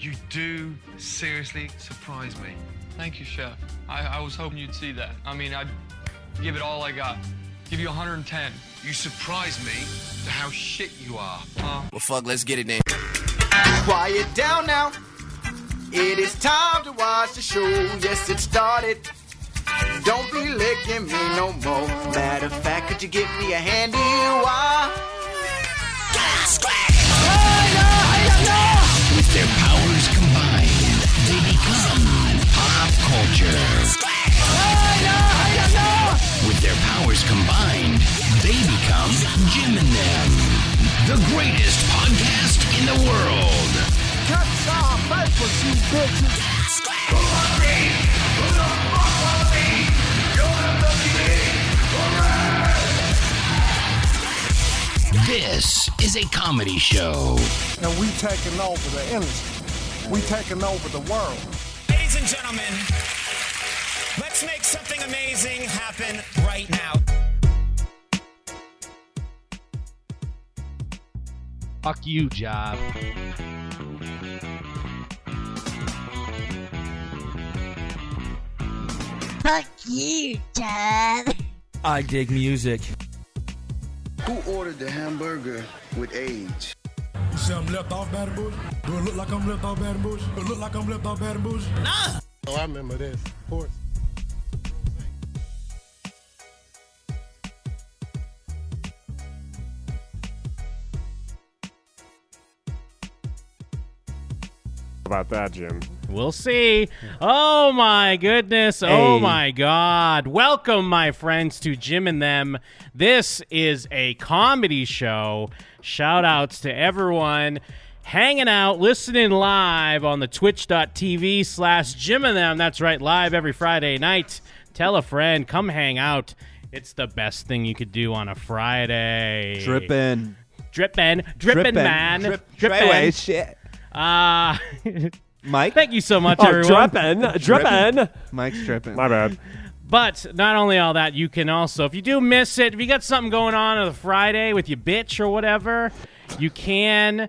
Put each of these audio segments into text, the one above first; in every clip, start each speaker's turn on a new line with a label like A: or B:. A: You do seriously surprise me.
B: Thank you, Chef. I, I was hoping you'd see that. I mean, I'd give it all I got. Give you 110.
A: You surprise me to how shit you are.
B: Uh,
C: Well, fuck, let's get it then.
D: Quiet down now. It is time to watch the show. Yes, it started. Don't be licking me no more. Matter of fact, could you give me a handy why?
E: With their powers combined, they become pop culture. With their powers combined, they become Jim and them, the greatest podcast in the world. This is a comedy show.
F: and we taking over the industry. We taking over the world.
G: Ladies and gentlemen, let's make something amazing happen right now.
H: Fuck you, job.
I: Fuck you, Dad.
J: I dig music.
K: Who ordered the hamburger with AIDS?
F: You see, I'm left off Baton Rouge. Do it look like I'm left off Baton Rouge? Do it look like I'm left off Baton Rouge? Nah. Oh, I remember this. Of course.
L: about that, Jim.
M: We'll see. Oh my goodness. Oh
L: Hey.
M: my god. Welcome my friends to Jim and Them. This is a comedy show. Shout outs to everyone hanging out, listening live on the twitch.tv slash Jim and Them. That's right, live every Friday night. Tell a friend, come hang out. It's the best thing you could do on a Friday.
J: Drippin'.
M: Drippin'. Drippin',
J: Drippin'.
M: man.
J: Drip-
M: drippin'.
J: Driveway shit.
M: Uh,
J: Mike?
M: Thank you so much,
J: Oh,
M: everyone.
J: drippin', drippin'. Mike's drippin'.
L: My bad.
M: But not only all that, you can also, if you do miss it, if you got something going on on a Friday with your bitch or whatever, you can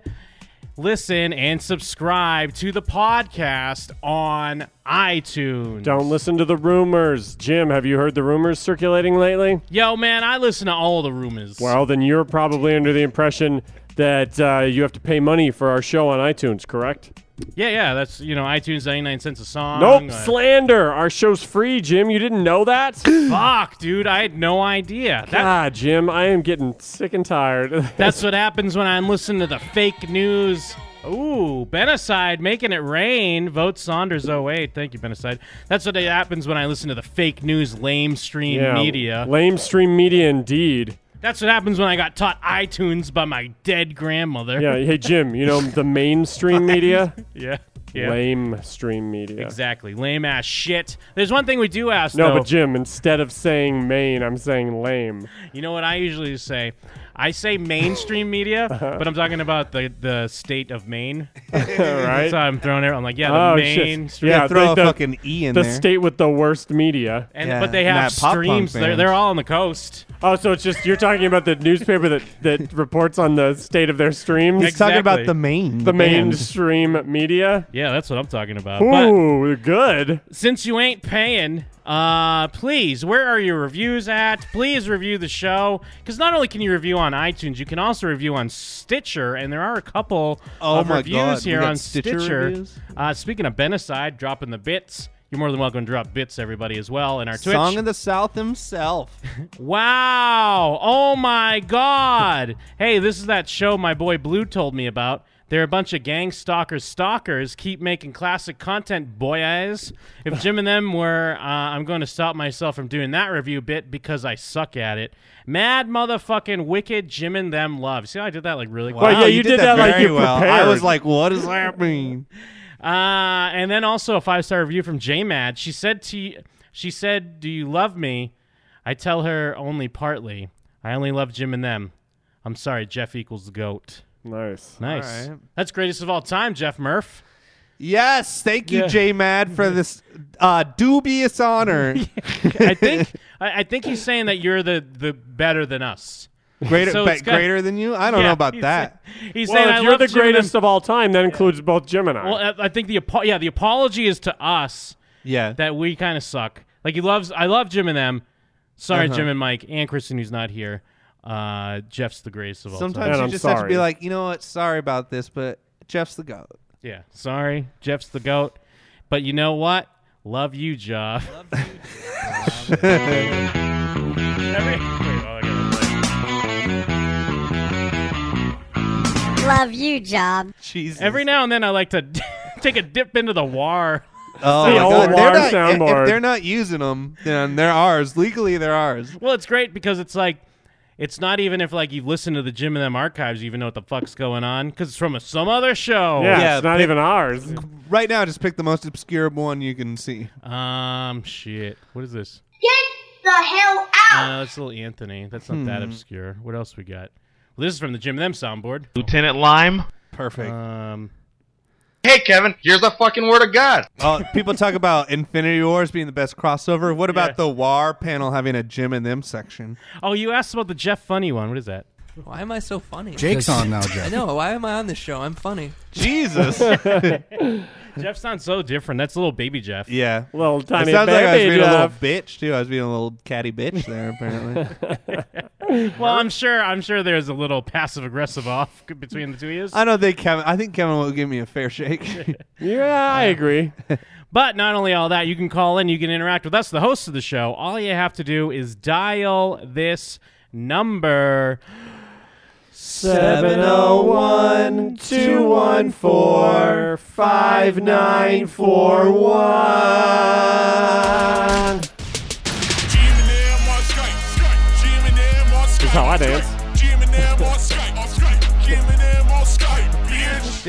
M: listen and subscribe to the podcast on iTunes.
L: Don't listen to the rumors. Jim, have you heard the rumors circulating lately?
M: Yo, man, I listen to all the rumors.
L: Well, then you're probably under the impression that uh, you have to pay money for our show on iTunes, correct?
M: Yeah, yeah, that's, you know, iTunes 99 cents a song.
L: nope,
M: Uh,
L: slander. Our show's free, Jim. You didn't know that?
M: Fuck, dude, I had no idea. That,
L: God, Jim, I am getting sick and tired.
M: That's what happens when I'm listening to the fake news. Ooh, Benaside making it rain. Vote Saunders 08. Thank you, Benaside. That's what happens when I listen to the fake news, lame stream
L: yeah,
M: media.
L: Lame stream media indeed.
M: That's what happens when I got taught iTunes by my dead grandmother.
L: Yeah, hey, Jim, you know the mainstream media?
M: yeah. yeah.
L: Lame stream media.
M: Exactly. Lame ass shit. There's one thing we do ask,
L: No,
M: though.
L: but Jim, instead of saying Maine, I'm saying lame.
M: You know what I usually say? I say mainstream media,
L: Uh-huh.
M: but I'm talking about the, the state of Maine.
L: right?
M: So I'm throwing it. I'm like, yeah, the
L: Oh, shit.
M: mainstream.
L: Yeah,
J: throw
L: the-
J: a
L: the-
J: fucking E in
L: the
J: there.
L: state with the worst media.
M: And
J: Yeah,
M: but they
J: and
M: have
J: that pop punk
M: streams. They're
J: band.
M: they're all on the coast.
L: Oh, so it's just you're talking about the newspaper that that reports on the state of their streams,
J: He's talking
M: Exactly.
J: about the main.
L: the
J: band.
L: mainstream media.
M: Yeah, that's what I'm talking about.
L: Ooh, good.
M: But since you ain't paying, uh, please, where are your reviews at? Please review the show because not only can you review on iTunes, you can also review on Stitcher, and there are a couple
J: Oh
M: of
J: my
M: reviews
J: God, we
M: here
J: got
M: on
J: Stitcher
M: Stitcher.
J: reviews?
M: Uh, speaking of Benaside, dropping the bits. You're more than welcome to drop bits, everybody, as well, in our Twitch.
J: Song of the South himself.
M: Wow. Oh my God. hey, this is that show my boy Blue told me about. They're a bunch of gang stalkers. Stalkers keep making classic content, boys. If Jim and them were, uh, I'm going to stop myself from doing that review bit because I suck at it. Mad motherfucking wicked Jim and them love. See how I did that like really quick?
L: Wow, yeah, you did that like
J: very
L: you
J: well. I
L: prepared.
J: was like, what does that mean?
M: Uh, and then also a five star review from J Mad. She said to she said, "Do you love me?" I tell her only partly. I only love Jim and them. I'm sorry, Jeff equals the goat.
L: Nice.
M: Nice.
J: All right.
M: That's greatest of all time, Jeff Murph.
J: Yes, thank you,
M: Yeah.
J: J Mad, for this uh, dubious honor.
M: I think I, I think he's saying that you're the the better than us.
J: Greater,
M: So
J: but
M: it's got-
J: greater than you? I don't
M: Yeah,
J: know about
M: he's
J: that.
M: saying- he's
L: well,
M: saying
L: if
M: I
L: you're
M: love
L: the
M: Jim and
L: greatest of all time, that includes both Jim and I.
M: Well, I I think the apo- yeah the apology is to us.
J: Yeah,
M: that we kind of suck. Like he loves, I love Jim and them. Sorry,
J: Uh-huh.
M: Jim and Mike and Kristen, who's not here. Uh, Jeff's the greatest of all. time.
J: Sometimes you just have to be like, you know what? Sorry about this, but Jeff's the goat.
M: yeah, sorry, Jeff's the goat. But you know what? Love you, Jeff.
I: Love you, job.
J: Jesus.
M: Every now and then, I like to take a dip into the war.
J: Oh, my God. They're not, i- If they're not using them, then they're ours. Legally, they're ours.
M: Well, it's great because it's like it's not even if like you listen to the Jim and them archives, you even know what the fuck's going on because it's from a, some other show.
J: pick-
L: ours.
J: Right now, just pick the most obscure one you can see.
M: Um, shit. What is this?
N: Get the hell
M: No, that's little Anthony. That's not that
J: Hmm.
M: obscure. What else we got? Well, this is from the Jim and them soundboard.
O: Lieutenant Lime.
J: Perfect.
M: Um,
O: hey, Kevin, here's the fucking word of God.
J: Oh, people talk about Infinity Wars being the best crossover. What about the WAR panel having a Jim and them section?
M: Oh, you asked about the Jeff Funny one. What is that?
P: Why am I so funny?
J: Jake's on now, Jeff.
P: I know. Why am I on this show? I'm funny.
J: Jesus.
M: Jeff sounds so different. That's a little baby Jeff.
J: Yeah.
L: Little
J: it sounds like I was being a little bitch too. I was being a little catty bitch there. Apparently.
M: well, I'm sure. I'm sure there's a little passive aggressive off between the two of you.
J: I don't think Kevin. I think Kevin will give me a fair shake.
L: yeah, I agree.
M: But not only all that, you can call in, you can interact with us, the host of the show. All you have to do is dial this number
E: 701 214 5941.
L: Is how I dance.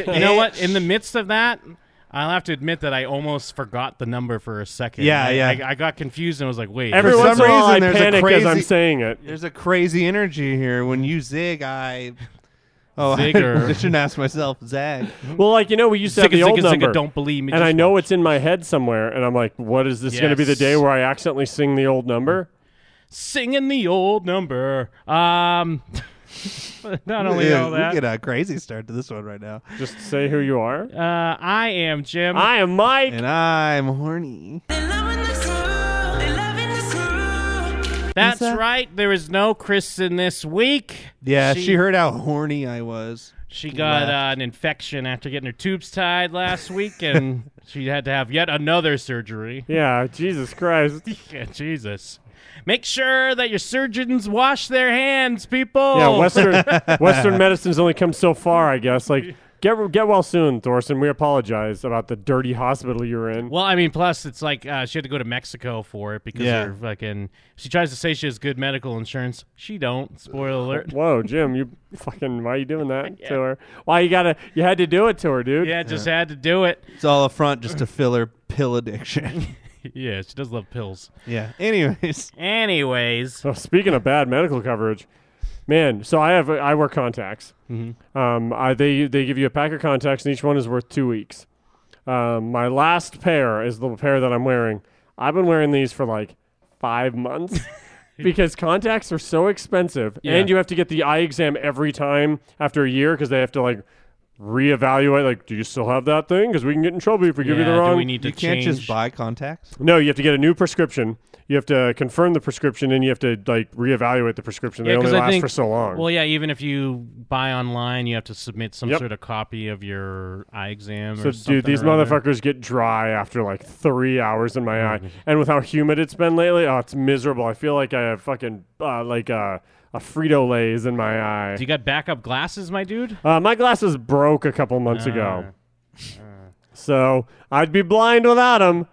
M: You know what? In the midst of that, I'll have to admit that I almost forgot the number for a second.
J: Yeah,
M: I,
J: yeah.
M: I, I got confused and was like, wait.
J: For some reason, there's a crazy,
L: it.
J: There's a crazy energy here. When you zig, I. Oh,
L: Zigger.
J: I, shouldn't ask myself. Zag.
L: Well, like you know, we used to have
J: Zigga,
L: the old
J: zigga, zigga,
L: number.
J: don't believe me,
L: And
J: just
L: I know it's in my head somewhere, and I'm like, "What is this going to be the
M: Yes.
L: day where I accidentally sing the old number?"
M: Singing the old number. Um, not only
J: Yeah,
M: all
J: we
M: that.
J: get a crazy start to this one right now.
L: Just say who you are.
M: Uh, I am Jim.
L: I am Mike.
J: And I'm horny.
M: That's
J: Lisa?
M: right. There is no Kristen this week.
J: Yeah, she, heard how horny I was.
M: She got
J: Left.
M: uh, an infection after getting her tubes tied last week, and she had to have yet another surgery.
L: Yeah, Jesus Christ.
M: yeah, Jesus. Make sure that your surgeons wash their hands, people.
J: Oh.
L: Yeah, Western Western medicine's only come so far, I guess. Like, get get well soon, Thorson. We apologize about the dirty hospital you were in.
M: Well, I mean, plus it's like uh, she had to go to Mexico for it because
L: Yeah.
M: her fucking. She tries to say she has good medical insurance. She don't. Spoiler alert.
L: Whoa, Jim, you fucking why you doing that to her? Why you gotta you had to do it to her, dude?
M: Yeah, just had to do it.
J: It's all a front just to fill her pill addiction.
M: yeah, she does love pills.
J: yeah. Anyways.
M: Anyways.
L: So speaking of bad medical coverage, man. So I have I wear contacts.
M: Mhm.
L: Um, I, they they give you a pack of contacts, and each one is worth two weeks. Um, my last pair is the pair that I'm wearing. I've been wearing these for like five months because contacts are so expensive,
M: Yeah.
L: and you have to get the eye exam every time after a year because they have to like reevaluate. Like, do you still have that thing? Because we can get in trouble if we
M: uh,
L: give you the wrong.
J: You can't just buy contacts.
L: No, you have to get a new prescription. You have to confirm the prescription, and you have to like reevaluate the prescription. They only
M: 'cause I
L: last
M: think-
L: for so long.
M: Well, yeah, even if you buy online, you have to submit some
L: Yep.
M: sort of copy of your eye exam.
L: so,
M: or something
L: dude, these
M: or other.
L: motherfuckers get dry after like three hours in
M: Oh,
L: my eye, and with how humid it's been lately, oh, it's miserable. I feel like I have fucking uh, like uh, a Frito Lay's in my eye.
M: Do you got backup glasses, my dude?
L: Uh, my glasses broke a couple months ago,
M: Uh,
L: so I'd be blind without them.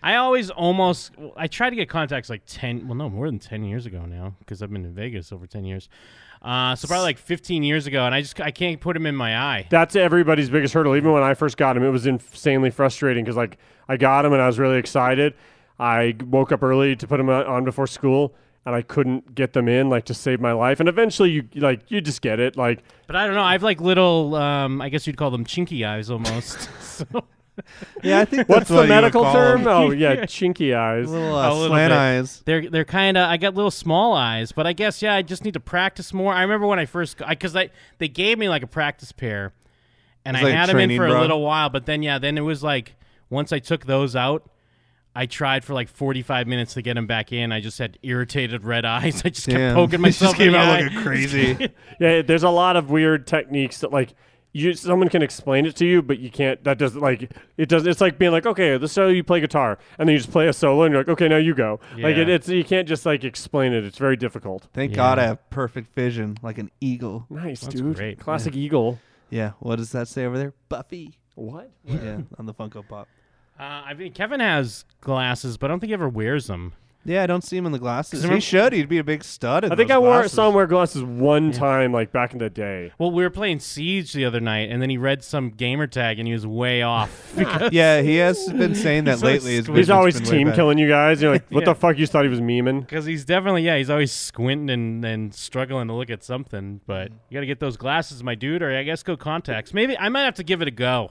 M: I always almost I tried to get contacts like ten well no more than ten years ago now because I've been in Vegas over ten years, uh, so probably like fifteen years ago, and I just I can't put them in my eye.
L: That's everybody's biggest hurdle. Even when I first got him, it was insanely frustrating because like I got him and I was really excited. I woke up early to put him on- on before school, and I couldn't get them in like to save my life. And eventually, you like you just get it. Like
M: But I don't know. I have like little um, I guess you'd call them chinky eyes almost. so
J: Yeah, I think
L: What's
J: that's what you
L: the
J: would
L: medical
J: call
L: term?
J: them.
L: Oh yeah, chinky eyes.
J: Little, uh, A little slant bit. eyes.
M: They're they're kind of. I got little small eyes, but I guess yeah. I just need to practice more. I remember when I first because I, they gave me like a practice pair, and I
J: It's like
M: had them in
J: training
M: for a
J: bra.
M: little while. But then yeah, then it was like once I took those out. I tried for like 45 minutes to get them back in. I just had irritated red eyes. I just kept poking myself. in the eye.
L: yeah, there's a lot of weird techniques that like you someone can explain it to you, but you can't. That doesn't like it does. It's like being like, okay, this is how you play guitar, and then you just play a solo, and you're like, okay, now you go. Like
J: Yeah.
L: it, it's you can't just like explain it. It's very difficult.
J: Thank God I have perfect vision, like an eagle.
L: Nice, That's dude. great. Classic eagle.
J: Yeah. What does that say over there? Buffy.
L: What?
J: Yeah, on the Funko Pop.
M: Uh, I mean, Kevin has glasses, but I don't think he ever wears them.
J: Yeah, I don't see him in the glasses.
M: remember-
J: He should. He'd be a big stud. In
L: I think
J: those
L: I wore
J: glasses.
L: saw him wear glasses one time, like back in the day.
M: Well, we were playing Siege the other night, and then he read some gamer tag, and he was way off. because-
J: Yeah, he has been saying that
M: He's so
J: lately. His
M: squeezed.
L: He's always
J: been way
L: team
J: back.
L: killing you guys. You're like, what
M: Yeah.
L: the fuck? You just thought he was memeing.
M: Because he's definitely, yeah, he's always squinting and, and struggling to look at something. But you got to get those glasses, my dude, or I guess go contacts. Maybe I might have to give it a go.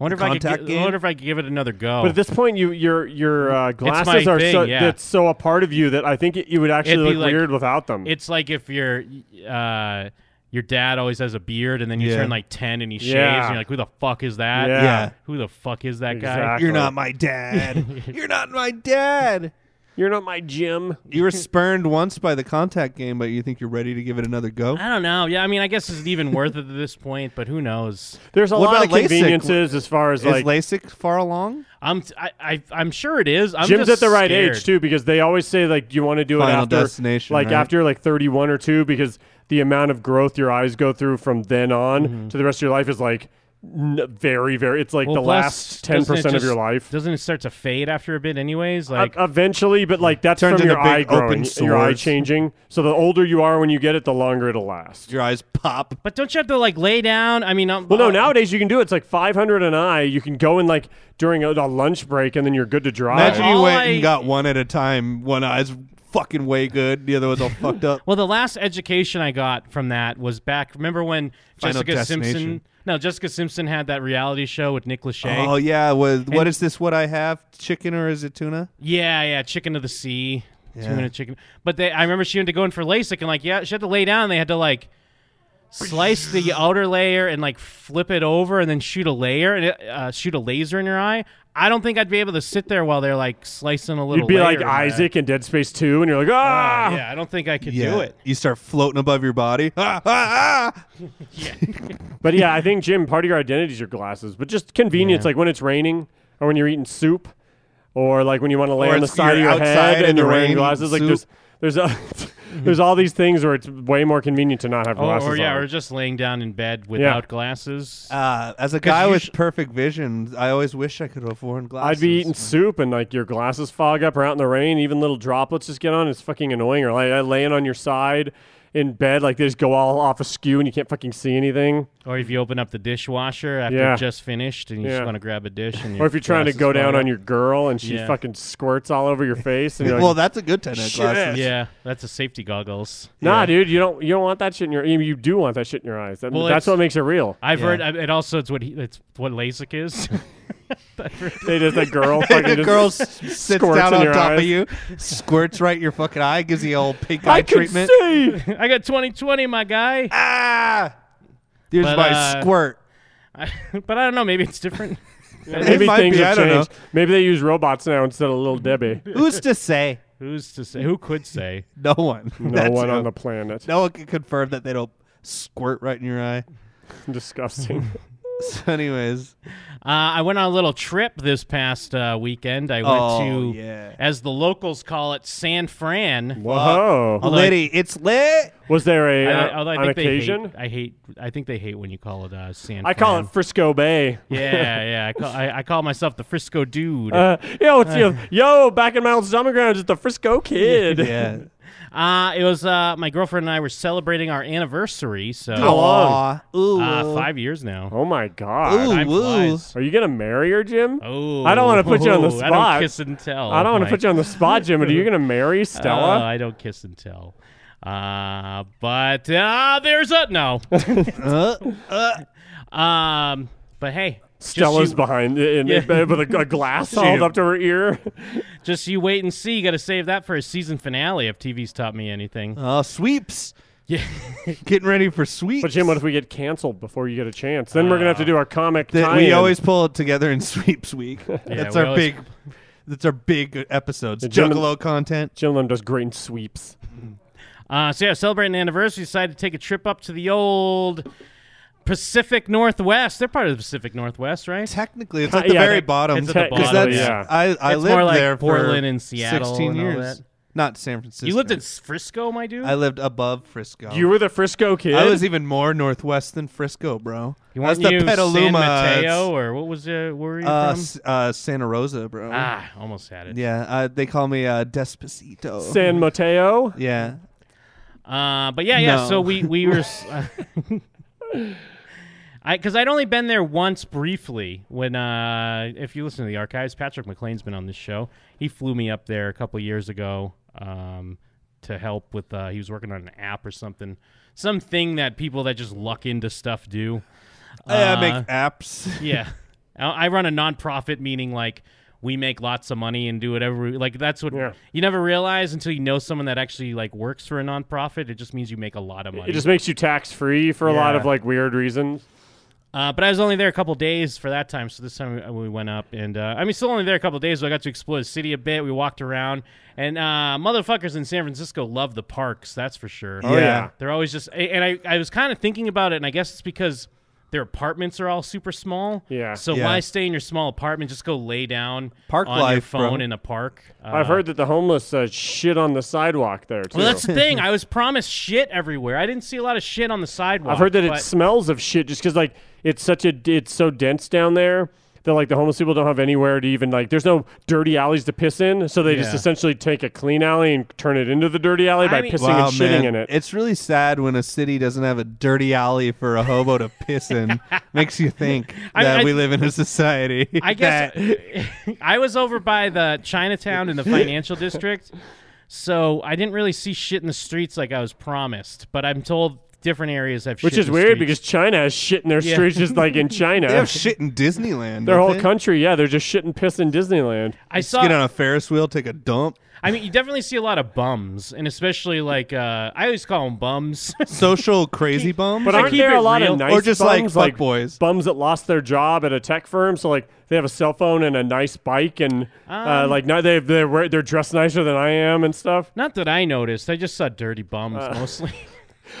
M: I wonder if I
L: Contact
M: could. gi- I
L: game?
M: wonder if I could give it another go.
L: But at this point, you your your uh,
M: my
L: glasses are
M: thing,
L: so
M: yeah.
L: that's so a part of you that I think it, you would
M: It'd
L: actually
M: be
L: look
M: like-
L: weird without them.
M: It's like if your uh, your dad always has a beard, and then you
L: Yeah.
M: turn like ten and he shaves,
L: Yeah.
M: and you're like, "Who the fuck is that?
L: Yeah. Yeah.
M: who the fuck is that guy?
L: Exactly. You're not
J: my dad. You're not my dad.
L: You're not my Jim.
J: You were spurned once by the contact game, but you think you're ready to give it another go?
M: I don't know. Yeah, I mean, I guess it's even worth it at this point, but who knows?
L: There's a
J: What
L: lot
J: about
L: of
J: LASIK?
L: conveniences as far as
J: Is
L: like
J: LASIK far along?
M: I'm t- I, I I'm sure it is. I'm
L: Jim's
M: just
L: at the right
M: scared.
L: age too because they always say like you want to do it
J: Final
L: after
J: destination,
L: like
J: right?
L: after like 31 or 2 because the amount of growth your eyes go through from then on to the rest of your life is like n- very very it's like
M: Mm-hmm. Well,
L: the
M: plus,
L: last
M: doesn't
L: 10%
M: it
L: of
M: just-
L: your life.
M: Doesn't it start to fade after a bit, anyways? Like,
L: Uh, eventually but like that's
M: Turns
L: from
M: into
L: your
M: big
L: eye growing,
M: open
L: your eye
M: sores.
L: changing. So the older you are when you get it the longer it'll last.
J: Your eyes pop.
M: but don't you have to like lay down? I mean, I'm,
L: Well, no. Nowadays, you can do it. It's like five hundred an eye. You can go in like during a, a lunch break, and then you're good to drive.
J: Imagine you
M: All
J: went
M: I-
J: and got one at a time. One eye's fucking way good, the other one's all fucked up.
M: Well, the last education I got from that was back. Remember when
J: Final
M: Jessica Simpson?
J: Destination.
M: No, Jessica Simpson had that reality show with Nick Lachey.
J: Oh yeah, with what
M: And-
J: is this? What I have? Chicken or is it tuna?
M: Yeah, yeah, chicken of the sea,
J: Yeah.
M: tuna chicken. But they, I remember she had to go in for LASIK and like, yeah, she had to lay down. and They had to like slice the outer layer and like flip it over and then shoot a layer and uh, shoot a laser in your eye. I don't think I'd be able to sit there while they're like slicing a little.
L: You'd be
M: layer
L: like
M: in my-
L: Isaac in Dead Space Two, and you're like, ah.
M: Yeah, I don't think I could do
J: Yeah.
M: it.
J: You start floating above your body. Ah, ah, ah.
L: But yeah, I think Jim, part of your identity is your glasses, but just convenience,
J: Yeah.
L: like when it's raining or when you're eating soup, or like when you want to lay
J: Or
L: on the
J: it's-
L: side of
J: you're
L: your
J: outside
L: head
J: in
L: and
J: the
L: you're wearing
J: rain
L: glasses. Like
J: soup.
L: there's there's a, there's all these things where it's way more convenient to not have
M: Or,
L: glasses.
M: Oh, or yeah,
L: on.
M: or just laying down in bed without glasses.
J: Uh, As a
M: 'Cause
J: guy
M: you
J: with
M: sh-
J: perfect vision, I always wish I could have worn glasses.
L: I'd be eating soup and like your glasses fog up or out in the rain. Even little droplets just get on. It's fucking annoying. Or like I laying on your side in bed, like they just go all off askew and you can't fucking see anything.
M: Or if you open up the dishwasher after
L: Yeah.
M: you just finished and you
L: Yeah.
M: just want to grab a dish, and
L: Or if you're trying to
M: glasses
L: go down
M: fall
L: on your girl and she
M: Yeah.
L: fucking squirts all over your face. And you're like,
J: well, that's a good ten of
L: "Shit."
J: glasses.
M: yeah, that's a safety goggles.
L: Nah,
M: Yeah.
L: dude, you don't you don't want that shit in your. You do want that shit in your eyes. That-
M: Well,
L: that's
M: it's-
L: what makes it real.
M: I've heard I- it also it's what he, it's what LASIK is.
L: They just a girl fucking
J: the
L: just
J: girl s- sits
L: squirts
J: down
L: in
J: on
L: your
J: top
L: eyes.
J: of you, squirts right in your fucking eye, gives you all pink eye treatment.
M: I got 2020, my guy.
J: Ah, Here's
M: But,
J: my
M: uh,
J: squirt.
M: I, but I don't know. Maybe it's different.
L: Maybe
J: It might
L: things
J: be,
L: have
J: I don't know.
L: changed. Maybe they use robots now instead of little Debbie.
J: Who's to say?
M: Who's to say? Who could say?
J: No one.
L: No
J: That's
L: one
J: who-
L: on the planet.
J: No one can confirm that they don't squirt right in your eye.
L: Disgusting.
J: so, anyways,
M: Uh, I went on a little trip this past uh, weekend. I went
J: Oh,
M: to,
J: yeah.
M: as the locals call it, San Fran.
L: Whoa.
M: Although I-
J: it's lit.
L: Oh. Was there a
M: I-
L: uh,
M: although I
L: on
M: think they hate-
L: occasion?
M: I hate. I think they hate when you call it uh, San.
L: I call
M: Fran.
L: it Frisco Bay.
M: yeah, yeah. I call, I, I call myself the Frisco dude.
L: Uh, yo, it's,
M: Uh.
L: yo, yo, back in my old stomping grounds, it's the Frisco kid.
J: yeah.
M: Uh, it was uh, my girlfriend and I were celebrating our anniversary. So
L: How long?
J: Ooh.
M: Uh, five years now.
L: Oh my god.
M: Oow, Time woo. flies.
L: Are you gonna marry her, Jim?
M: Oh,
L: I don't want to put you on the
M: I
L: spot.
M: don't kiss and tell,
L: I don't want to
M: Mike.
L: put you on the spot, Jim. But are you gonna marry Stella?
M: Uh, I don't kiss and tell. Uh, but uh, there's a no. um, but hey,
L: Stella's
M: you-
L: behind in, in-
M: Yeah.
L: with a, a glass held up to her ear.
M: Just you wait and see. You got to save that for a season finale if TV's taught me anything.
J: Oh, sweeps.
M: Yeah.
J: Getting ready for sweeps.
L: But Jim, what if we get canceled before you get a chance? Then we're gonna have to do our comic.
J: That we
L: tie-in.
J: always pull it together in sweeps week. that's
L: we
J: our
L: always-
J: big. That's our big episodes.
L: The Jim-
J: Juggalo content.
L: Jim Lim does great sweeps.
M: Uh, so yeah, celebrating the anniversary, decided to take a trip up to the old Pacific Northwest. They're part of the Pacific Northwest, right?
J: Technically, It's at the very bottom.
M: It's at the bottom.
J: That's,
M: yeah.
J: I, I
M: It's
J: lived
M: more like
J: there for
M: Portland and Seattle
J: 16
M: and all
J: years.
M: that.
J: Not San Francisco.
M: You lived in Frisco, my dude.
J: I lived above Frisco.
L: You were the Frisco kid.
J: I was even more northwest than Frisco, bro.
M: You
J: That's
M: weren't
J: the
M: you San
J: Petaluma.
M: Mateo or what was uh, where were you
J: uh,
M: from?
J: S- uh, Santa Rosa, bro.
M: Ah, almost had it.
J: Yeah, uh, they call me uh, Despacito.
L: San Mateo.
J: Yeah.
M: Uh, but yeah, yeah.
J: No.
M: So we we were. s- I because I'd only been there once briefly when uh, if you listen to the archives, Patrick McLean's been on this show. He flew me up there a couple years ago um, to help with. Uh, he was working on an app or something, something that people that just luck into stuff do. Uh,
J: Yeah, make apps.
M: yeah, I I run a nonprofit, meaning like we make lots of money and do whatever. We, like that's what you never realize until you know someone that actually like works for a nonprofit. It just means you make a lot of money.
L: It just makes you tax free for a lot
M: Yeah.
L: of like weird reasons.
M: Uh, but I was only there a couple days for that time, so this time we, we went up, and uh, I mean, still only there a couple days, so I got to explore the city a bit. We walked around, and uh, motherfuckers in San Francisco love the parks, that's for sure.
L: Oh, yeah.
M: they're always just. And I, I was kind of thinking about it, and I guess it's because their apartments are all super small.
L: Yeah.
M: So
L: Yeah.
M: why stay in your small apartment? Just go lay down
L: Park
M: on your
L: life, bro.
M: phone in a park.
L: I've heard that the homeless uh, shit on the sidewalk there too.
M: Uh-huh. Well, that's the thing. I was promised shit everywhere. I didn't see a lot of shit on the sidewalk.
L: I've heard that it
M: but-
L: smells of shit just because like it's such a it's so dense down there that like the homeless people don't have anywhere to even like there's no dirty alleys to piss in, so they just
J: Yeah.
L: essentially take a clean alley and turn it into the dirty alley by pissing
J: Wow,
L: and shitting
J: man.
L: in it.
J: It's really sad when a city doesn't have a dirty alley for a hobo to piss in. Makes you think
M: I-
J: that
M: I-
J: we live in a society.
M: I guess
J: that-
M: I was over by the Chinatown in the financial district, so I didn't really see shit in the streets like I was promised. But I'm told different areas have
L: Which
M: shit
L: is
M: in the
L: weird
M: streets.
L: because China has shit in their
M: Yeah.
L: streets, just like in China.
J: they have shit in Disneyland.
L: Their
J: don't
L: whole
J: they?
L: country, yeah, they're just shit and piss in Disneyland.
M: I Just saw- get on
J: a Ferris wheel, take a dump.
M: I mean, you definitely see a lot of bums, and especially like uh, I always call them bums.
J: Social crazy bums.
L: But aren't there a lot of nice
J: or just
L: bums,
J: like fuck boys?
L: bums that lost their job at a tech firm? So like they have a cell phone and a nice bike, and uh,
M: Um,
L: like now they they're wear- they're dressed nicer than I am and stuff.
M: Not that I noticed. I just saw dirty bums
L: Uh.
M: mostly.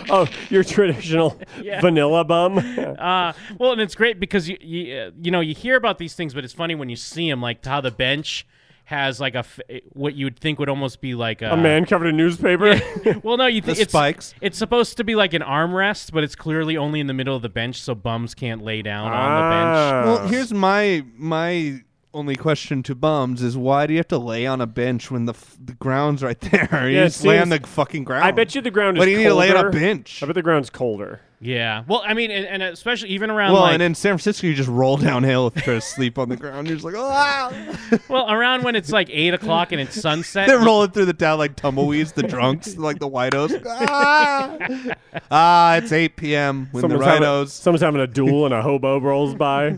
L: oh, your traditional
M: Yeah.
L: vanilla bum.
M: Uh, well, and it's great because you you, uh, you know you hear about these things, but it's funny when you see them, like how the bench has like a f- eh, what you would think would almost be like a,
L: a man covered in newspaper.
M: Well, no, you
L: The
M: think it's
L: spikes.
M: It's supposed to be like an armrest, but it's clearly only in the middle of the bench, so bums can't lay down on the bench.
L: Uh.
J: Well, here's my my only question to bums is why do you have to lay on a bench when the, f- the ground's right there? You
L: Yeah, it
J: just lay on the
L: seems-
J: fucking ground.
L: I bet you the ground is.
J: What do you need to lay on a
L: colder.
J: bench?
L: I bet the ground's colder.
M: yeah. Well, I mean, and, and especially even around
J: well,
M: like
J: and in San Francisco, you just roll downhill if you try to sleep on the ground. You're just like, oh,
M: well around when it's like eight o'clock and it's sunset.
J: they're rolling through the town like tumbleweeds. The drunks, like the whitos. Ah, ah it's 8 p.m. when the
L: having,
J: rhinos.
L: a- someone's having a duel and a hobo rolls by.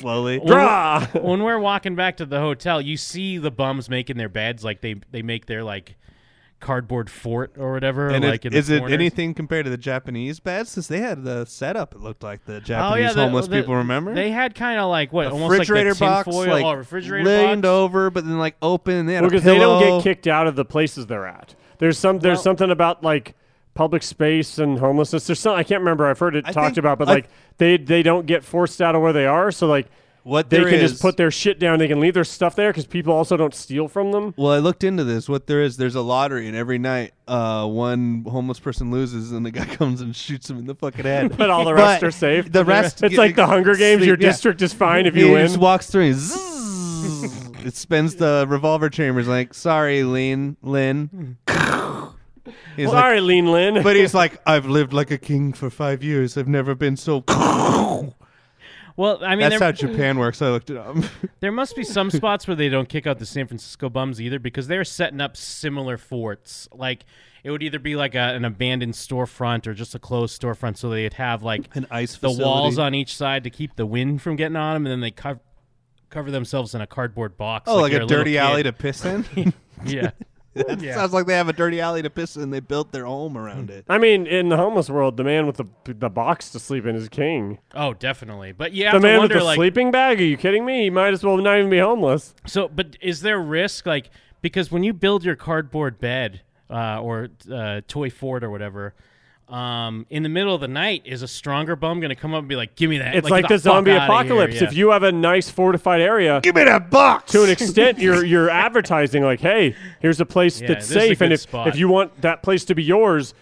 J: slowly.
M: When,
L: Draw!
M: when we're walking back to the hotel, you see the bums making their beds, like they they make their like cardboard fort or whatever.
J: And it-
M: like in the
J: is it
M: corners.
J: anything compared to the Japanese beds? Since they had the setup, it looked like the Japanese
M: oh yeah, the-
J: homeless
M: the-
J: people. Remember
M: they had kind of like what
J: a
M: almost
J: refrigerator
M: like the
J: box,
M: tinfoil
J: like
M: oh, refrigerator box.
J: leaned over, but then like open. And they had a
L: because they don't
J: pillow.
L: get kicked out of the places they're at. There's some. There's
J: Well-
L: something about like public space and homelessness. There's some. I can't remember. I've heard it
J: I
L: talked
J: think-
L: about, but
J: I-
L: like they they don't get forced out of where they are. So like.
J: What
L: they
J: there
L: can
J: is-
L: just put their shit down. They can leave their stuff there because people also don't steal from them.
J: Well, I looked into this. What there is, there's a lottery, and every night, uh, one homeless person loses, and the guy comes and shoots him in the fucking head.
L: but all the rest are safe.
J: The rest,
L: It's like the Hunger Games.
J: Sleep-
L: Your
J: yeah.
L: district is fine if
J: He
L: you win.
J: Just walks through. And zzz, it spins the revolver chambers. Like, sorry, Lin, Lin. He's like-
L: Sorry, Lean Lin.
J: but he's like, I've lived like a king for five years. I've never been so.
M: Well, I mean,
J: that's
M: there-
J: how Japan works. I looked it up.
M: There must be some spots where they don't kick out the San Francisco bums either because they're setting up similar forts. Like it would either be like a, an abandoned storefront or just a closed storefront, so they'd have like
J: an ice
M: the walls
J: facility.
M: on each side to keep the wind from getting on them, and then they cover cover themselves in a cardboard box.
J: Oh, like,
M: you're
J: a
M: little
J: dirty
M: kid.
J: alley to piss in.
M: yeah.
J: That
M: Yeah.
J: Sounds like they have a dirty alley to piss in. They built their home around it.
L: I mean, in the homeless world, the man with the the box to sleep in is king.
M: Oh, definitely. But you have
L: the
M: to
L: man
M: wonder,
L: with the
M: like-
L: sleeping bag. Are you kidding me? He might as well not even be homeless.
M: So, but is there risk, like, because when you build your cardboard bed uh, or uh, toy fort or whatever, um, in the middle of the night, is a stronger bum going to come up and be like, "Give me that"?
L: It's
M: "Get
L: like the,
M: fuck
L: zombie
M: outta here,"
L: apocalypse.
M: yeah.
L: If you have a nice fortified area,
M: Give me that box!
L: To an extent, you're you're advertising like, hey, here's a place
M: Yeah,
L: that's
M: this is a
L: safe, and
M: good
L: if
M: spot.
L: if you want that place to be yours,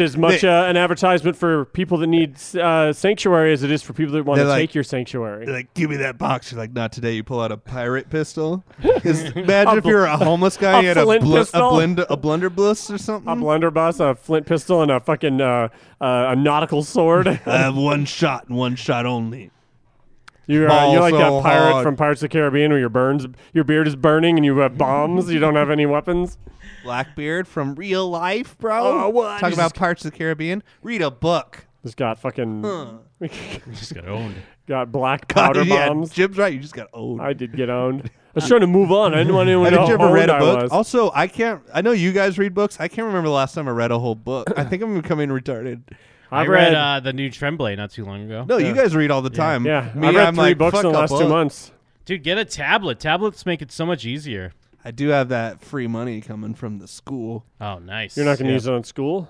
L: as much uh, an advertisement for people that need uh, sanctuary as it is for people that want to
J: They're like-
L: take your sanctuary.
J: They're like, give me that box. You're like, not today. You pull out a pirate pistol. 'Cause imagine if you're a homeless guy, you had a,
L: flint
J: blu- a
L: pistol?
J: blend, a blunderbuss or something.
L: a blunderbuss, a flint pistol, and a fucking uh, uh, a nautical sword.
J: I have one shot and one shot only.
L: You're, uh,
J: Ball
L: you're like
J: so
L: that pirate
J: hard.
L: from Pirates of the Caribbean where your burns, your beard is burning, and you have bombs. you don't have any weapons.
J: Blackbeard from real life, bro.
L: Oh, what?
J: Talk
L: He's
J: about Parts of the Caribbean. Read a book.
L: Just got fucking.
J: Huh.
M: just got owned.
L: Got black
J: God,
L: powder
J: yeah,
L: bombs.
J: Jib's right. You just got owned.
L: I did get owned. I was trying to move on. I didn't want anyone to know
J: Haven't you
L: how
J: ever read a
L: owned I
J: book?
L: was.
J: Also, I can't. I know you guys read books. I can't remember the last time I read a whole book. I think I'm becoming retarded.
M: I read uh, the new Tremblay not too long ago.
J: No, you guys read all the time.
L: Yeah.
J: um, Me,
L: I've read
J: I'm
L: three
J: like,
L: books in
J: fuck
L: the
J: a
L: last two
J: book.
L: months.
M: dude, get a tablet. Tablets make it so much easier.
J: I do have that free money coming from the school.
M: Oh, nice.
L: You're not going to
J: Yeah.
L: use it on school?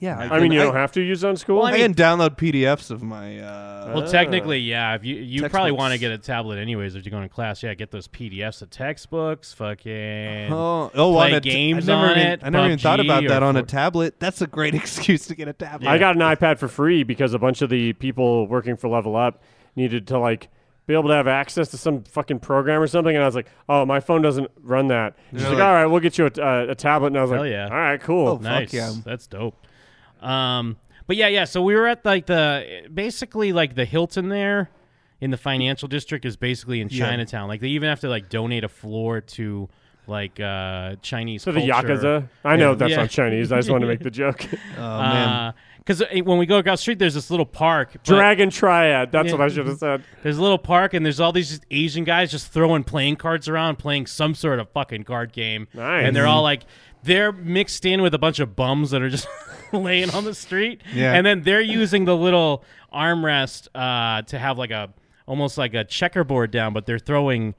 J: Yeah,
L: I,
J: I
L: mean,
J: can-
L: you
J: I-
L: don't have to use it on school?
J: I, can download PDFs of my. Uh,
M: Well, technically, yeah. If you you probably
J: textbooks.
M: want to get a tablet anyways if you're going to class. Yeah, get those PDFs of textbooks. Fucking
J: Oh, oh, on
M: play
J: a t-
M: games
J: I never
M: on
J: even,
M: it.
J: I never even thought
M: PUBG
J: about that
M: or
J: on a tablet. That's a great excuse to get a tablet.
L: I got an iPad for free because a bunch of the people working for Level Up needed to like be able to have access to some fucking program or something, and I was like, "Oh, my phone doesn't run that." She's
M: They're
L: like,
M: like-
L: "All right, we'll get you a, uh, a tablet," and I was
M: Hell
L: like,
M: yeah!
L: "All right, cool,
J: Oh,
M: nice. That's dope. Um, but yeah, yeah. So we were at like the basically like the Hilton there in the financial district is basically in
L: Yeah.
M: Chinatown. Like they even have to like donate a floor to like uh Chinese.
L: So the
M: culture.
L: yakuza. I know
M: Yeah.
L: that's
M: Yeah.
L: not Chinese. I just wanted to make the joke.
J: Oh
M: Because Uh, eh, when we go across the street, there's this little park. but-
L: Dragon Triad. That's what I should have said.
M: There's a little park, and there's all these just Asian guys just throwing playing cards around, playing some sort of fucking card game.
L: Nice.
M: And they're all like, they're mixed in with a bunch of bums that are just laying on the street.
J: Yeah.
M: And then they're using the little armrest uh, to have like a almost like a checkerboard down, but they're throwing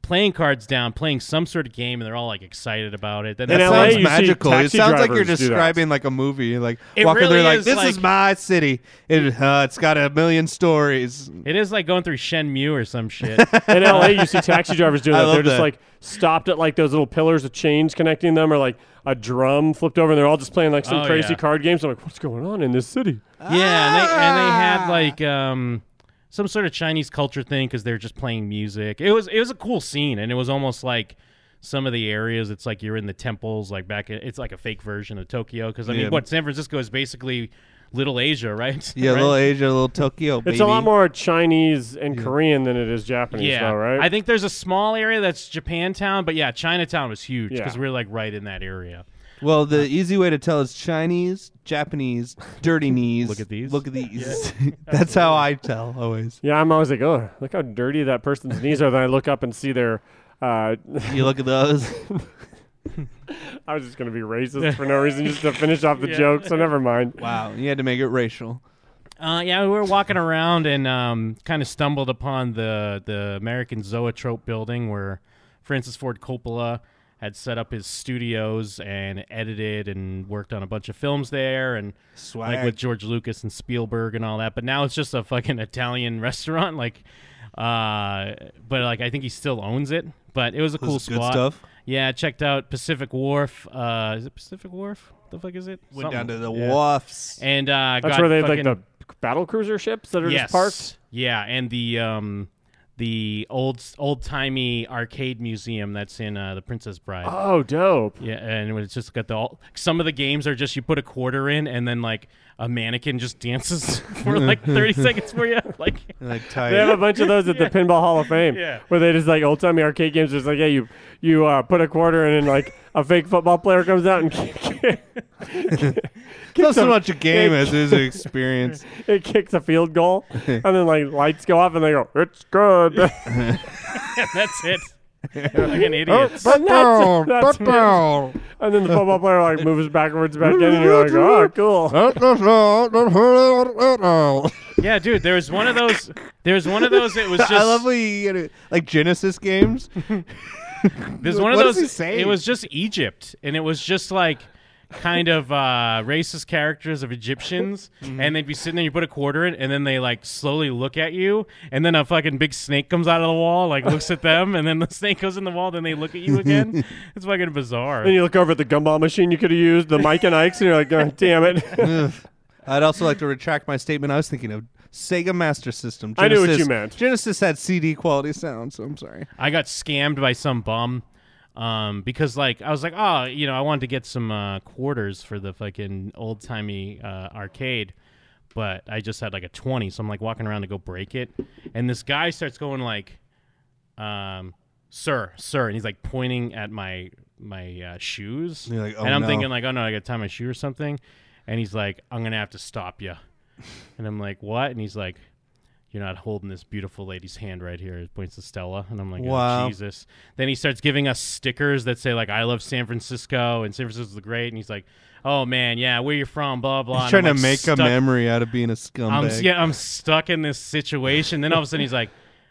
M: playing cards down, playing some sort of game, and they're all like excited about it. Then
J: That
M: they're
J: sounds
M: like-
J: magical. It sounds like you're describing like a movie. Like
M: It
J: walking
M: really
J: through, like
M: is
J: this
M: like-
J: is my city. It, uh, it's got a million stories.
M: It is like going through Shenmue or some shit.
L: In LA, you see taxi drivers do
J: I
L: that.
J: love
L: They're just
J: that.
L: like stopped at like those little pillars of chains connecting them, or like a drum flipped over, and they're all just playing like some
M: Oh,
L: crazy
M: yeah.
L: card games. I'm like, what's going on in this city?
M: Yeah, and they, and they had like um, some sort of Chinese culture thing because they're just playing music. It was it was a cool scene, and it was almost like some of the areas. It's like you're in the temples, like back. in- It's like a fake version of Tokyo because I mean,
J: Yeah.
M: what San Francisco is basically Little Asia, right?
J: Yeah,
M: Right?
J: little Asia, little Tokyo.
L: It's a lot more Chinese and Korean than it is Japanese,
M: Yeah,
L: though, right?
M: I think there's a small area that's Japantown, but yeah, Chinatown was huge because
J: Yeah.
M: we're like right in that area.
J: Well, the easy way to tell is Chinese, Japanese, dirty knees.
M: Look at these.
J: Look at these. That's how I tell always.
L: Yeah, I'm always like, oh, look how dirty that person's knees are. Then I look up and see their. Uh,
J: You look at those.
L: I was just gonna be racist for no reason, just to finish off the
M: Yeah.
L: joke. So never mind.
J: Wow, you had to make it racial.
M: Uh, yeah, we were walking around and um, kind of stumbled upon the the American Zoetrope building where Francis Ford Coppola had set up his studios and edited and worked on a bunch of films there and like
J: Swag.
M: with George Lucas and Spielberg and all that. But now it's just a fucking Italian restaurant. Like, uh, but like I think he still owns it. But it was a
J: Was
M: cool
J: it good
M: spot.
J: stuff?
M: Yeah, I checked out Pacific Wharf. Uh, is it Pacific Wharf? The fuck is it?
J: Went down to the
M: Yeah.
J: wharfs.
M: And uh,
L: That's
M: got
L: where they have,
M: fucking-
L: like the battle cruiser ships that are
M: yes.
L: just parked.
M: Yeah, and the um the old old timey arcade museum that's in uh, the Princess Bride.
L: Oh, dope!
M: Yeah, and it's just got the all, some of the games are just you put a quarter in and then like a mannequin just dances for like thirty seconds for you. Like
J: like
L: They have a bunch of those at the Pinball Hall of Fame.
M: Yeah.
L: Where they just like old timey arcade games. Just like, yeah, you you uh, put a quarter in and like a fake football player comes out and
J: It's not so much a game as it is an experience.
L: it kicks a field goal and then like lights go off and they go, it's good.
M: that's it. Fucking idiots.
L: but that's, that's it. And then the football player like moves backwards back in and you're like, oh, cool.
M: Yeah, dude, there was one of those. There was one of those. It was just.
J: I love when you get it- like Genesis games.
M: There's one of
J: What is
M: those.
J: he saying?
M: It was just Egypt, and it was just like kind of uh, racist characters of Egyptians,
J: Mm-hmm.
M: and they'd be sitting there. You put a quarter in, and then they like slowly look at you, and then a fucking big snake comes out of the wall, like looks at them, and then the snake goes in the wall, then they look at you again. it's fucking bizarre.
L: Then you look over at the gumball machine you could have used, the Mike and Ike's, and you're like, oh, damn it.
J: Ugh. I'd also like to retract my statement. I was thinking of Sega Master System.
L: I knew what you
J: Genesis-
L: meant.
J: Genesis had CD quality sound, so I'm sorry.
M: I got scammed by some bum um, because like I was like, oh, you know, I wanted to get some uh, quarters for the fucking old timey uh, arcade, but I just had like a twenty, so I'm like walking around to go break it, and this guy starts going like, um, sir, sir, and he's like pointing at my my uh, shoes,
J: You're like, "Oh,
M: and I'm
J: no."
M: thinking like, oh no, I got to tie my shoe or something, and he's like, I'm gonna have to stop you, and I'm like, what? And he's like. You're not holding this beautiful lady's hand right here. He points to Stella, and I'm like,
J: Wow.
M: oh, Jesus. Then he starts giving us stickers that say like, "I love San Francisco" and "San Francisco's the great," and he's like, "Oh man, yeah, where you from?" Blah blah.
J: He's
M: And I'm,
J: trying to
M: like,
J: make
M: stuck-
J: a memory out of being a
M: I'm,
J: scumbag.
M: yeah, I'm stuck in this situation. Then all of a sudden he's like,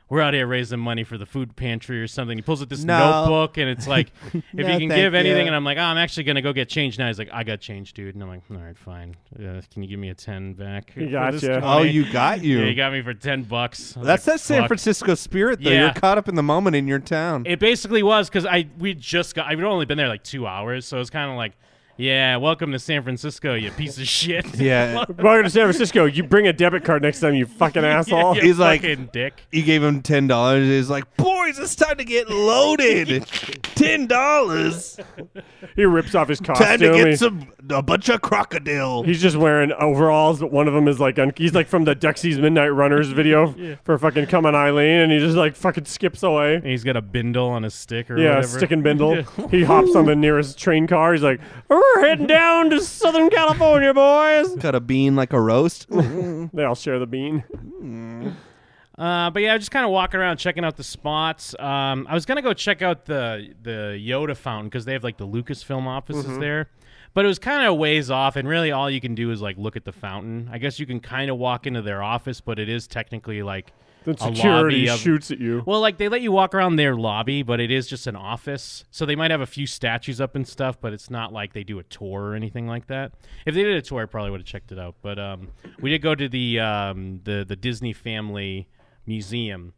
M: "We're out here raising money for the food pantry or something." He pulls out this
J: No.
M: notebook and it's like, "If
J: No,
M: you can
J: thank
M: give anything,"
J: you.
M: and I'm like, "Oh, I'm actually gonna go get change now." He's like, "I got change, dude," and I'm like, "All right, fine. Uh, can you give me a ten back?"
L: He
M: for
L: got
M: this
L: you.
M: 20?"
J: Oh, you got you.
M: Yeah, he got me for ten bucks. I was
J: That's
M: like,
J: that San
M: "Fuck."
J: Francisco spirit, though.
M: Yeah.
J: You're caught up in the moment in your town.
M: It basically was because I we just got. I've only been there like two hours, so it's kind of like, yeah, welcome to San Francisco, you piece of shit.
L: Welcome to San Francisco. You bring a debit card next time, you fucking asshole.
M: you He's like- fucking dick.
J: You gave him ten dollars. He's like, boys, it's time to get loaded. ten dollars.
L: He rips off his costume.
J: Time to
L: He-
J: get some a bunch of crocodile.
L: He's just wearing overalls, but one of them is like un- he's like from the Dexys Midnight Runners video
M: Yeah.
L: for fucking coming Eileen, and he just like fucking skips away. And
M: he's got a bindle on his stick or
L: yeah,
M: whatever.
L: stick and bindle.
M: Yeah.
L: He hops on the nearest train car. He's like, "We're heading down to Southern California, boys."
J: Cut a bean like a roast.
L: they all share the bean.
M: Uh, but yeah, I was just kind of walking around checking out the spots. Um, I was gonna go check out the the Yoda fountain because they have like the Lucasfilm offices
L: Mm-hmm.
B: Mhm.
M: there, but it was kind of a ways off, and really all you can do is like look at the fountain. I guess you can kind of walk into their office, but it is technically like
L: The
M: a
L: security
M: lobby of-
L: shoots at you.
M: Well, like they let you walk around their lobby, but it is just an office. So they might have a few statues up and stuff, but it's not like they do a tour or anything like that. If they did a tour, I probably would have checked it out. But um, we did go to the um, the the Disney Family Museum,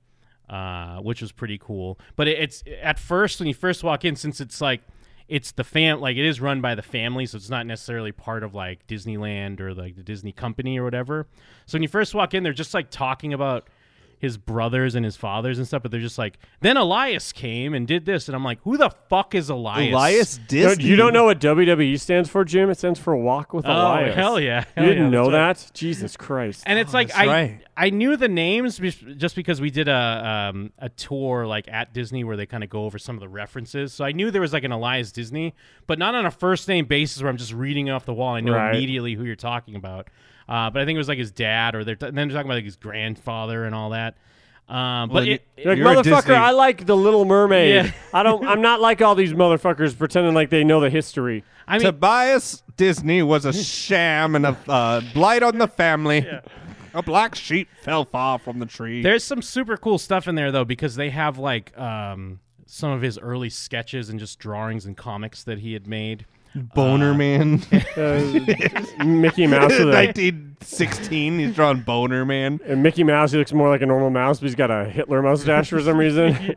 M: uh, which was pretty cool. But it, it's at first when you first walk in, since it's like it's the fam like it is run by the family so it's not necessarily part of like disneyland or like the disney company or whatever so when you first walk in they're just like talking about his brothers and his fathers and stuff but they're just like then elias came and did this and i'm like who the fuck is elias
L: Don't- You don't know what WWE stands for, Jim? It stands for Walk with
M: Oh,
L: Elias.
M: hell yeah. Hell
L: you didn't
M: yeah,
L: know
M: that's
L: that? Jesus Christ!
M: and it's like
L: Oh,
M: I
L: that's right.
M: I knew the names be- just because we did a um, a tour like at Disney where they kind of go over some of the references. So I knew there was like an Elias Disney, but not on a first name basis where I'm just reading off the wall. I know
L: Right.
M: immediately who you're talking about. Uh, but I think it was like his dad, or they're t- and then they're talking about like his grandfather and all that. Um,
L: Well,
M: but
L: you-
M: it,
L: You're like, motherfucker, I like the Little Mermaid.
M: Yeah.
L: I don't. I'm not like all these motherfuckers pretending like they know the history.
M: I mean,
J: Tobias Disney was a sham and a uh, blight on the family. A black sheep fell far from the tree.
M: There's some super cool stuff in there though because they have like um, some of his early sketches and just drawings and comics that he had made.
J: Boner Man.
L: Uh, Mickey Mouse with a-
J: 1916. He's drawn Boner Man.
L: And Mickey Mouse, he looks more like a normal mouse, but he's got a Hitler mustache for some reason.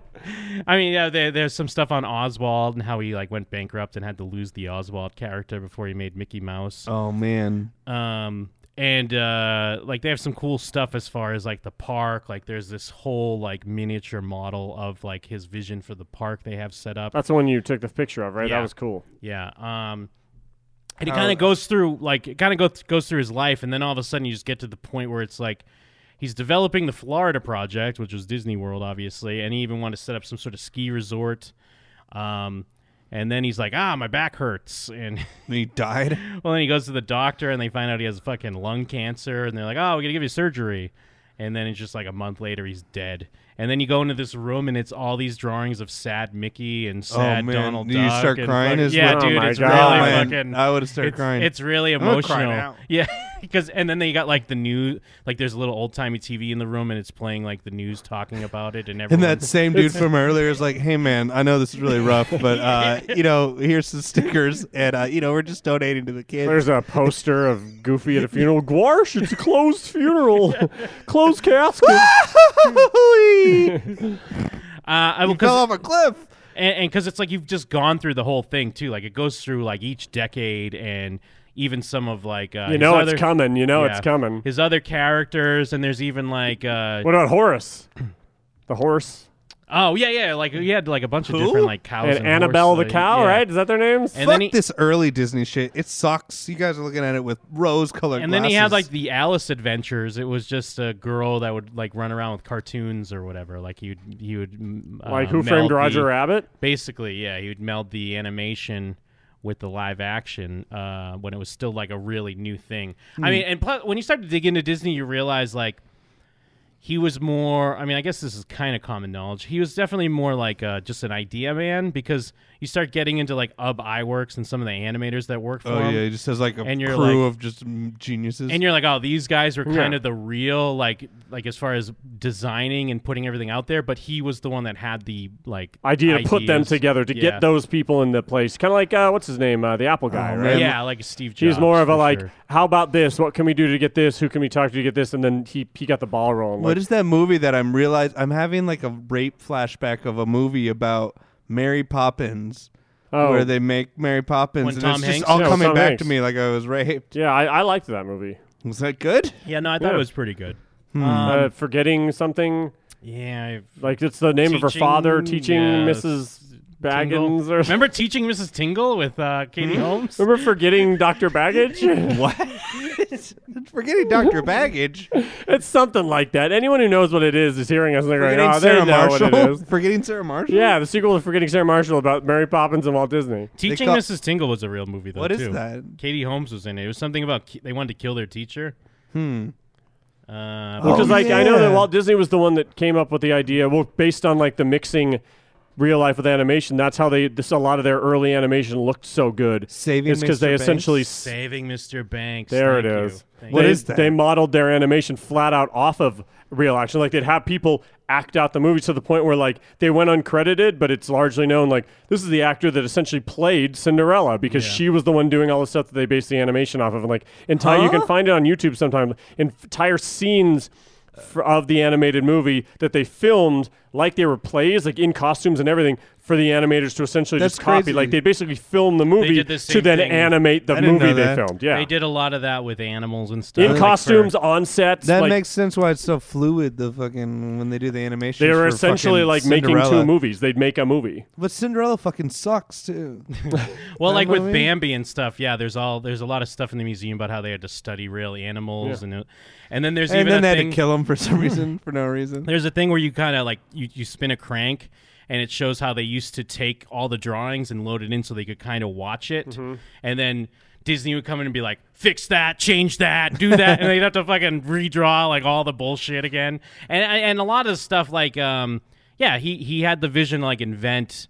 M: I mean, yeah, there, there's some stuff on Oswald and how he like went bankrupt and had to lose the Oswald character before he made Mickey Mouse.
J: Oh man.
M: Um, and uh, like they have some cool stuff as far as like the park. Like there's this whole like miniature model of like his vision for the park they have set up.
L: That's the one you took the picture of, right?
M: Yeah.
L: That was cool.
M: Yeah. Um, and it
L: How-
M: kind of goes through like it kind of goes goes through his life, and then all of a sudden you just get to the point where it's like he's developing the Florida project, which was Disney World, obviously, and he even wanted to set up some sort of ski resort. Um, and then he's like, "Ah, my back hurts," and
J: he died.
M: well, then he goes to the doctor, and they find out he has fucking lung cancer, and they're like, "Oh, we're gonna give you surgery." And then it's just like a month later, he's dead. And then you go into this room, and it's all these drawings of sad Mickey and
J: Oh,
M: sad
J: man.
M: Donald
J: You
M: Duck.
J: start
M: and
J: crying
M: fucking-
J: as
M: yeah,
J: well? Oh
M: dude,
J: my
M: it's
J: God.
M: really
J: Man,
M: fucking.
J: I would've started
M: it's-
J: crying.
M: It's really
J: I would've cried
M: emotional.
J: out.
M: Yeah, because and then they got like the new like there's a little old timey TV in the room, and it's playing like the news talking about it, and everyone.
J: And that same dude from earlier is like, "Hey man, I know this is really rough, but uh, you know, here's the stickers, and uh, you know, we're just donating to the kids."
L: There's a poster of Goofy at a funeral. Gwarsh, it's a closed funeral, closed casket.
M: Uh, I
J: You fell off a cliff.
M: And because it's like you've just gone through the whole thing too. Like it goes through like each decade and even some of like uh,
L: You
M: his
L: know it's
M: other-
L: coming, you know it's coming.
M: His other characters and there's even like uh,
L: what about Horace? The horse.
M: Oh yeah, yeah. Like he had like a bunch of
L: Who?
M: different like cows
L: And
M: and,
L: Annabelle
M: horses,
L: the cow,
M: uh, yeah.
L: right? Is that their names?
M: And
J: Fuck
M: then he-
J: this early Disney shit. It sucks. You guys are looking at it with rose-colored
M: And then he had
J: glasses.
M: like the Alice Adventures. It was just a girl that would like run around with cartoons or whatever. Like he would, he would mm, uh,
L: Like Who Framed
M: meld
L: Roger
M: the-
L: Rabbit?
M: Basically, yeah, he would meld the animation with the live action uh, when it was still like a really new thing. I
Q: Hmm.
M: mean, and plus, when you start to dig into Disney, you realize like he was more. I mean, I guess this is kind of common knowledge. He was definitely more like uh, just an idea man because you start getting into like Ub Iwerks and some of the animators that work for
J: oh
M: him.
J: yeah, he just has like a
M: and you're
J: crew
M: like,
J: of just mm, geniuses.
M: and you're like, oh, these guys were
J: Yeah.
M: kind of the real, like, like as far as designing and putting everything out there. But he was the one that had the like
L: Idea to put them
M: ideas.
L: together to
M: Yeah.
L: get those people in the place. Kind of like uh, what's his name, uh, the Apple guy,
M: Oh,
L: right?
M: man. Yeah, like Steve Jobs,
L: He's more of a
M: for
L: like,
M: sure.
L: how about this? What can we do to get this? Who can we talk to to get this? And then he he got the ball rolling.
J: What
L: Like,
J: is that movie that I'm realize I'm having like a rape flashback of a movie about Mary Poppins,
L: Oh.
J: where they make Mary Poppins,
M: When
J: and
M: Tom
J: it's
M: Hanks-
J: just all
M: Yeah, with
J: coming
M: Tom
J: back
M: Hanks.
J: to me like I was raped.
L: Yeah, I, I liked that movie.
J: Was that good?
M: Yeah, no, I thought it was pretty good.
J: Hmm.
L: uh,
M: Um,
L: forgetting something.
M: Yeah,
L: like it's the name of her father
M: Teaching,
L: teaching
M: yeah,
L: Mrs. Baggins.
M: Tingle. Remember teaching Mrs. Tingle with uh, Katie
L: Hmm?
M: Holmes?
L: Remember forgetting Dr. Baggage?
J: what? Forgetting Dr. Baggage.
L: It's something like that. Anyone who knows what it is is hearing us and they're going,
J: Forgetting
L: oh, they
J: Sarah
L: know what it
J: Marshall.
L: is.
J: Forgetting Sarah Marshall.
L: Yeah, the sequel to Forgetting Sarah Marshall about Mary Poppins and Walt Disney.
M: Teaching Mrs. Tingle was a real movie though.
J: What is
M: too.
J: that?
M: Katie Holmes was in it. It was something about ki- they wanted to kill their teacher.
J: Hmm.
L: Oh.
M: Uh,
J: Oh,
L: Which is like I know that
M: yeah.
L: Walt Disney was the one that came up with the idea. Well, based on like the mixing real life with animation, that's how they this a lot of their early animation looked so good.
J: Saving
L: is because they essentially s-
M: saving Mr. Banks.
L: There
M: Thank
L: it
M: you.
L: is.
M: Thank
L: They,
M: you.
L: They modeled their animation flat out off of real action. Like they'd have people act out the movie to the point where like they went uncredited, but it's largely known like this is the actor that essentially played Cinderella because
M: Yeah.
L: she was the one doing all the stuff that they based the animation off of. And like entire you can
M: Huh?
L: find it on YouTube sometime. Entire scenes. f of the animated movie that they filmed like they were plays, like in costumes and everything, for the animators to essentially
J: That's
L: just copy.
J: crazy.
L: Like they basically filmed the movie
M: did the
L: to
M: same
L: then
M: thing.
L: animate the
J: I didn't know
L: movie they
J: that.
L: filmed. Yeah,
M: They did a lot of that with animals and stuff.
L: in
M: like
L: costumes
M: for-
L: on sets.
J: That
L: like,
J: makes sense why it's so fluid. The fucking when they do the animation,
L: they were essentially like making two movies. They'd make a movie.
J: But Cinderella fucking sucks too.
M: well,
J: That
M: like with
J: movie?
M: Bambi and stuff. Yeah, there's all there's a lot of stuff in the museum about how they had to study real animals
J: Yeah.
M: and it- and then there's
J: and
M: even
J: then
M: a
J: they
M: thing,
J: had to kill him for some reason, for no reason.
M: There's a thing where you kind of like you, you spin a crank and it shows how they used to take all the drawings and load it in so they could kind of watch it.
J: Mm-hmm.
M: And then Disney would come in and be like, fix that, change that, do that. and they'd have to fucking redraw like all the bullshit again. And, and a lot of stuff like, um, yeah, he, he had the vision to, like invent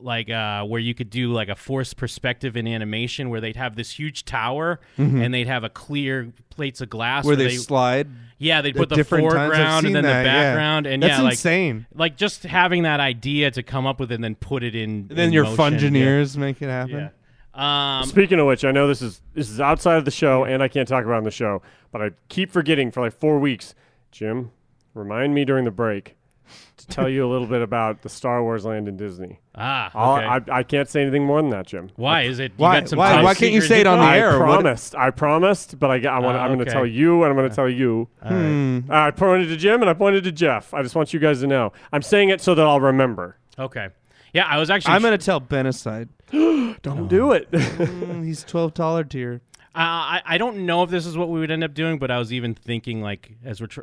M: like uh, where you could do like a forced perspective in animation where they'd have this huge tower
J: Mhm.
M: and they'd have a clear plates of glass
J: Where they slide
M: yeah they'd
J: at
M: put the
J: different times. I've
M: foreground
J: seen
M: and then
J: that,
M: the
J: yeah.
M: background and
J: That's
M: yeah like
J: insane.
M: like just having that idea to come up with it and then put it in
J: then
M: in
J: your
M: motion.
J: fungineers make it happen.
M: yeah. um
L: Speaking of which, I know this is this is outside of the show, and I can't talk about it on the show, but I keep forgetting for like four weeks. Jim, remind me during the break to tell you a little bit about the Star Wars land in Disney.
M: Ah,
L: All-
M: okay.
L: Uh, I, I can't say anything more than that, Jim.
M: Why? Is it- you Why- got some why- top why can't you secret
J: say it on info? the air,
L: I
J: or what-
L: promised. I promised, but I, got- I want.
J: Ah,
L: I'm going
J: okay. Uh,
L: to tell you, and I'm going to tell you.
J: All right. Hmm.
L: I pointed to Jim and I pointed to Jeff. I just want you guys to know. I'm saying it so that I'll remember.
M: Okay. Yeah, I was actually.
J: I'm gonna tell Ben aside.
L: Don't
J: Oh.
L: do it.
J: he's twelve dollar tier.
M: Uh, I I don't know if this is what we would end up doing, but I was even thinking like as we're tr-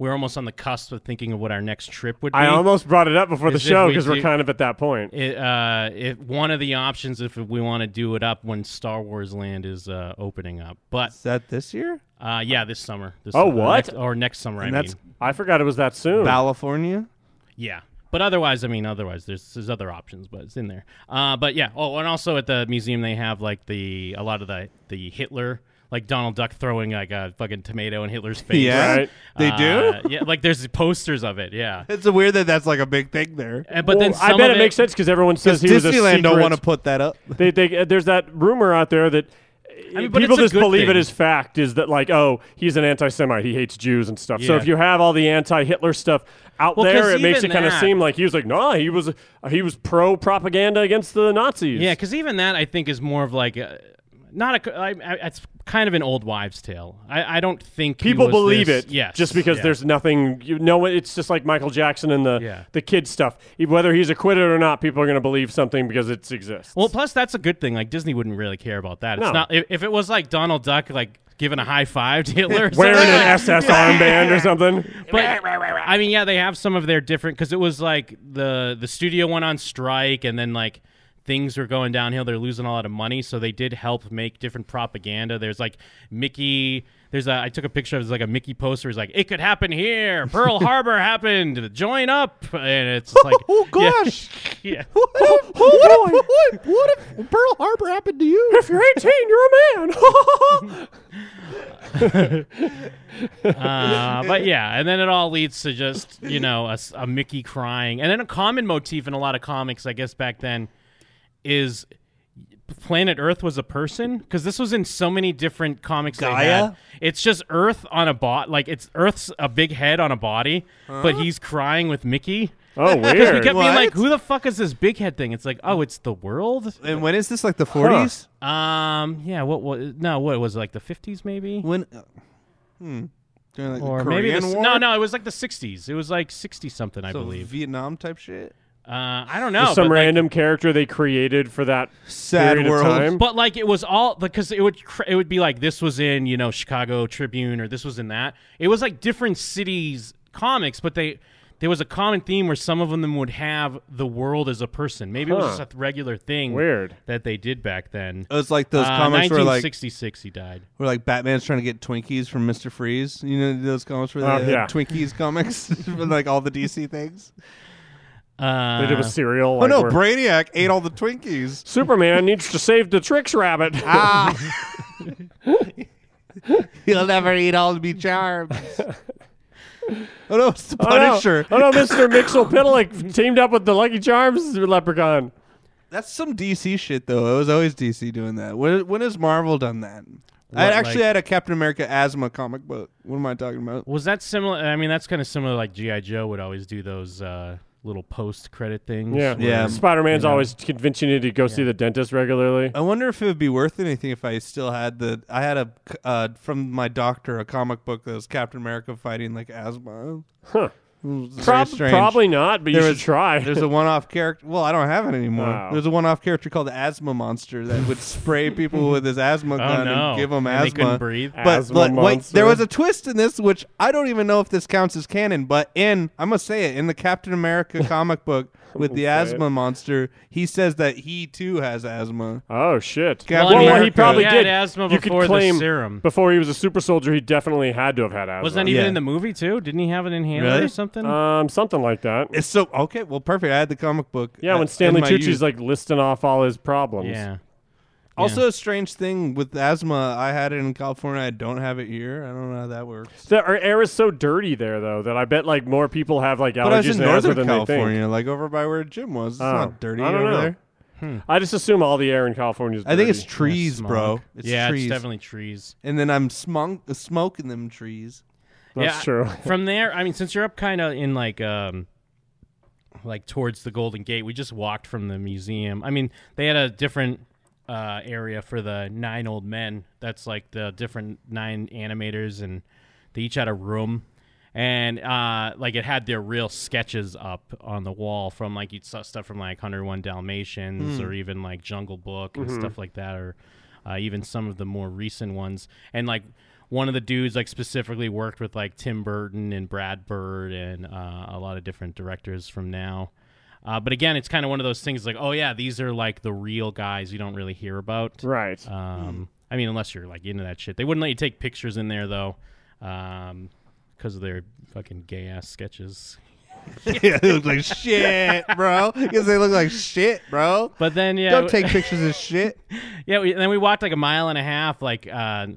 M: we're almost on the cusp of thinking of what our next trip would be.
L: I almost brought it up before the
M: Is if
L: show
M: we
L: because we are
M: do-
L: kind of at that point.
M: It, uh, if one of the options, if we want to do it up when Star Wars Land is uh, opening up, but
J: is that this year?
M: Uh, yeah, this summer. This
L: Oh,
M: summer,
L: what?
M: Next- or next summer?
L: And
M: I
L: that's-
M: mean,
L: I forgot it was that soon.
J: California.
M: Yeah. But otherwise, I mean, otherwise, there's there's other options, but it's in there. Uh, but yeah. Oh, and also at the museum, they have like the a lot of the the Hitler, like Donald Duck throwing like a fucking tomato in Hitler's face.
J: Yeah? Right. They
M: Uh,
J: do?
M: Yeah, like there's posters of it. Yeah.
J: It's weird that that's like a big thing there.
M: And- but then
L: Well, I
M: some
L: bet
M: of
L: it, makes sense because everyone says he was a
J: Disneyland don't
L: secret-
J: want to put that up.
L: They, they, uh, there's that rumor out there that uh,
M: mean, but
L: people
M: it's a
L: just
M: good
L: believe it
M: thing.
L: as fact. Is that like, oh, he's an anti-Semite, he hates Jews and stuff. So
M: Yeah.
L: if you have all the anti-Hitler stuff out
M: Well, 'cause
L: there, it makes
M: even
L: it kind of
M: that-
L: seem like he was like, nah, he was uh, he was pro propaganda against the Nazis.
M: Yeah, because even that I think is more of like a, not a. c- I, I, it's kind of an old wives' tale. I, I don't think he
L: people
M: was
L: believe
M: this-
L: it.
M: Yes,
L: just because
M: yeah.
L: there's nothing. You know, it's just like Michael Jackson and the
M: Yeah.
L: the kid stuff. E- Whether he's acquitted or not, people are going to believe something because it exists.
M: Well, plus that's a good thing. Like Disney wouldn't really care about that. It's
L: No.
M: not if, if it was like Donald Duck like giving a high five to Hitler, or
L: Wearing
M: something,
L: an
M: like-
L: SS armband or something.
M: But I mean, yeah, they have some of their different because it was like the the studio went on strike and then like things were going downhill. They're losing a lot of money, so they did help make different propaganda. There's like Mickey. There's a I took a picture of it's like a Mickey poster. It's like it could happen here. Pearl Harbor happened. Join up, and it's just like oh gosh, yeah.
J: what, what, what, what if Pearl Harbor happened to you?
L: If you're 18, you're a man.
M: uh, but yeah, and then it all leads to just you know a, s- a Mickey crying, and then a common motif in a lot of comics, I guess back then, is planet Earth was a person because this was in so many different comics. they
J: Gaia?
M: had. It's just Earth on a bot, like it's Earth's a big head on a body, but
J: Huh?
M: he's crying with Mickey.
J: Oh,
M: 'Cause we
J: weird.
M: kept being
J: What?
M: like, "Who the fuck is this big head thing?" It's like, "Oh, it's the world."
J: And when is this? Like the forties?
M: Um, yeah. What was no? What was it, like the fifties? Maybe
J: when? uh, Hmm. During like
M: or
J: the
M: maybe
J: Korean
M: the,
J: War?
M: no, no. It was like the sixties. It was like sixty something, I
J: So
M: believe.
J: Vietnam type shit.
M: Uh, I don't
L: Just
M: know.
L: some
M: but, like,
L: random character they created for that
J: Sad
L: period of
J: world.
L: time.
M: But like it was all because it would cr- it would be like this was in you know Chicago Tribune or this was in that. It was like different cities comics, but they there was a common theme where some of them would have the world as a person. Maybe it was
J: Huh.
M: just a regular thing.
J: Weird.
M: that they did back then.
J: It was like those
M: Uh,
J: comics where like
M: 1966 he died.
J: Where like Batman's trying to get Twinkies from Mister Freeze. You know those comics where they
M: Oh,
J: had
M: yeah.
J: Twinkies comics, for, like all the DC things.
M: Uh,
L: They did with cereal,
J: Oh
L: like
J: no,
L: where-
J: Brainiac ate all the Twinkies.
L: Superman needs to save the tricks rabbit.
J: Ah. He'll never eat all the charms. oh no, it's the Punisher.
L: Oh no, oh, no Mr. Mixel Piddlick teamed up with the Lucky Charms leprechaun.
J: That's some DC shit though. It was always DC doing that. When when has Marvel done that? I
M: What,
J: actually
M: like-
J: had a Captain America asthma comic book. What am I talking about?
M: Was that similar? I mean, that's kind of similar. Like GI Joe would always do those uh, little post credit things. Oh,
L: Yeah.
M: where,
L: Spider Man's
M: you know,
L: always convincing you to go see the dentist regularly.
J: I wonder if it would be worth anything if I still had the. I had a uh, from my doctor a comic book that was Captain America fighting like asthma.
L: Huh.
J: It was very
L: Prob-
J: strange.
L: probably not, but you
J: There
L: should try.
J: There's a one-off character. Well, I don't have it anymore.
L: Oh.
J: There's a one-off character called the Asthma Monster that would spray people with his asthma
M: Oh,
J: gun
M: no.
J: and give them
M: And
J: asthma.
M: they couldn't breathe?
J: But,
M: Asthma
J: but wait, there
M: Monster.
J: was a twist in this, which I don't even know if this counts as canon. But in I'm gonna say it in the Captain America comic book with the
L: Okay.
J: asthma monster, he says that he too has asthma.
L: Oh shit!
J: Captain
L: well, well, he
J: America.
L: probably
J: He
M: had
L: did.
M: asthma
L: you could
M: before the
L: claim
M: serum.
L: Before he was a super soldier, he definitely had to have had asthma.
M: Wasn't that even in the movie too? Didn't he have an inhaler or something?
J: Uh,
L: Um, something like that.
J: It's so okay. Well, perfect. I had the comic book.
L: Yeah,
J: uh,
L: when Stanley
J: in my
L: Tucci's
J: youth.
L: like listing off all his problems.
J: Yeah. Also, a strange thing with asthma. I had it in California. I don't have it here. I don't know how that works.
L: The our air is so dirty there, though, that I bet like more people have like allergies
J: but I was in
L: and asthma
J: Northern
L: than they
J: California,
L: think.
J: like over by where Jim was. It's
L: Oh,
J: not dirty
L: I don't
J: over
L: know. Hmm.
J: there. Hmm.
L: I just assume all the air in California is.
J: I think it's
L: dirty.
J: trees, bro. It's
M: Yeah, it's
J: trees.
M: definitely trees.
J: And then I'm smunk- smoking them trees.
M: Yeah, From there, I mean, since you're up kind of in like um, like towards the Golden Gate. We just walked from the museum. I mean, they had a different uh, area for the nine old men. That's like the different nine animators, and they each had a room. And uh, like it had their real sketches up on the wall from like you'd saw stuff from like 101 Dalmatians
Q: Mm.
M: or even like Jungle Book and
Q: Mhm.
M: stuff like that, or uh, even some of the more recent ones. And like one of the dudes like specifically worked with like Tim Burton and Brad Bird and uh, a lot of different directors from now. Uh, but again, it's kind of one of those things like, oh yeah, these are like the real guys you don't really hear about,
L: right?
J: Mm.
M: Um, I mean, unless you're like into that shit, they wouldn't let you take pictures in there though, because of their fucking gay ass sketches.
J: yeah, they look like shit, bro. Because they look like shit, bro.
M: But then, yeah,
J: don't
M: w-
J: take pictures of shit.
M: yeah, we, and then we walked like a mile and a half, like uh,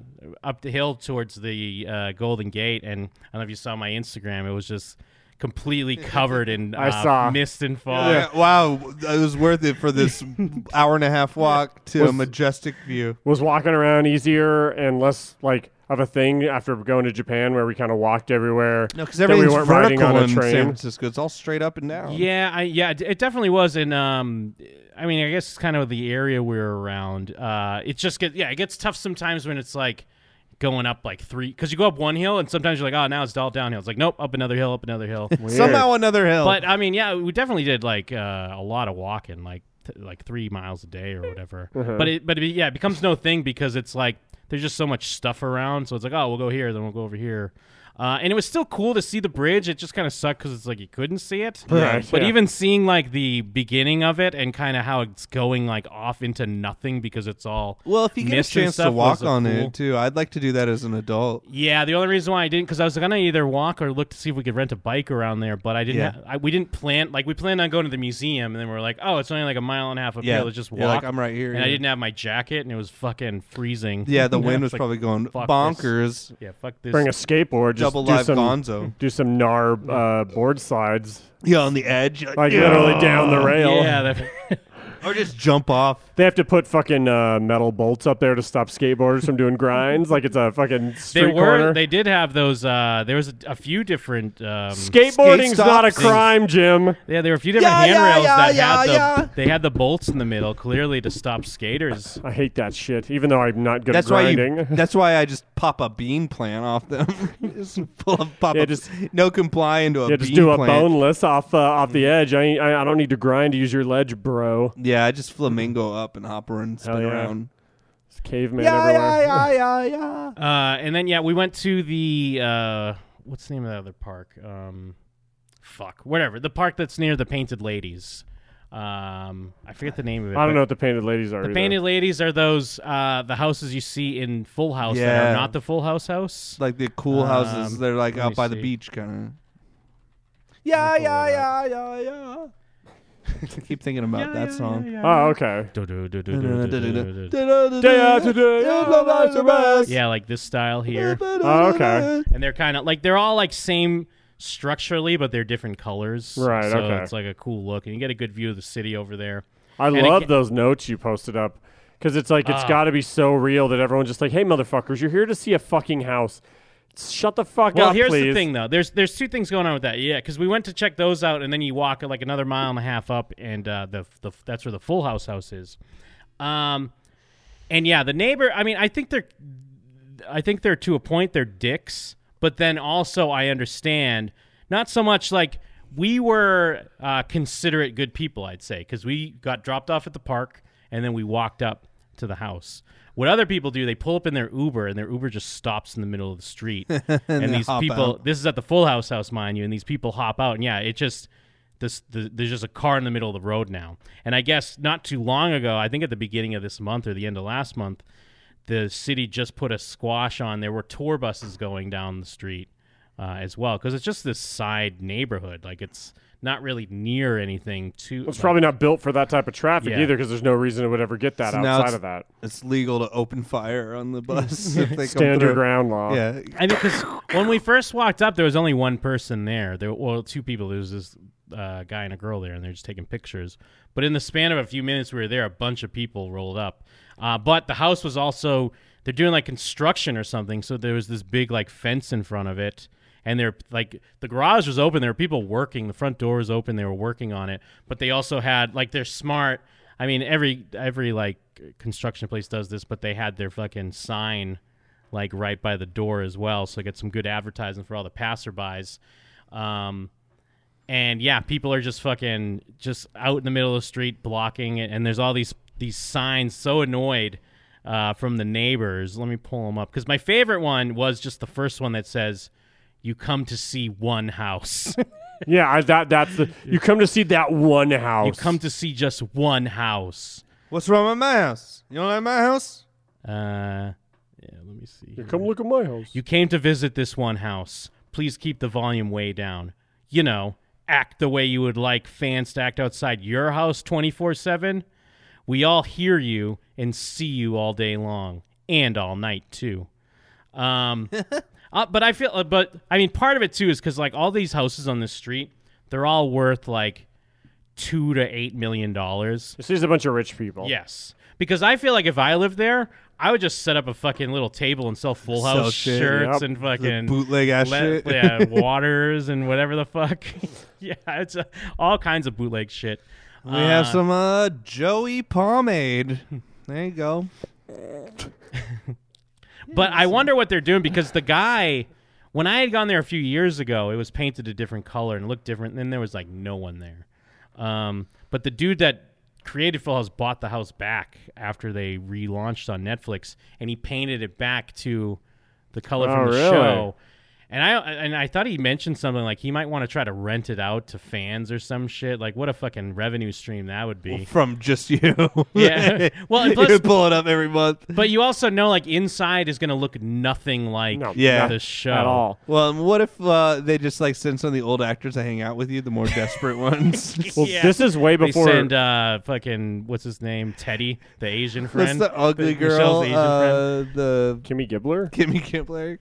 M: up the hill towards the uh, Golden Gate, and I don't know if you saw my Instagram. It was just completely covered in uh,
J: I saw.
M: mist and fog.
J: Yeah, wow, it was worth it for this hour and a half walk to
L: Was-
J: a majestic view.
L: was walking around easier and less like of a thing after going to Japan where we kind of walked everywhere.
J: No, because
L: that we
J: everything's
L: weren't riding
J: vertical
L: on a
J: in
L: train.
J: San Francisco. It's all straight up and down.
M: Yeah, I, yeah, it- it definitely was. And um, I mean, I guess it's kind of the area we were around. Uh, it just gets yeah, it gets tough sometimes when it's like going up like three because you go up one hill and sometimes you're like, oh, now it's all downhill. It's like nope, up another hill, up another hill,
J: Somehow Oh, another hill.
M: But I mean, yeah, we definitely did like uh, a lot of walking, like t- like three miles a day or whatever.
J: Mm-hmm.
Q: Uh-huh.
M: But it, but it, yeah, it becomes no thing because it's like there's just so much stuff around. So it's like, oh, we'll go here, then we'll go over here. Uh, and it was still cool to see the bridge. It just kind of sucked because it's like you couldn't see it.
Q: Right,
M: But
Q: yeah.
M: even seeing like the beginning of it and kind of how it's going like off into nothing because it's all
J: Well, if you get a
M: mist and
J: chance to
M: stuff was
J: walk
M: a
J: on
M: cool-
J: it too, I'd like to do that as an adult.
M: yeah, the only reason why I didn't because I was gonna either walk or look to see if we could rent a bike around there, but I didn't.
J: Yeah.
M: ha- I, we didn't plan like we planned on going to the museum, and then we are like, oh, it's only like a mile and a half up
J: Yeah.
M: here. Let's just walk.
J: You're like, "I'm right here,
M: and I
J: yeah."
M: didn't have my jacket, and it was fucking freezing.
J: Yeah, the
M: And I
J: wind was
M: like,
J: probably going
M: fuck
J: bonkers.
M: This. Yeah, fuck this.
L: Bring a skateboard, just
J: Double
L: do
J: live
L: some,
J: gonzo.
L: do some NARB uh, board slides.
J: Yeah, on the edge,
L: like literally down the rail.
J: or just jump off.
L: They have to put fucking uh, metal bolts up there to stop skateboarders from doing grinds. Like it's a fucking
M: They
L: street
M: were.
L: corner.
M: They did have those. Uh, there was a, a few different um,
L: Skateboarding's
M: skate
L: not a
M: stops.
L: crime, Jim.
M: Yeah, there were a few different
L: Yeah, yeah,
M: handrails
L: yeah,
M: that
L: yeah,
M: had the.
L: yeah.
M: They had the bolts in the middle, clearly to stop skaters.
L: I hate that shit. Even though I'm not good
J: That's
L: at
J: why.
L: grinding.
J: You, that's why I just pop a bean plant off them. just full of pop.
L: Yeah,
J: a-
L: just-
J: no comply into a
L: yeah,
J: bean
L: just do a
J: plant.
L: boneless off uh, off the edge. I, ain't- I I don't need to grind to use your ledge, bro.
J: Yeah, I just flamingo up and hop around, spin
L: Hell yeah.
J: around.
L: It's caveman
J: Yeah,
L: everywhere.
J: yeah, yeah, yeah,
M: Uh, and then yeah, we went to the uh, what's the name of that other park? Um, fuck, whatever. The park that's near the Painted Ladies. Um, I forget the name of it.
L: I don't
M: but
L: know what the painted ladies are.
M: The
L: either.
M: Painted Ladies are those uh, the houses you see in Full House that
J: Yeah.
M: are not the Full House house.
J: Like the cool houses,
M: Um,
J: they're like
M: let me
J: out by
M: see.
J: the beach, kind
Q: Yeah, yeah, yeah, yeah, yeah.
J: of. Keep thinking about that song.
L: Oh, okay.
M: Yeah, like this style here.
L: Oh, okay.
M: And they're kind of like they're all like same structurally, but they're different colors.
L: Right,
M: So
L: okay.
M: it's like a cool look, and you get a good view of the city over there.
L: I
M: And
L: love
M: aga-
L: those notes you posted up because it's like it's
M: Ah.
L: got to be so real that everyone's just like, "Hey, motherfuckers, you're here to see a fucking house. Shut the fuck
M: Well,
L: up,
M: here's
L: please."
M: the thing though. There's there's two things going on with that. Yeah, because we went to check those out, and then you walk like another mile and a half up, and uh, the the that's where the Full House house is. Um, and yeah, the neighbor. I mean, I think they're, I think they're to a point they're dicks, but then also I understand not so much like we were uh, considerate good people. I'd say because we got dropped off at the park and then we walked up to the house. What other people do, they pull up in their Uber and their Uber just stops in the middle of the street. and
J: they
M: these
J: hop
M: people,
J: out.
M: this is at the Full House house, mind you, and these people hop out. And yeah, it just, this, the, there's just a car in the middle of the road now. And I guess not too long ago, I think at the beginning of this month or the end of last month, the city just put a squash on. There were tour buses going down the street uh, as well because it's just this side neighborhood. Like it's not really near anything too.
L: It's
M: like-
L: probably not built for that type of traffic
M: Yeah.
L: either because there's no reason it would ever get that
J: So now
L: outside
J: it's-
L: of that.
J: It's legal to open fire on the bus. if they come
L: Stand your
J: through.
L: ground law.
J: Yeah,
M: I think because when we first walked up, there was only one person there. There, well, two people. There was this uh, guy and a girl there, and they're just taking pictures. But in the span of a few minutes, we were there. A bunch of people rolled up. Uh, but the house was also they're doing like construction or something, so there was this big like fence in front of it, and they're like the garage was open. There were people working. The front door was open. They were working on it, but they also had like they're smart. I mean, every every like construction place does this, but they had their fucking sign like right by the door as well, so they get some good advertising for all the passerbys. Um, and yeah, people are just fucking just out in the middle of the street blocking it, and there's all these these signs. So annoyed uh, from the neighbors. Let me pull them up because my favorite one was just the first one that says, "You come to see one house."
L: yeah, I, that that's the you come to see that one house.
M: You come to see just one house.
J: What's wrong with my house? You don't like my house?
M: Uh, yeah. Let me see.
L: Yeah, come look at my house.
M: You came to visit this one house. Please keep the volume way down. You know, act the way you would like fans to act outside your house twenty four seven. We all hear you and see you all day long and all night too. Um, uh, but I feel, uh, but I mean, part of it too is because like all these houses on the street, they're all worth like two to eight million dollars.
L: This is a bunch of rich people.
M: Yes, because I feel like if I lived there, I would just set up a fucking little table and sell Full
J: Sell
M: House
J: shit,
M: shirts
J: yep.
M: and
J: The
M: fucking
J: bootleg ass shit.
M: yeah, waters and whatever the fuck. yeah, it's uh, all kinds of bootleg shit.
J: We have
M: Uh,
J: some uh, Joey pomade. There you go.
M: But I wonder what they're doing because the guy, when I had gone there a few years ago, it was painted a different color and looked different. And then there was like no one there. Um, but the dude that created Full House bought the house back after they relaunched on Netflix, and he painted it back to the color
L: Oh,
M: from the
L: really?
M: show. And I and I thought he mentioned something like he might want to try to rent it out to fans or some shit. Like what a fucking revenue stream that would be.
J: From just you.
M: Yeah. Well, and plus-
J: you pull it up every month.
M: But you also know, like, inside is going to look nothing like
J: Yeah,
M: the show
J: Well, and what if uh, they just like send some of the old actors to hang out with you, the more desperate ones?
M: Yeah. They send uh, fucking what's his name, Teddy, the Asian friend.
J: the ugly
M: Michelle's
J: girl,
M: Asian
J: uh, the
L: Kimmy Gibbler.
J: Kimmy Gibbler.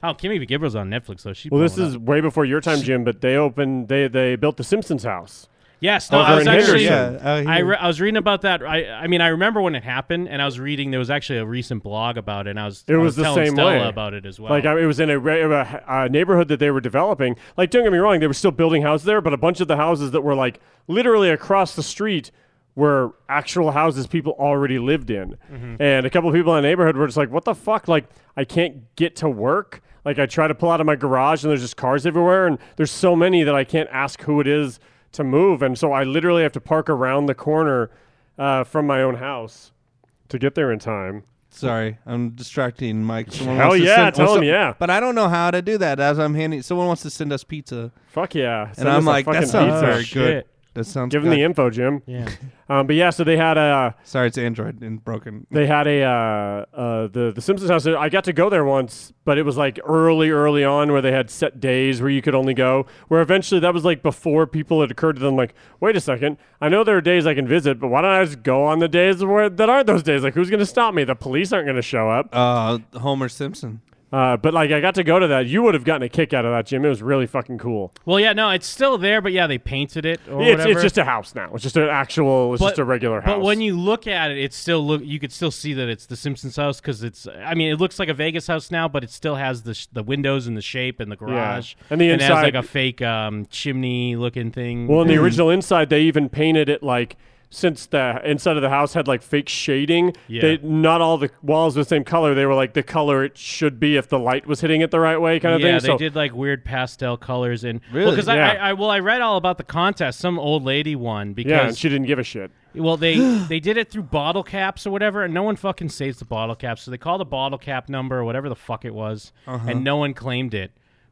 M: Oh, Kimmy Gibbler's on Netflix, though. She.
L: Well, this
M: blowing
L: is
M: up.
L: way before your time, Jim. But they opened they they built the Simpsons house.
M: Yes, no,
L: over
M: I was
L: in
M: actually.
L: Henderson.
M: I, re- I was reading about that. I, I mean, I remember when it happened, and I was reading. There was actually a recent blog about it, and I was.
L: It
M: I
L: was, the
M: telling
L: same
M: Stella
L: way
M: about it as well.
L: Like I, it was in a, re- a, a neighborhood that they were developing. Like don't get me wrong, they were still building houses there, but a bunch of the houses that were like literally across the street were actual houses people already lived in.
M: Mm-hmm.
R: Mhm.
L: And a couple of people in the neighborhood were just like, "What the fuck? Like I can't get to work." Like I try to pull out of my garage and there's just cars everywhere and there's so many that I can't ask who it is to move and so I literally have to park around the corner uh, from my own house to get there in time.
J: Sorry, I'm distracting Mike. Someone
L: Hell
J: wants to
L: yeah,
J: send-
L: tell
J: well,
L: him
J: so-
L: yeah.
J: But I don't know how to do that. As I'm handing, someone wants to send us pizza.
L: Fuck yeah.
J: and
L: Send us
J: I'm
L: a
J: like,
L: fucking
J: that sounds
L: pizza.
J: very good.
L: Shit.
J: That sounds.
L: Give
J: good.
L: them the info, Jim.
M: Yeah.
L: Um, but yeah, so they had a.
J: Sorry, it's Android and broken.
L: They had a uh, uh, the the Simpsons house. I got to go there once, but it was like early, early on where they had set days where you could only go. Where eventually that was like before people had occurred to them, like, wait a second, I know there are days I can visit, but why don't I just go on the days where that aren't those days? Like, who's going to stop me? The police aren't going to show up.
J: Uh, Homer Simpson.
L: Uh, but like, I got to go to that. You would have gotten a kick out of that, Jim. It was really fucking cool.
M: Well, yeah, no, it's still there, but yeah, they painted it or
L: It's,
M: whatever.
L: it's just a house now. It's just an actual. It's
M: But-
L: just a regular house.
M: But when you look at it, it's still look. You could still see that it's the Simpsons house because it's. I mean, it looks like a Vegas house now, but it still has the sh- the windows and the shape and the garage
L: And the
M: it has like
L: inside-
M: a fake um, chimney looking thing.
L: Well, in the
M: Mm.
L: original inside, they even painted it like since the inside of the house had like fake shading.
M: Yeah.
L: They not all the walls were the same color. They were like the color it should be if the light was hitting it the right way, kind of
M: yeah,
L: thing.
M: they
L: so,
M: did like weird pastel colors and
L: Really?
M: because
L: Yeah.
M: I, I well I read all about the contest. Some old lady won because
L: yeah, and she didn't give a shit.
M: Well, they they did it through bottle caps or whatever, and no one fucking saves the bottle caps. So they called a bottle cap number or whatever the fuck it was,
J: Uh-huh.
M: and no one claimed it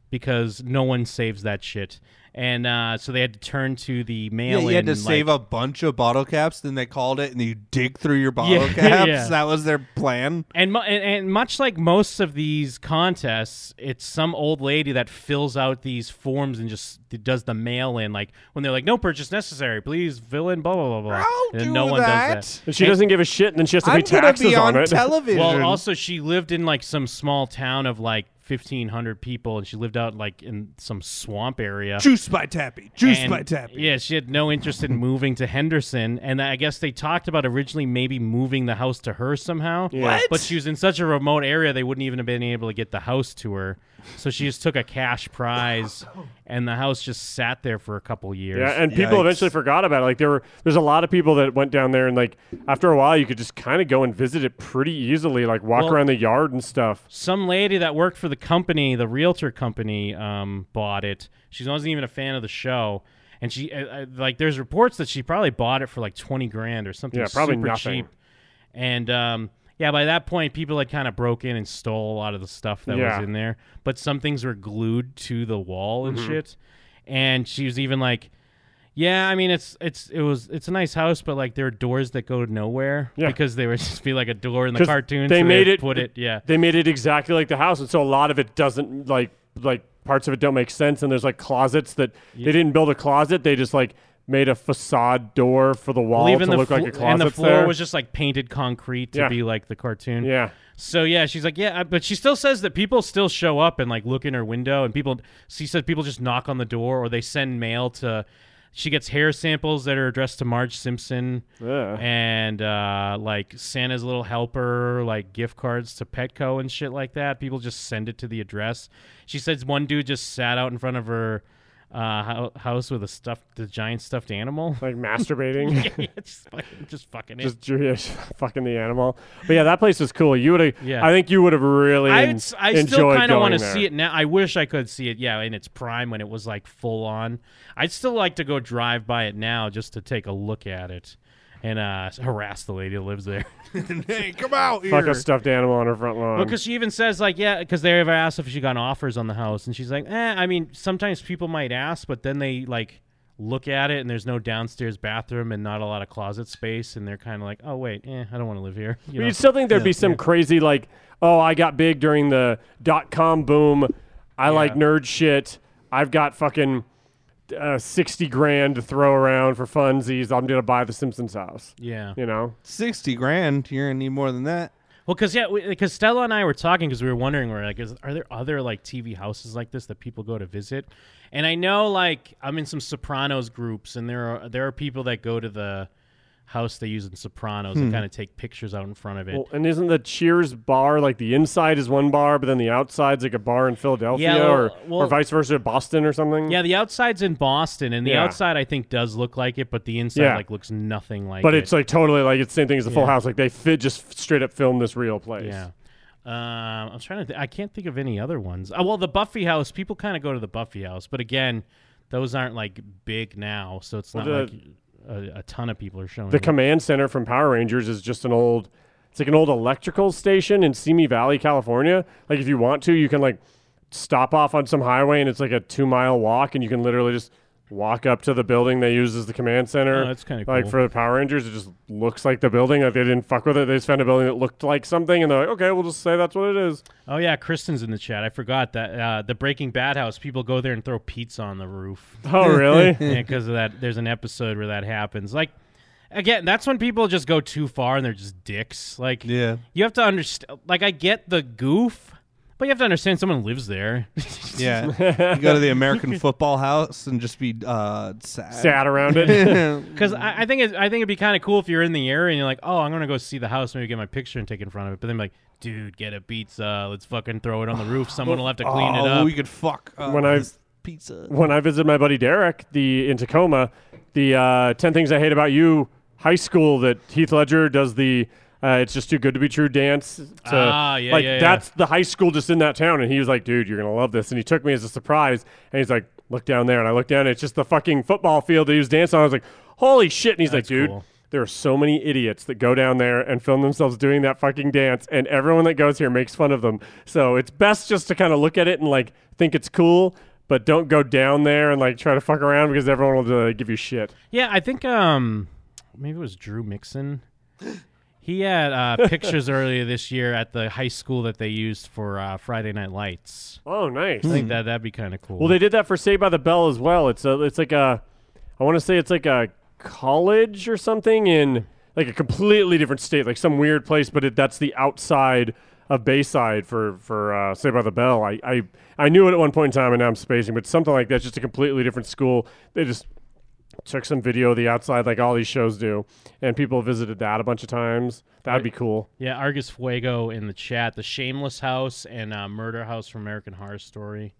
M: because no one saves that shit. And uh, so they had to turn to the
J: Yeah,
M: mail.
J: you had to save a bunch of bottle caps. Then they called it, and you dig through your bottle
M: Yeah,
J: caps.
M: yeah.
J: That was their plan.
M: And, mu- and and much like most of these contests, it's some old lady that fills out these forms and just does the mail in. Like when they're like, "No purchase necessary. Please fill in blah blah blah blah." And no one does that.
L: And she doesn't give a shit, and then she has to pay taxes on it.
M: Well, also she lived in like some small town of like fifteen hundred people, and she lived out like in some swamp area.
J: Juice by Tappy. Juice
M: And,
J: by Tappy.
M: Yeah, she had no interest in moving to Henderson, and I guess they talked about originally maybe moving the house to her somehow.
J: Yeah. What?
M: But she was in such a remote area, they wouldn't even have been able to get the house to her. So she just took a cash prize, and the house just sat there for a couple years.
L: Yeah, and people eventually forgot about it. Like there were, there's a lot of people that went down there, and like after a while, you could just kind of go and visit it pretty easily, like walk
M: Well-
L: around the yard and stuff.
M: Some lady that worked for the company, the realtor company, um, bought it. She wasn't even a fan of the show, and she uh, uh, like there's reports that she probably bought it for like twenty grand or something.
L: Yeah, probably
M: super
L: nothing.
M: cheap. And um, yeah, by that point, people had kind of broke in and stole a lot of the stuff that
L: Yeah.
M: was in there. But some things were glued to the wall and
L: Mhm.
M: shit. And she was even like, "Yeah, I mean, it's it's it was it's a nice house, but like there are doors that go nowhere
L: Yeah.
M: because they would just be like a door in the
L: 'Cause
M: cartoon.
L: They
M: so
L: made
M: would
L: it.
M: put it, yeah.
L: They made it exactly like the house, and so a lot of it doesn't like like parts of it don't make sense. And there's like closets that
M: Yeah.
L: they didn't build a closet; they just like made a facade door for the wall
M: Well, even
L: to
M: the
L: look like
M: flo-
L: a closet.
M: And the floor
L: there.
M: was just like painted concrete to
L: Yeah.
M: be like the cartoon.
L: Yeah.
M: So yeah, she's like, yeah, I- but she still says that people still show up and like look in her window, and people. She says people just knock on the door or they send mail to. She gets hair samples that are addressed to Marge Simpson and uh, like Santa's little helper, like gift cards to Petco and shit like that. People just send it to the address. She says one dude just sat out in front of her uh, hou- house with a stuffed, the giant stuffed animal,
L: like masturbating.
M: yeah, just fucking, just fucking it.
L: just drew- yeah, fucking the animal. But yeah, that place was cool. You would have.
M: Yeah.
L: I think you would have really
M: I,
L: en-
M: would s- I
L: enjoyed
M: still kind of
L: going
M: want to
L: there.
M: see it now. I wish I could see it, yeah, in its prime when it was like full on. I'd still like to go drive by it now just to take a look at it and uh, harass the lady who lives there.
J: hey, come out
L: Fuck
J: here.
L: a stuffed animal on her front lawn.
M: Well, because she even says like, yeah, because they ever asked if she got offers on the house, and she's like, eh. I mean, sometimes people might ask, but then they like look at it, and there's no downstairs bathroom and not a lot of closet space, and they're kind of like, oh wait, eh, I don't want to live here.
L: But you'd still think there'd be some crazy like, oh, I got big during the dot com boom. I like nerd shit. I've got fucking uh, sixty grand to throw around for funsies. I'm gonna buy the Simpsons house.
M: Yeah.
L: you know,
J: sixty grand. You're gonna need more than that.
M: Well, because yeah, because Stella and I were talking because we were wondering, we're like, is, are there other like TV houses like this that people go to visit? And I know like I'm in some Sopranos groups, and there are there are people that go to the house they use in Sopranos
L: Hmm.
M: and kind of take pictures out in front of it.
L: Well, and isn't the Cheers bar like the inside is one bar, but then the outside's like a bar in Philadelphia
M: well-
L: or, or
M: well-
L: vice versa, Boston or something?
M: yeah, the outside's in Boston, and the
L: Yeah.
M: outside I think does look like it, but the inside
L: Yeah.
M: like looks nothing like.
L: but
M: it.
L: it's like totally like it's the same thing as the Full
M: Yeah.
L: House. Like they fit just straight up filmed this real place.
M: Yeah. Um, I'm trying to. Th- I can't think of any other ones. Oh, well, the Buffy house. People kind of go to the Buffy house, but again, those aren't like big now, so it's
L: Well,
M: not
L: the-
M: like a, a ton of people are showing.
L: The
M: up.
L: command center from Power Rangers is just an old, it's like an old electrical station in Simi Valley, California. Like if you want to, you can like stop off on some highway and it's like a two mile walk, and you can literally just walk up to the building they use as the command center.
M: Oh, that's kinda
L: like
M: cool.
L: for the Power Rangers. It just looks like the building. Like they didn't fuck with it. They just found a building that looked like something, and they're like, okay, we'll just say that's what it is.
M: Oh yeah, Kristen's in the chat. I forgot that uh, the Breaking Bad house. People go there and throw pizza on the roof.
L: Oh, really?
M: because of that, there's an episode where that happens. Like, again, that's when people just go too far and they're just dicks. Like, yeah, you have to understand. Like, I get the goof, but you have to understand someone lives there.
J: Yeah, you go to the American football house and just be uh, sad,
L: Sad around it.
M: Because
J: Mm-hmm.
M: I, I think it, I think it'd be kind of cool if you're in the area and you're like, oh, I'm gonna go see the house, maybe get my picture and take in front of it. But then be like, dude, get a pizza. Let's fucking throw it on the roof. Someone will have to clean it
J: Oh,
M: up.
J: we could fuck uh,
L: when I
J: this pizza.
L: when I visited my buddy Derek the in Tacoma, the uh, ten things I hate about you high school that Heath Ledger does the uh, it's just too good to be true dance. To,
M: Ah, yeah,
L: like
M: yeah, yeah.
L: that's the high school just in that town, and he was like, dude, you're gonna love this, and he took me as a surprise, and he's like, look down there, and I looked down, and it's just the fucking football field that he was dancing on. I was like, holy shit, and he's like, dude.
M: cool.
L: There are so many idiots that go down there and film themselves doing that fucking dance, and everyone that goes here makes fun of them. So it's best just to kind of look at it and like think it's cool, but don't go down there and like try to fuck around because everyone will uh, give you shit.
M: Yeah, I think um maybe it was Drew Mixon. He had uh, pictures earlier this year at the high school that they used for uh, Friday Night Lights.
L: Oh, nice.
M: I
J: Hmm.
M: think that that'd be kind of cool.
L: Well, they did that for Saved by the Bell as well. It's a, it's like a, I want to say it's like a college or something in like a completely different state, like some weird place, but it, that's the outside of Bayside for for uh, Saved by the Bell. I, I I knew it at one point in time, and now I'm spacing, but something like that's just a completely different school. They just took some video of the outside like all these shows do, and people visited that a bunch of times. That'd be cool.
M: Yeah, Argus Fuego in the chat, the Shameless House and uh, Murder House from American Horror Story.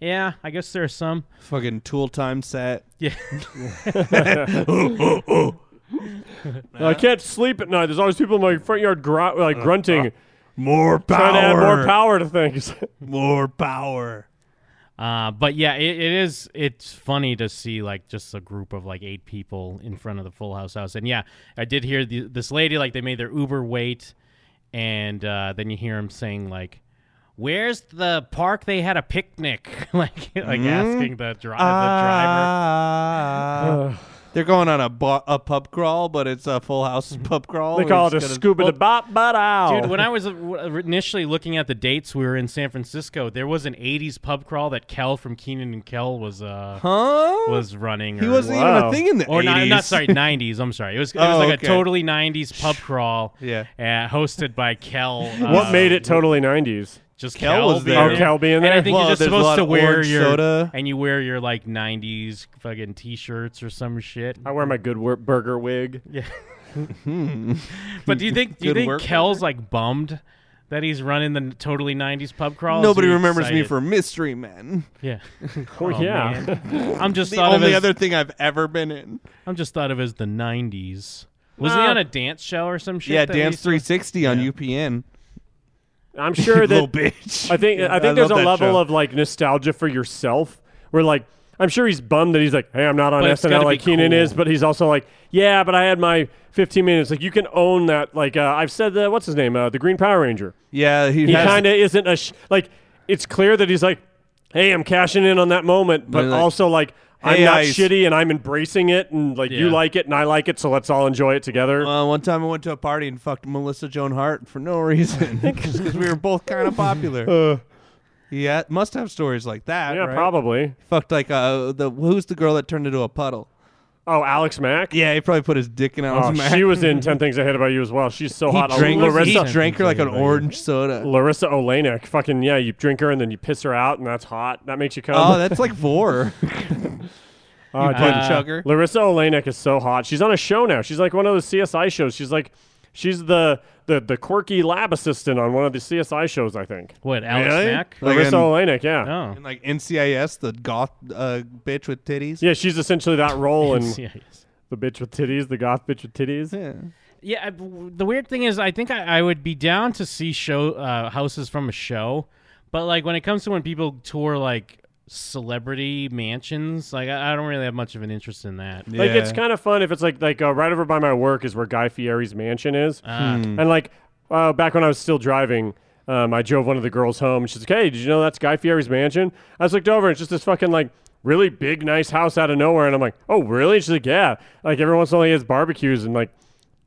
M: Yeah, I guess there are some.
J: Fucking tool time set.
M: Yeah.
L: I can't sleep at night. There's always people in my front yard gr- like grunting.
J: Uh, more
L: Trying to add more
J: power.
L: power to things.
J: more power.
M: Uh, but yeah, it, it is. It's funny to see like just a group of like eight people in front of the Full House house, and yeah, I did hear the, this lady like they made their Uber wait, and uh, then you hear him saying like, "Where's the park they had a picnic?" like like
J: Mhm.
M: asking the, dri-
J: Ah. They're going on a, bu- a pub crawl, but it's a full house pub crawl.
L: They
J: We're
L: call it a
J: just
L: scuba
J: gonna-
L: the bop bop
M: the
L: ow.
M: driver. Dude, when I was uh, w- initially looking at the dates, we were in San Francisco. There was an '80s pub crawl that Kel from Keenan and Kel was uh
J: Huh?
M: was running.
J: He
M: or-
J: wasn't even a Wow. thing in the
M: or Not, not
J: 80s.
M: sorry, '90s. I'm sorry. It was it
J: Oh,
M: was like
J: okay.
M: a totally '90s pub crawl.
J: Yeah.
M: uh, hosted by Kel.
L: what
M: uh,
L: made it totally 90s?
M: Just
J: Kel was
M: being
J: there.
L: Oh, Kel being there.
M: And I think
J: Well,
M: you're just
J: there's a lot
M: supposed to
J: of
M: wear
J: orange
M: your
J: soda.
M: and you wear your like '90s fucking t-shirts or some shit.
L: I wear my good wor- burger wig.
M: Yeah. but do you think do you
J: Good
M: think
J: work,
M: Kel's like bummed that he's running the totally '90s pub crawl?
J: Nobody
M: Is he
J: remembers me
M: excited?
J: for Mystery Men.
M: Yeah.
L: Oh, yeah.
M: man. I'm just
J: the
M: thought of
J: only
M: as-
J: other thing I've ever been in.
M: I'm just thought of as the '90s. Was he
L: Nah.
M: on a dance show or some shit?
J: Uh, yeah,
M: that we
J: Dance
M: used to-
J: 360 on UPN.
L: I'm sure
J: Little
L: that
J: bitch.
L: I think
J: Yeah,
L: I think
J: I love
L: there's a
J: that
L: level
J: show.
L: of like nostalgia for yourself where like I'm sure he's bummed that he's like, hey, I'm not on
M: But it's gotta
L: SNL
M: be
L: like Keenan
M: cool.
L: is, but he's also like, yeah, but I had my 15 minutes. Like you can own that. Like uh, I've said that. What's his name? Uh, the Green Power Ranger.
J: Yeah, he,
L: He
J: has-
L: kind of isn't a sh- like. It's clear that he's like, hey, I'm cashing in on that moment, but
J: But, like,
L: also like. I'm
J: hey,
L: not
J: Ice.
L: shitty, and I'm embracing it, and like you
M: Yeah.
L: like it, and I like it, so let's all enjoy it together.
J: Uh, one time I went to a party and fucked Melissa Joan Hart for no reason, just because we were both kind of popular.
L: Uh,
J: yeah, must have stories like that.
L: yeah,
J: right?
L: probably.
J: Fucked like uh, the who's the girl that turned into a puddle?
L: Oh, Alex Mack.
J: Yeah, he probably put his dick in Alice
L: Oh,
J: Mack.
L: she was in Ten Things I Hate About You as well. She's so
J: He
L: hot. Oh,
J: drank,
L: Larissa,
J: he drank her like an orange soda.
L: Larissa Olenek. Fucking yeah, you drink her and then you piss her out, and that's hot. That makes you come.
J: Oh, that's like vor.
L: Oh,
J: Punch
L: dude.
J: chugger.
L: Larissa Olenek is so hot. She's on a show now. She's like one of those CSI shows. She's like, she's the the the quirky lab assistant on one of the CSI shows. I think.
M: What Alex
J: Really?
M: Mack? Oh.
J: Like
L: Larissa
J: in-
L: Olenek. Yeah.
M: No.
J: And like NCIS, the goth uh, bitch with titties.
L: Yeah, she's essentially that role in
M: Yes.
L: the bitch with titties, the goth bitch with titties.
J: Yeah.
M: Yeah, I- w- the weird thing is, I think I, I would be down to see show uh, houses from a show, but like when it comes to when people tour like celebrity mansions, like I, I don't really have much of an interest in that.
L: Like it's
J: Yeah.
L: kind of fun if it's like like uh, right over by my work is where Guy Fieri's mansion is,
M: Ah.
L: and like uh, back when I was still driving, um, I drove one of the girls home. And she's like, "Hey, did you know that's Guy Fieri's mansion?" I just looked over, and it's just this fucking like really big nice house out of nowhere, and I'm like, "Oh, really?" And she's like, "Yeah." Like every once in a while he has barbecues, and like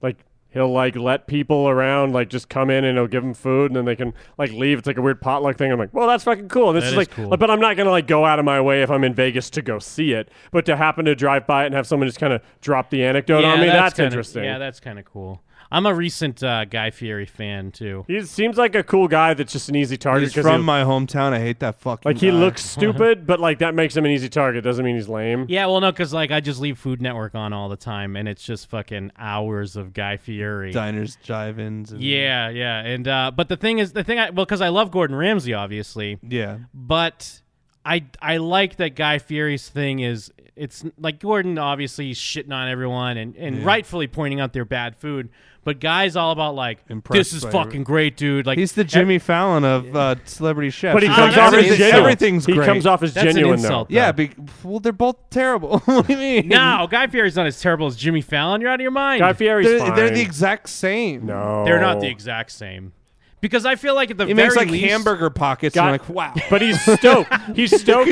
L: like he'll like let people around like just come in and he'll give them food, and then they can like leave. It's like a weird potluck thing. I'm like, "Well, that's fucking cool." And this
M: That
L: is
M: is
L: like,
M: cool.
L: but I'm not gonna like go out of my way if I'm in Vegas to go see it. But to happen to drive by it and have someone just kind of drop the anecdote on me, that's,
M: kinda,
L: interesting.
M: Yeah, that's kind of cool. I'm a recent uh, Guy Fieri fan too.
L: he seems like a cool guy that's just an easy target
J: He's
L: because
J: from my hometown. I hate that fucking.
L: like he
J: guy.
L: looks stupid, but like that makes him an easy target. Doesn't mean he's lame.
M: Yeah, well, no, because like I just leave Food Network on all the time, and it's just fucking hours of Guy Fieri.
J: diners, jive-ins. And,
M: Yeah, yeah, and uh, but the thing is, the thing I well, because I love Gordon Ramsay, obviously.
J: yeah.
M: but I I like that Guy Fieri's thing is it's like Gordon obviously is shitting on everyone and, and
J: Yeah.
M: rightfully pointing out their bad food, but Guy's all about like
J: Impressed
M: this is
J: by
M: fucking great, dude. Like
J: He's the Jimmy Fallon of uh, Celebrity Chef.
L: But he
M: Ah,
L: comes
M: that's
L: off
M: an
J: everything's,
M: insult.
L: as genuine.
J: everything's
L: he
J: great.
L: comes off as
M: That's an
L: genuine though.
M: insult.
J: Yeah, be- well, they're both terrible. what do you mean?
M: No, Guy Fieri's not as terrible as Jimmy Fallon. You're out of your mind.
L: Guy Oh. Fieri's
J: they're,
L: fine.
J: they're the exact same.
L: no.
M: They're not the exact same. Because I feel like at the
J: He
M: very
J: makes like
M: least,
J: hamburger pockets.
L: Guy-
J: and I'm like, wow.
L: But he's stoked. He's stoked.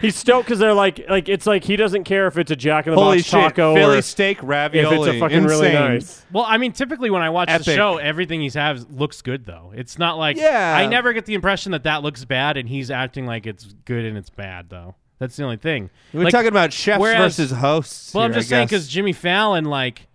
L: he's stoked because they're like, like it's like he doesn't care if it's a Jack in the
J: Holy
L: Box
J: shit!
L: taco
J: Philly
L: or
J: steak
L: if
J: ravioli.
L: it's a fucking
J: Insane.
L: really nice.
M: Well, I mean, typically when I watch the
J: Epic.
M: show, everything he's has looks good though. It's not like
J: Yeah.
M: I never get the impression that that looks bad, and he's acting like it's good and it's bad though. That's the only thing.
J: We're
M: Like,
J: talking about chefs
M: whereas-
J: versus hosts.
M: Well, I'm
J: here, I
M: just saying
J: guess.
M: because Jimmy Fallon, like,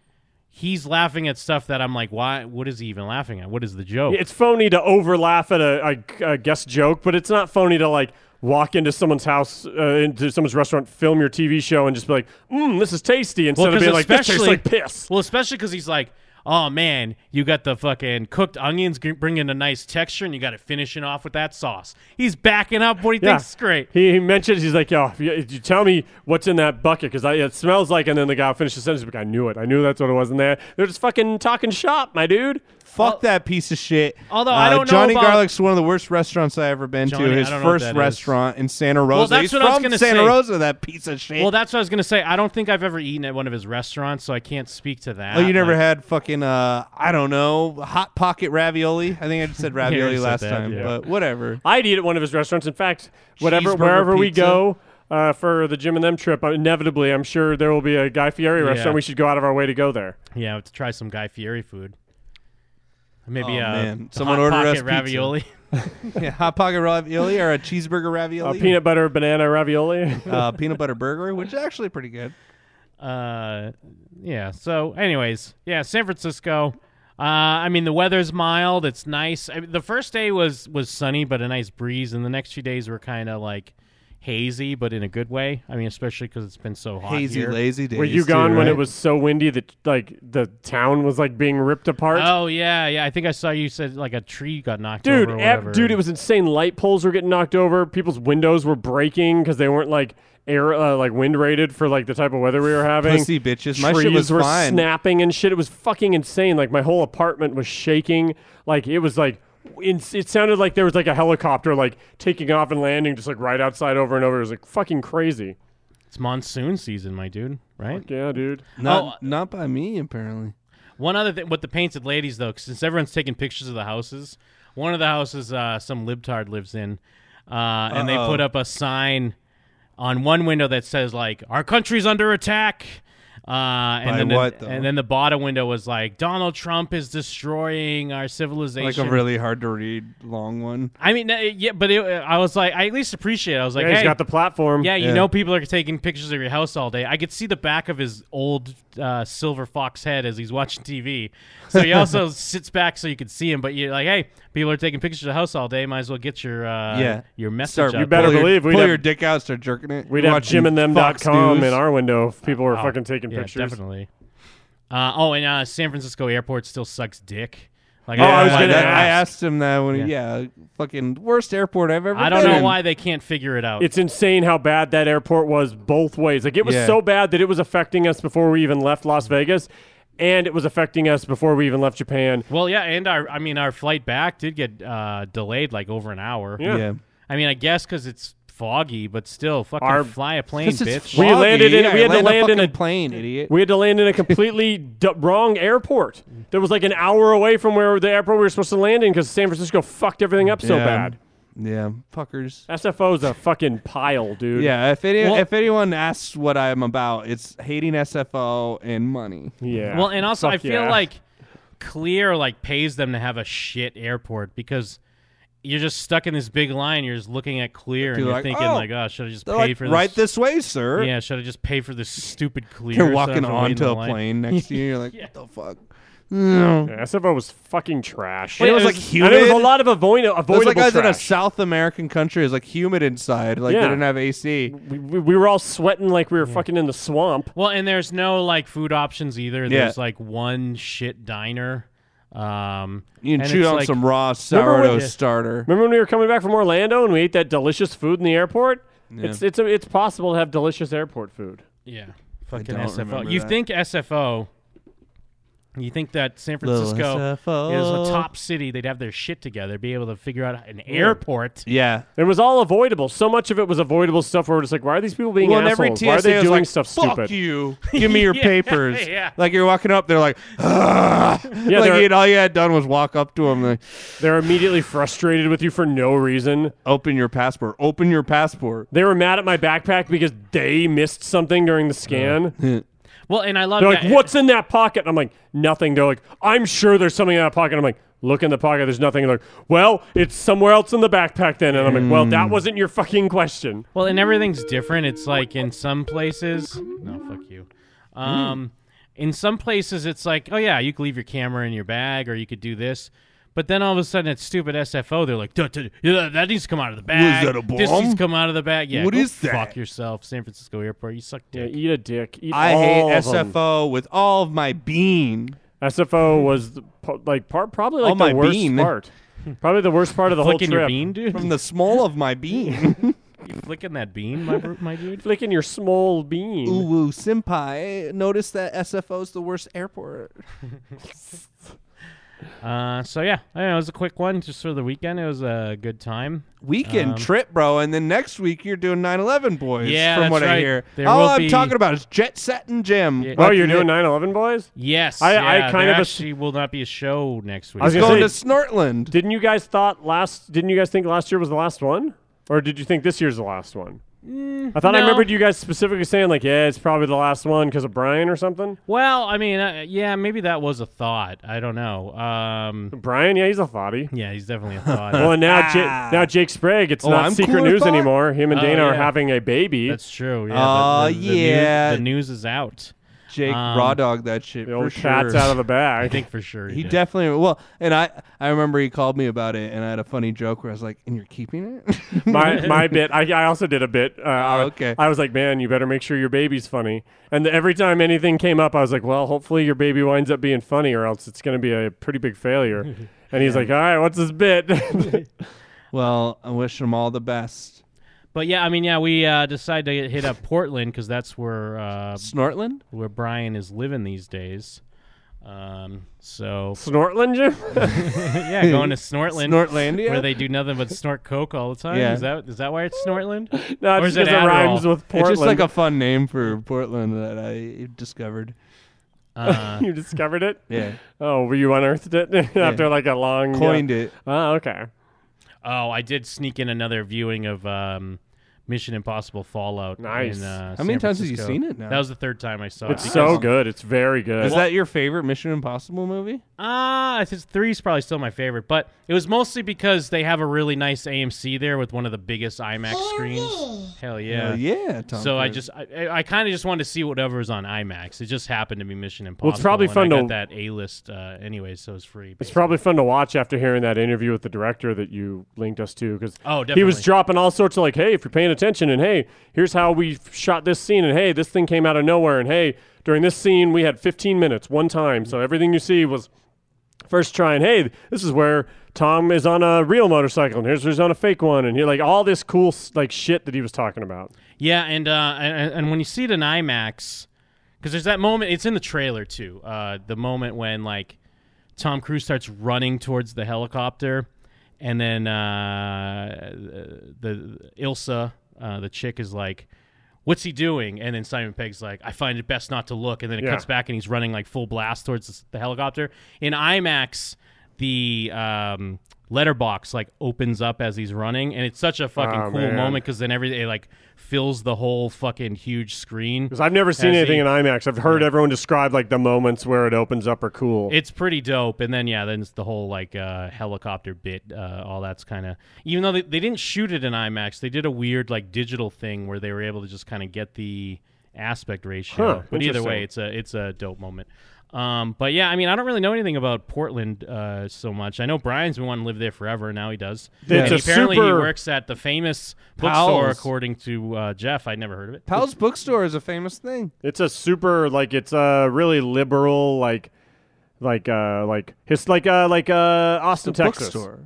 M: he's laughing at stuff that I'm like, why? What is he even laughing at? What is the joke?
L: It's phony to overlaugh at a, a, a guest joke, but it's not phony to like walk into someone's house, uh, into someone's restaurant, film your TV show, and just be like, "Mmm, this is tasty," instead of
M: 'cause
L: being like, "This tastes
M: especially-
L: like piss."
M: Well, especially because he's like, oh man, you got the fucking cooked onions g- bringing a nice texture, and you got it finishing off with that sauce. He's backing up what he
L: Yeah.
M: thinks is great.
L: He, he mentions he's like, "Yo, if you, if you tell me what's in that bucket because it smells like." And then the guy finishes sentence like, "I knew it. I knew that's what it was in there." They're just fucking talking shop, my dude.
J: Fuck that piece of shit.
M: although I don't know
J: uh, Johnny
M: about-
J: Garlic's one of the worst restaurants I ever been
M: Johnny,
J: to.
M: I
J: His
M: don't know what
J: first
M: that is.
J: restaurant in Santa Rosa.
M: Well, that's
J: He's
M: what
J: from
M: I was gonna
J: Santa
M: say.
J: Rosa. That piece of shit.
M: Well, that's what I was gonna say. I don't think I've ever eaten at one of his restaurants, so I can't speak to that.
J: Oh, you never
M: Like,
J: had fucking uh, I don't know, hot pocket ravioli. I think I just said
L: already
J: ravioli
L: said
J: last
L: that,
J: time,
L: yeah.
J: but whatever.
L: I'd eat at one of his restaurants. In fact, whatever,
J: Cheeseburger
L: wherever we
J: pizza.
L: go uh, for the Jim and them trip, uh, inevitably, I'm sure there will be a Guy Fieri
M: Yeah.
L: restaurant. We should go out of our way to go there.
M: Yeah, to try some Guy Fieri food. Maybe
J: Oh,
M: uh,
J: man.
M: the
J: Someone
M: Hot
J: order us
M: pocket
J: pizza.
M: ravioli.
J: yeah, hot pocket ravioli or a cheeseburger ravioli,
L: A Uh, peanut butter banana ravioli,
J: uh, peanut butter burger, which is actually pretty good.
M: uh yeah so anyways yeah san francisco uh i mean the weather's mild it's nice I mean, the first day was was sunny but a nice breeze and the next few days were kind of like hazy but in a good way i mean especially because it's been so hot
J: Hazy,
M: here.
J: lazy
L: Were you gone when it was so windy that like the town was like being ripped apart?
M: oh yeah yeah i think i saw you said like a tree got knocked
L: dude,
M: over or
L: ev-
M: whatever.
L: dude, it was insane. Light poles were getting knocked over. People's windows were breaking because they weren't like air uh, like wind rated for like the type of weather we were having.
J: Pussy bitches. My shit
L: Trees
J: was
L: were
J: fine.
L: snapping and shit. It was fucking insane. Like my whole apartment was shaking. Like it was like. In, it sounded like there was like a helicopter like taking off and landing just like right outside over and over. It was like fucking crazy.
M: it's monsoon season my dude right
L: yeah dude
J: Not, not by me, apparently.
M: Oh, uh, One other thing with the painted ladies, though, 'cause since everyone's taking pictures of the houses, one of the houses uh, some libtard lives in, uh, and they
B: Uh-oh.
M: put up a sign on one window that says like "Our country's under attack," uh, and
J: By
M: then
J: what,
M: the,
J: though?
M: and then the bottom window was like "Donald Trump is destroying our
J: Like
M: civilization."
J: a really hard to read long one.
M: I mean, uh, yeah, but it, I was like, I at least appreciate. it. I was like,
L: Yeah, he's
M: hey,
L: got the platform.
M: Yeah, you
L: Yeah.
M: know, people are taking pictures of your house all day. I could see the back of his old uh, silver fox head as he's watching TV. So he also sits back so you can see him. But you're like, hey, people are taking pictures of the house all day. Might as well get your uh,
J: yeah,
M: your message.
J: Start-
M: out
L: You better
M: there.
J: pull
L: believe
J: your,
L: we'd
J: pull
L: have-
J: your dick out, start jerking it.
L: We'd
J: You're
L: have
J: watching Fox
L: jimandthem.com in
J: News.
L: our window if people were
M: Oh,
L: fucking taking
M: yeah,
L: pictures.
M: definitely. Uh, oh, and uh, San Francisco airport still sucks dick. Like
J: Oh, I was
M: don't know
J: gonna.
M: why that-
J: I asked him that when. he- Yeah, fucking worst airport I've ever.
M: I don't
J: been
M: know
J: in.
M: why they can't figure it out.
L: It's insane how bad that airport was both ways. Like it was
J: Yeah.
L: so bad that it was affecting us before we even left Las Vegas, and it was affecting us before we even left Japan.
M: Well, yeah, and our I mean our flight back did get uh, delayed like over an hour.
L: Yeah. Yeah.
M: I mean, I guess because it's foggy, but still, fucking
L: Our-
M: fly a plane,
J: 'Cause
M: bitch.
J: it's foggy.
L: We landed in.
J: Yeah,
L: we had to
J: land a
L: land in a
J: fucking plane, idiot.
L: We had to land in a completely d- wrong airport. That was like an hour away from where the airport we were supposed to land in because San Francisco fucked everything up so
J: Yeah.
L: bad.
J: Yeah, fuckers.
L: SFO's a fucking pile, dude.
J: Yeah, if any,
L: Well-
J: if anyone asks what I'm about, it's hating SFO and money.
L: Yeah.
M: Well, and also I feel like Clear like pays them to have a shit airport because you're just stuck in this big line. You're just looking at Clear and
J: You're
M: you're
J: like,
M: thinking
J: "Oh."
M: like, oh, should I just
J: They're
M: pay
J: like,
M: for
J: "Right
M: this
J: this way, sir."
M: Yeah, should I just pay for this stupid Clear?
J: You're
M: so I
J: walking
M: have to wait in
J: onto
M: the
J: a
M: line?"
J: plane next to you, you're like,
M: Yeah.
J: what the fuck?
L: Yeah, SFO was fucking trash.
J: And it was like humid.
L: And it was a lot of avoid-
J: It was
L: avoidable
J: like I was in a
L: trash.
J: South American country. It was like humid inside. Like
L: Yeah.
J: they didn't have AC.
L: We, we, we were all sweating like we were fucking in the swamp.
M: Well, and there's no like food options either.
J: Yeah.
M: There's like one shit diner. Um,
J: You can
M: and
J: chew
M: it's
J: on
M: like-
J: some raw
L: Remember
J: sourdough
L: when-
J: starter.
L: Remember when we were coming back from Orlando and we ate that delicious food in the airport?
J: Yeah.
L: It's it's it's possible to have delicious airport food.
M: Yeah,
J: I
M: fucking
J: don't
M: SFO.
J: remember
M: You
J: that.
M: think SFO? You think that San
J: Little
M: Francisco
J: SFO.
M: is a top city? They'd have their shit together, be able to figure out an
L: Yeah.
M: airport.
J: Yeah.
L: It was all avoidable. So much of it was avoidable stuff where it's like, why are these people being
J: well, and
L: assholes?
J: every TSA
L: why are they
J: was
L: doing
J: like,
L: stuff
J: Fuck
L: stupid?
J: you. Give me your
L: Yeah,
J: papers.
L: yeah.
J: Like you're walking up, they're like, "Ugh."
L: Yeah,
J: like
L: they're-
J: you know, all you had done was walk up to them. Like,
L: They're immediately frustrated with you for no reason.
J: Open your passport. Open your passport.
L: They were mad at my backpack because they missed something during the scan.
M: Well, and I love
L: They're
M: that.
L: like, "What's in that pocket?" And I'm like, "Nothing." They're like, "I'm sure there's something in that pocket." I'm like, "Look in the pocket. There's nothing." And They're like, "Well, it's somewhere else in the backpack then." And I'm like, "Well,
J: Hmm.
L: that wasn't your fucking question."
M: Well, and everything's different. It's like in some places, no, fuck you.
J: Hmm.
M: Um, In some places, it's like, oh yeah, you could leave your camera in your bag, or you could do this. But then all of a sudden, it's stupid SFO. They're like, "Duh, duh, yeah, that needs to come out of the bag.
J: that, a
M: This needs
J: bomb?
M: to come out of the bag. Yeah,
J: What
M: go
J: is that?"
M: Fuck yourself, San Francisco Airport. You suck dick.
L: eat a dick. Eat
J: I
L: all
J: hate
L: of 'em.
J: SFO with all of my bean.
L: SFO was the, po- like part probably like
J: All
L: the
J: my
L: worst
J: bean.
L: part. Probably the worst part of the whole trip.
M: Flicking your bean, dude?
J: From the small of my bean.
M: You flicking that bean, my bro- my dude?
L: Flicking your small bean. Oh,
J: Ooh, woo, senpai. Notice that SFO's the worst airport.
M: Uh, so yeah, I don't know, it was a quick one just for the weekend. It was a good time.
J: Weekend
M: Um,
J: trip, bro, and then next week you're doing 9/11, boys.
M: Yeah,
J: from
M: that's
J: what I
M: right.
J: hear,
M: There
J: all
M: will
J: I'm
M: be-
J: talking about is jet set and Jim.
L: Oh, you're doing 9/11, boys?
M: Yes,
L: I,
M: yeah,
L: I kind
M: there
L: of ass-
M: actually will not be a show next week.
L: I was gonna say-
J: Snortland.
L: Didn't you guys thought last? Didn't you guys think last year was the last one, or did you think this year's the last one? I thought I
M: Mm, no.
L: remembered you guys specifically saying like, "Yeah, it's probably the last one because of Brian or something."
M: Well, I mean, uh, yeah, maybe that was a thought. I don't know. Um,
L: Brian, yeah, he's a thoughtie.
M: Yeah, he's definitely a thought.
L: well, and now Ja- now Jake Sprague, it's
M: Oh,
L: not
M: I'm
L: secret
M: cool with
L: news
M: that?
L: anymore. Him and
M: Ah. Oh,
L: Dana are
M: yeah.
L: having a baby.
M: That's true. Yeah.
J: Aw,
M: the, the- the news-
J: Uh, yeah.
M: the news is out.
J: Jake
M: Um,
J: raw dog that shit.
L: the
J: for
L: old cat's
J: sure.
L: out of the bag.
M: I think for sure he,
J: He
M: did.
J: definitely well, and I I remember he called me about it, and I had a funny joke where I was like, "And you're keeping it?"
L: my my bit. I, I also did a bit. Uh, I-
J: Oh, okay.
L: I was like, man, you better make sure your baby's funny. And every time anything came up, I was like, well, hopefully your baby winds up being funny, or else it's going to be a pretty big failure. and he's like, all right, what's this bit?
J: well, I wish him all the best.
M: But yeah, I mean, yeah, we uh, decided to hit up Portland because that's where uh,
J: Snortland,
M: where Brian is living these days. Um, so
L: Snortland, Jim?
M: yeah, going to Snortland,
J: Snortlandia?
M: where they do nothing but snort coke all the time.
J: Yeah.
M: Is that is that why it's Snortland?
L: No, it's
M: Or is it
L: because it rhymes
M: Adderall?
L: with
J: It's just like
L: Portland.
J: a fun name for Portland that I discovered.
M: Uh,
L: you discovered it?
J: Yeah.
L: Oh, were you unearthed it after like a long
J: Coined it.
L: Oh, okay.
M: Oh, I did sneak in another viewing of um, Mission Impossible Fallout.
L: Nice.
M: In, uh,
J: How many
M: San
J: times have you
M: Francisco.
J: seen it now?
M: That was the third time I saw it.
L: It's so
M: because-
L: good. It's very good.
J: Is that your favorite Mission Impossible movie?
M: Ah, uh, three is probably still my favorite, but it was mostly because they have a really nice AMC there with one of the biggest IMAX screens. Hell yeah,
J: Hell yeah, Tom
M: so I
J: Cruise.
M: just, I, I kind of just wanted to see whatever was on IMAX. It just happened to be Mission Impossible.
L: Well, it's probably
M: and
L: fun
M: I
L: to-
M: got that A list uh, anyway, so it's free.
L: It's probably fun to watch after hearing that interview with the director that you linked us to because
M: Oh,
L: he was
M: definitely.
L: dropping all sorts of like, hey, if you're paying attention, and hey, here's how we f- shot this scene, and hey, this thing came out of nowhere, and hey, during this scene we had 15 minutes one time, so everything you see was first try, and hey, this is where Tom is on a real motorcycle, and here's where he's on a fake one, and you're like all this cool s- like shit that he was talking about.
M: Yeah, and uh, and, and when you see it in IMAX, because there's that moment. It's in the trailer too. Uh, the moment when like Tom Cruise starts running towards the helicopter, and then uh, the Ilsa, uh, the chick, is like. What's he doing? And then Simon Pegg's like, I find it best not to look. And then it
L: Yeah.
M: cuts back and he's running like full blast towards the- the helicopter. In IMAX, the um, letterbox like opens up as he's running, and it's such a fucking
L: Oh,
M: cool
L: man.
M: moment because then every it like fills the whole fucking huge screen.
L: Because I've never seen
M: as
L: anything
M: he-
L: in IMAX. I've heard everyone describe like the moments where it opens up are cool.
M: It's pretty dope, and then yeah, then it's the whole like uh, helicopter bit. Uh, all that's kind of even though they, they didn't shoot it in IMAX, they did a weird like digital thing where they were able to just kind of get the aspect ratio.
L: Huh,
M: but either way,
L: interesting.
M: it's a it's a dope moment. Um, but yeah, I mean, I don't really know anything about Portland uh, so much. I know Brian's been wanting to live there forever, and now he does.
J: Yeah.
M: And
J: It's a
M: apparently, he
J: super-
M: works at the famous bookstore,
J: Powell's.
M: according to uh, Jeff. I'd never heard of it.
J: Pal's bookstore is a famous thing.
L: It's a super like it's a really liberal like like uh like his like uh like uh Austin
J: It's a
L: Texas.
J: bookstore.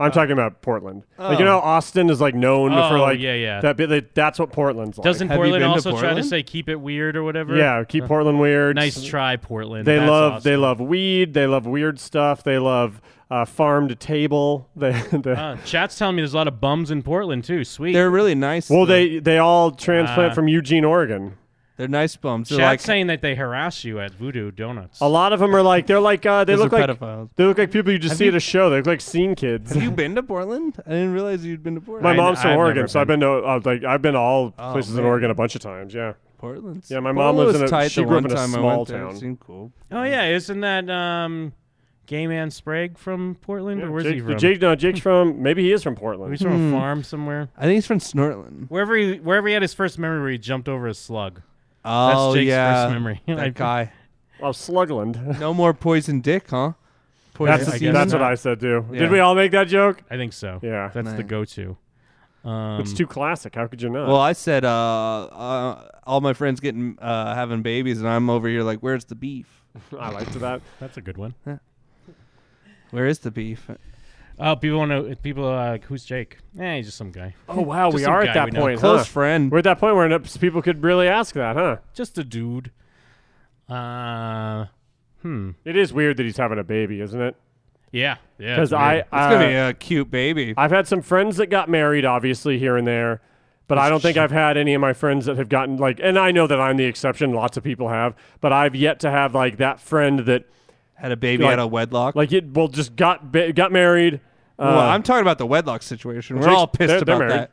L: I'm talking about Portland. Like you
M: Oh.
L: know Austin is like known for
M: Oh,
L: like
M: yeah, yeah.
L: that bit like, that's what Portland's like.
M: Doesn't Portland also try to say keep it weird or whatever?
L: Yeah, keep
M: Uh,
L: Portland weird.
M: Nice try, Portland.
L: They
M: That's
L: love
M: awesome.
L: they love weed, they love weird stuff, they love uh farm to table. They, they
M: Uh, chat's telling me there's a lot of bums in Portland too. Sweet.
J: They're really nice.
L: Well,
J: though.
L: they they all transplant
M: Uh,
L: from Eugene, Oregon.
J: they're nice bums. They're
M: Chat's
J: like
M: saying that they harass you at Voodoo Donuts.
L: A lot of them are like they're like uh, they
J: Those
L: look
J: are
L: like
J: pedophiles.
L: they look like people you just
J: Have
L: see
J: you-
L: at a show. They look like scene kids.
J: Have you been to Portland? I didn't realize you'd been to Portland.
L: My mom's from
M: I've
L: Oregon,
M: never
L: so I've been to uh, like I've been to all
J: Oh,
L: places in
J: man.
L: Oregon a bunch of times. Yeah,
J: Portland's.
L: Yeah, my mom
J: Portland
L: lives
J: was
L: in a
J: tight
L: she
J: the
L: grew up
J: one
L: in a
J: time I
L: small
J: went there. It
L: town.
J: seemed cool.
M: oh yeah, isn't that um, Gay Man Sprague from Portland or where's
L: Jake,
M: he from?
L: Jake, no, Jake's from maybe he is from Portland.
M: He's from a farm somewhere.
J: I think he's from Snortland.
M: Wherever he wherever he had his first memory where he jumped over a slug.
J: Oh
M: That's Jake's
J: yeah,
M: first memory.
J: that
M: Like,
J: guy.
L: Oh, Slugland.
J: No more poison dick, huh?
M: Poison
L: that's,
M: semen?
L: that's what
M: not.
L: I said too.
M: Yeah.
L: Did we all make that joke?
M: I think so.
L: Yeah,
M: That's the go-to. Um,
L: it's too classic. How could you not?
J: Well, I said uh, uh, all my friends getting uh, having babies, and I'm over here like, where's the beef?
L: I liked that.
M: That's a good one.
J: Where is the beef?
M: Oh, people want to. People are like, who's Jake? Eh, he's just some guy.
L: Oh wow,
M: Just
L: we
M: some
L: are
M: guy
L: at that
M: we know.
L: point. huh? We're at that point where n- people could really ask that, huh?
M: Just a dude. Uh, hmm.
L: It is weird that he's having a baby, isn't it?
M: Yeah, yeah,
L: Because
M: it's
L: I,
M: weird. It's gonna
L: uh,
M: be
J: a cute baby.
L: I've had some friends that got married, obviously here and there, but I don't think I've had any of my friends that have gotten like. And I know that I'm the exception. Lots of people have, but I've yet to have like that friend that
J: had a baby out of wedlock.
L: Like it, well, just got ba- got married.
J: well,
L: uh,
J: I'm talking about the wedlock situation. We're
L: Jake's-
J: all pissed
L: they're- they're
J: about
L: married.
J: that.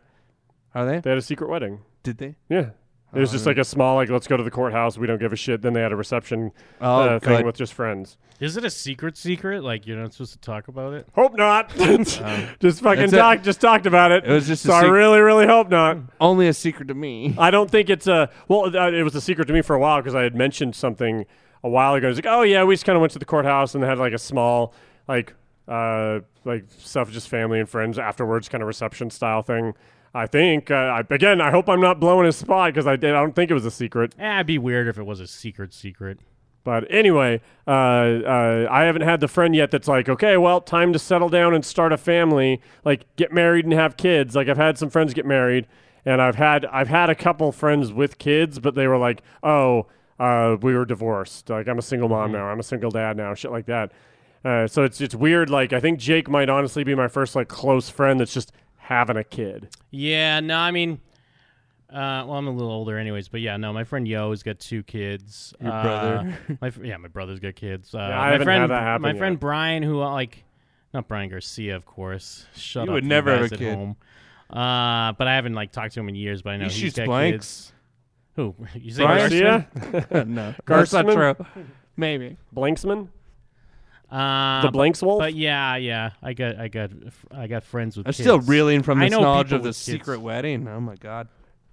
J: Are they?
L: They had a secret wedding.
J: Did they?
L: Yeah. It was
J: Oh,
L: just
J: I
L: like a small, like, let's go to the courthouse. We don't give a shit. Then they had a reception
M: Oh,
L: uh, thing
M: good.
L: with just friends.
M: Is it a secret? Secret? Like you're not supposed to talk about it?
L: Hope not. just fucking
M: Um, That's it.
L: talk, just talked about it.
M: It was just a
L: so I
M: sec-
L: really, really hope not.
J: Only a secret to me.
L: I don't think it's a well. uh, It was a secret to me for a while because I had mentioned something a while ago. It's like, oh yeah, we just kind of went to the courthouse and had like a small like uh like stuff, just family and friends afterwards, kind of reception style thing. I think. Uh, I, again, I hope I'm not blowing his spot because I did. I don't think it was a secret.
M: Eh, it'd be weird if it was a secret. Secret.
L: But anyway, uh, uh, I haven't had the friend yet that's like, okay, well, time to settle down and start a family, like get married and have kids. Like I've had some friends get married, and I've had I've had a couple friends with kids, but they were like, oh, uh, we were divorced. Like I'm a single mom now. I'm a single dad now. Shit like that. Uh, so it's it's weird. Like I think Jake might honestly be my first like close friend that's just having a kid.
M: Yeah, no, I mean, uh, well, I'm a little older, anyways. But yeah, no, my friend Yo has got two kids.
L: Your
M: Uh,
L: brother.
M: my fr- yeah, my brother's got kids. Uh,
L: I
M: my
L: haven't
M: friend,
L: had that happen
M: My
L: yet.
M: friend Brian, who uh, like, not Brian Garcia, of course. Shut
J: You
M: up,
J: would never have
M: guys
J: a
M: at
J: kid.
M: Home. Uh, but I haven't like talked to him in years. But I know
J: He
M: he's
J: shoots
M: got
J: blanks.
M: Kids. Who you say
J: Brian?
M: Garcia?
J: Garcia? No. That's not
L: Garstman?
J: true. Maybe.
L: Blanksman.
M: Uh,
L: The Blanks
M: but-
L: Wolf?
M: But yeah, yeah, I got, I got, I got friends with.
J: I'm still
M: kids.
J: reeling from
M: I
J: this
M: know
J: knowledge
M: people
J: of the
M: with kids.
J: secret wedding. Oh my god.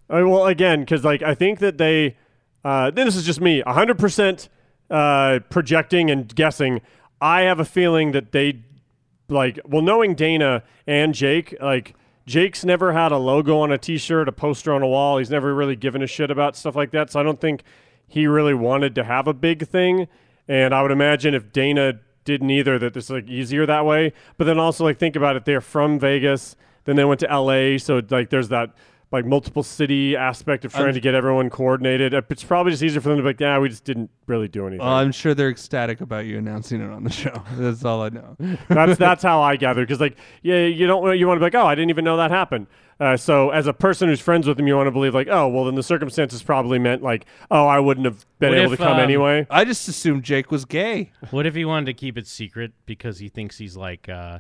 L: Uh, well, again, because like I think that they, uh, this is just me, hundred percent uh, projecting and guessing. I have a feeling that they, like, well, knowing Dana and Jake, like Jake's never had a logo on a T-shirt, a poster on a wall. He's never really given a shit about stuff like that. So I don't think he really wanted to have a big thing. And I would imagine if Dana didn't either, that it's like easier that way. But then also like think about it, they're from Vegas, then they went to LA, so like there's that like multiple city aspect of trying
J: I'm-
L: to get everyone coordinated. Uh, It's probably just easier for them to be like, yeah, we just didn't really do anything.
J: Well, I'm sure they're ecstatic about you announcing it on the show. That's all I know.
L: that's that's how I gather because like yeah, you don't want- you want to be like, oh, I didn't even know that happened. Uh, so as a person who's friends with them, you want to believe like, oh, well, then the circumstances probably meant like, oh, I wouldn't have been
M: What
L: able
M: if,
L: to come
M: um,
L: anyway.
J: I just assumed Jake was gay.
M: What if he wanted to keep it secret because he thinks he's like uh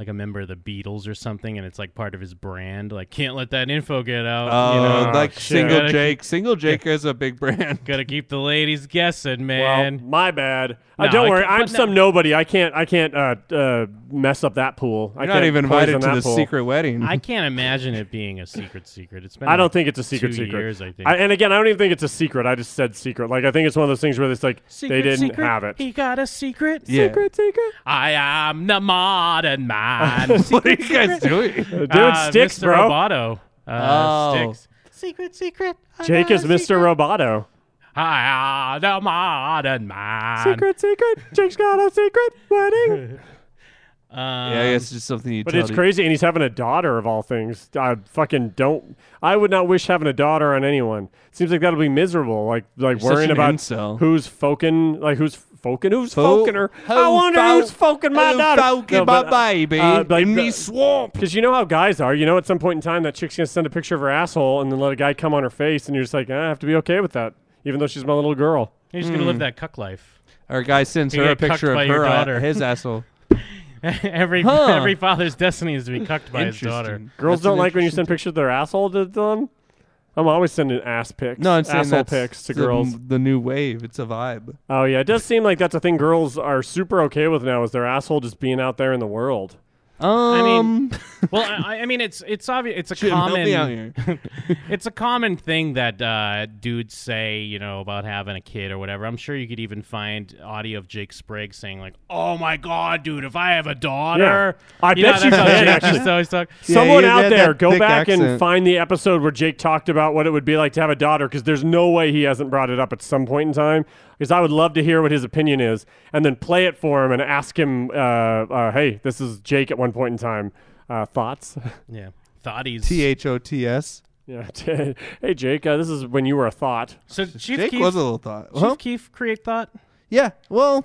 M: like a member of the Beatles or something and it's like part of his brand? Like can't let that info get out. you
J: Uh,
M: know?
J: like
M: Shit.
J: single
M: Gotta
J: Jake.
M: keep-
J: Single Jake is a big brand.
M: Gotta keep the ladies guessing, man.
L: my bad. Uh,
M: No,
L: don't
M: I
L: worry,
M: can't-
L: I'm
M: but no.
L: some nobody. I can't I can't uh, uh, mess up that pool. I
J: You're not
L: can't
J: even
L: poison
J: invited to
L: that
J: the
L: pool.
J: secret wedding.
M: I can't imagine it being a secret secret. It's been
L: I don't
M: like
L: think it's a secret.
M: two
L: secret.
M: years, I think.
L: and again, I don't even think it's a secret. I just said secret. Like I think it's one of those things where it's like they
M: Secret,
L: didn't
M: secret,
L: have it.
M: He got a secret.
L: Yeah. Secret,
M: secret. I am the modern man.
J: what are you guys doing?
L: Dude,
M: Uh,
L: sticks,
M: Mr.
L: bro.
M: Roboto. Uh,
L: Oh.
M: Sticks. Secret, secret.
L: Jake is Mr. Roboto.
M: I am uh, the modern man.
L: secret. Jake's got a secret wedding.
M: Um,
J: yeah, I guess it's just something you.
L: But
J: tell
L: it's
J: the-
L: crazy, and he's having a daughter of all things. I fucking don't. I would not wish having a daughter on anyone. Seems like that'll be miserable. Like like
J: You're such
L: worrying
J: an
L: about
J: incel.
L: who's foking, like who's foking, who's
J: Fo-
L: foking her.
J: who
L: I wonder
J: fo-
L: who's foking my
J: who
L: daughter. uh,
J: foking my baby in me swamp.
L: Because you know how guys are. You know, at some point in time, that chick's gonna send a picture of her asshole, and then let a guy come on her face, and you're just like, "Ah, I have to be okay with that, even though she's my little girl.
M: You're just gonna live that cuck life.
J: Hmm. Our guy sends
M: You
J: her a
M: get cucked
J: picture
M: by
J: of
M: your
J: her
M: daughter.
J: uh, his asshole.
M: every
J: Huh.
M: every father's destiny is to be cucked by his daughter.
J: Interesting.
L: Girls
J: That's
L: don't
J: an
L: like when you send pictures of their asshole to them. I'm always sending ass pics.
J: No, I'm saying
L: asshole
J: that's
L: pics to
J: the,
L: girls.
J: The new wave. It's a vibe.
L: Oh yeah, it does seem like that's a thing girls are super okay with now is their asshole just being out there in the world.
M: I
J: Um.
M: mean, well, I, I mean, it's it's obvious. It's a
Q: Jim, help
M: common.
Q: me out here.
M: it's a common thing that uh, dudes say, you know, about having a kid or whatever. I'm sure you could even find audio of Jake Sprague saying like, "Oh my god, dude, if I have a daughter,
L: Yeah.
M: know,
L: I bet you
M: that's how
L: did,
M: Jake
L: actually.
M: used to always talk.
L: Someone out there, go back and find the episode where Jake talked about what it would be like to have a daughter because there's no way he hasn't brought it up at some point in time. Because I would love to hear what his opinion is and then play it for him and ask him, uh, uh, hey, this is Jake at one point in time. Uh, thoughts?
M: Yeah, thought he's
J: T H O T S.
L: Yeah. hey, Jake, uh, this is when you were a thought.
M: So Chief
J: Jake
M: Keef-
J: was a little thought.
M: Chief
J: Well,
M: Keef create thought.
J: yeah. Well,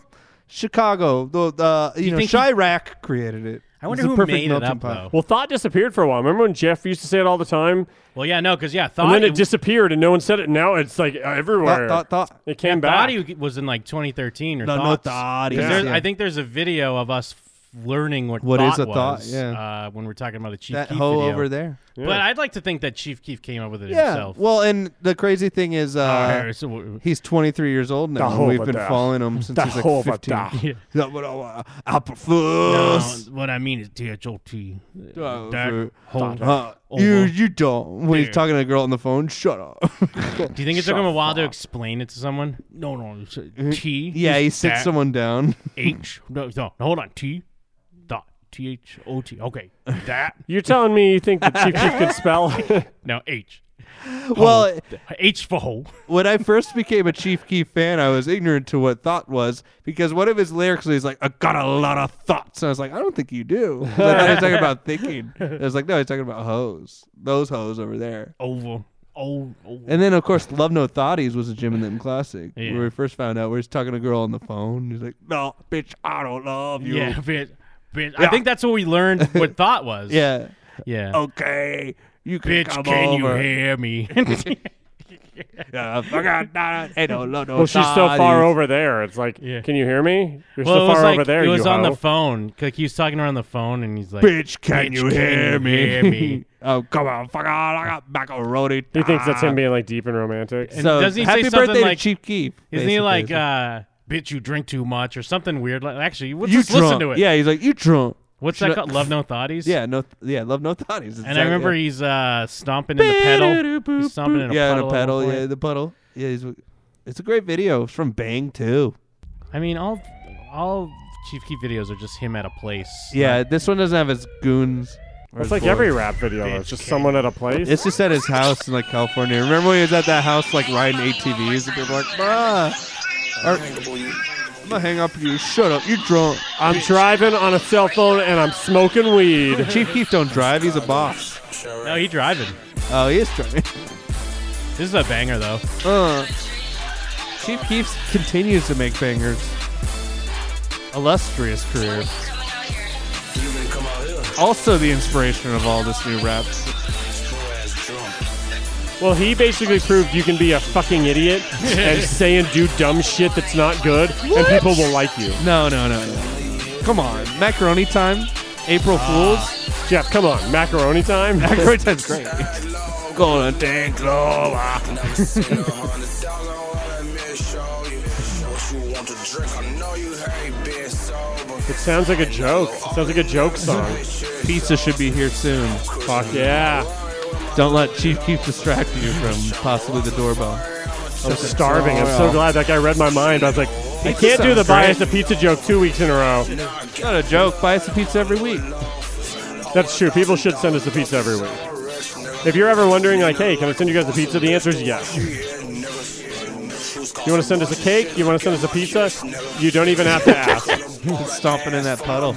J: Chicago. The, the you,
M: You
J: know
M: think he-
J: Chirac created it.
M: I wonder
J: It's the
M: who
J: perfect
M: made it
J: melting
M: up,
J: pot.
M: though.
L: Well, thought disappeared for a while. Remember when Jeff used to say it all the time?
M: Well, yeah, no, because yeah, thought
L: and then it, disappeared and no one said it. Now it's like everywhere.
M: Thought,
J: thought,
L: It came back.
M: Thought he was in like 2013 or
L: No, no,
M: thoughts.
L: thought
M: 'Cause
L: is,
M: there's-
L: yeah.
M: I think there's a video of us f- learning what
J: What
M: thought
J: is a thought,
M: was,
J: yeah.
M: uh, when we're talking about the Chief
J: That
M: Keef
J: hoe
M: video.
J: over there. Yeah.
M: But I'd like to think that Chief Keef came up with it
J: Yeah.
M: himself.
J: Well, and the crazy thing is, uh,
M: Alright, so w-
J: he's 23 years old now.
M: The
J: and We've
M: whole
J: been
M: of that.
J: following him since
M: The
J: he's
M: whole
J: like
M: of
J: 15.
M: that. Yeah.
J: That what I want. I prefer.
M: what I mean is DHOT.
J: Uh,
M: That
J: for-
M: whole-
J: uh,
M: over
J: you you don't. When he's
M: there.
J: talking to a girl on the phone, shut up.
M: Do you think it took him a while to explain it to someone? No, no. it's, uh, T.
J: Mm-hmm. Yeah, he
M: is
J: sits
M: that.
J: someone down.
M: H. No, no. no, Hold on. T. Dot. T H O T. Okay. That.
L: You're telling me you think that Chief Keef could spell?
M: no, H.
J: Well,
M: Hole. H for hole.
J: when I first became a Chief Keef fan, I was ignorant to what thought was because one of his lyrics is like, "I got a lot of thoughts," and I was like, "I don't think you do." I thought he was talking about thinking. I was like, "No, he's talking about hoes. Those hoes over there."
M: Over. Oh. oh.
J: And then, of course, "Love No Thoughties" was a Jim and Them classic where we first found out where he's talking to a girl on the phone. He's like, "No, bitch, I don't love you."
M: Yeah, bitch. bitch. I
J: Yeah.
M: think that's what we learned what thought was.
J: Yeah.
M: Yeah.
J: Okay. You can
M: Bitch,
J: come
M: can you
J: over.
M: hear me?
J: yeah, I forgot that. Hey, no, no, no
L: well, she's so far
J: thoughties.
L: over there. It's like, can you hear me? You're
M: Well, it
L: so
M: was
L: far
M: like-
L: over there.
M: It was
L: you
M: on
L: hoe.
M: the phone. Like he was talking to her on the phone, and he's like,
J: Bitch, can you hear
M: you
J: me?"
M: hear me?"
J: Oh, come on, fuck on. I got macaroni.
L: He thinks that's him being like deep and romantic.
M: And doesn't he say something like Isn't he like, uh, "Bitch, you drink too much" or something weird? Like, actually, let's
J: you
M: just
J: drunk.
M: listen to it.
J: Yeah, he's like, you drunk.
M: What's
J: Should
M: that
J: I-
M: called? Love No Thoughties?
J: Yeah, no, yeah, love no thotties.
M: and I remember he's uh, stomping in the pedal. He's stomping in a
J: yeah,
M: pedal.
J: in
M: at
J: a
M: one
J: pedal.
M: point.
J: Yeah, the puddle. Yeah, he's, it's a great video. It's from Bang too.
M: I mean, all all Chief Keef videos are just him at a place.
J: Yeah, this one doesn't have his goons. or
L: It's
J: his
L: like every
J: boys.
L: rap video. It's just someone at a place.
J: It's just at his house in like California. Remember when he was at that house like riding ATVs and people were like, ah, or- I'm gonna hang up with you. Shut up, you drunk.
L: I'm driving on a cell phone and I'm smoking weed.
J: Chief Keef don't drive. He's a boss.
M: No, he driving.
J: Oh, he is driving.
M: This is a banger though.
J: Uh, Chief Keef continues to make bangers. Illustrious career. Also the inspiration of all this new rap.
L: Well, he basically proved you can be a fucking idiot and say and do dumb shit that's not good, and
J: What?
L: people will like you.
J: No, no, no, no. Come on, macaroni time. April
M: Ah.
L: Fools. Jeff, come on, macaroni time.
J: Macaroni time's great. Gonna dance
L: It sounds like a joke. It sounds like a joke song.
J: Pizza should be here soon.
L: Fuck yeah.
J: Don't let Chief Keef distract you from possibly the doorbell. Oh,
L: I'm starving. I'm so glad that guy read my mind. I was like, I
J: Pizza
L: can't do the
J: sounds
L: bias
J: great.
L: the pizza joke two weeks in a row.
J: Not a joke. Buy us a pizza every week.
L: That's true. People should send us a pizza every week. If you're ever wondering, like, hey, can I send you guys a pizza? The answer is yes. You want to send us a cake? You want to send us a pizza? You don't even have to ask.
J: Stomping in that puddle.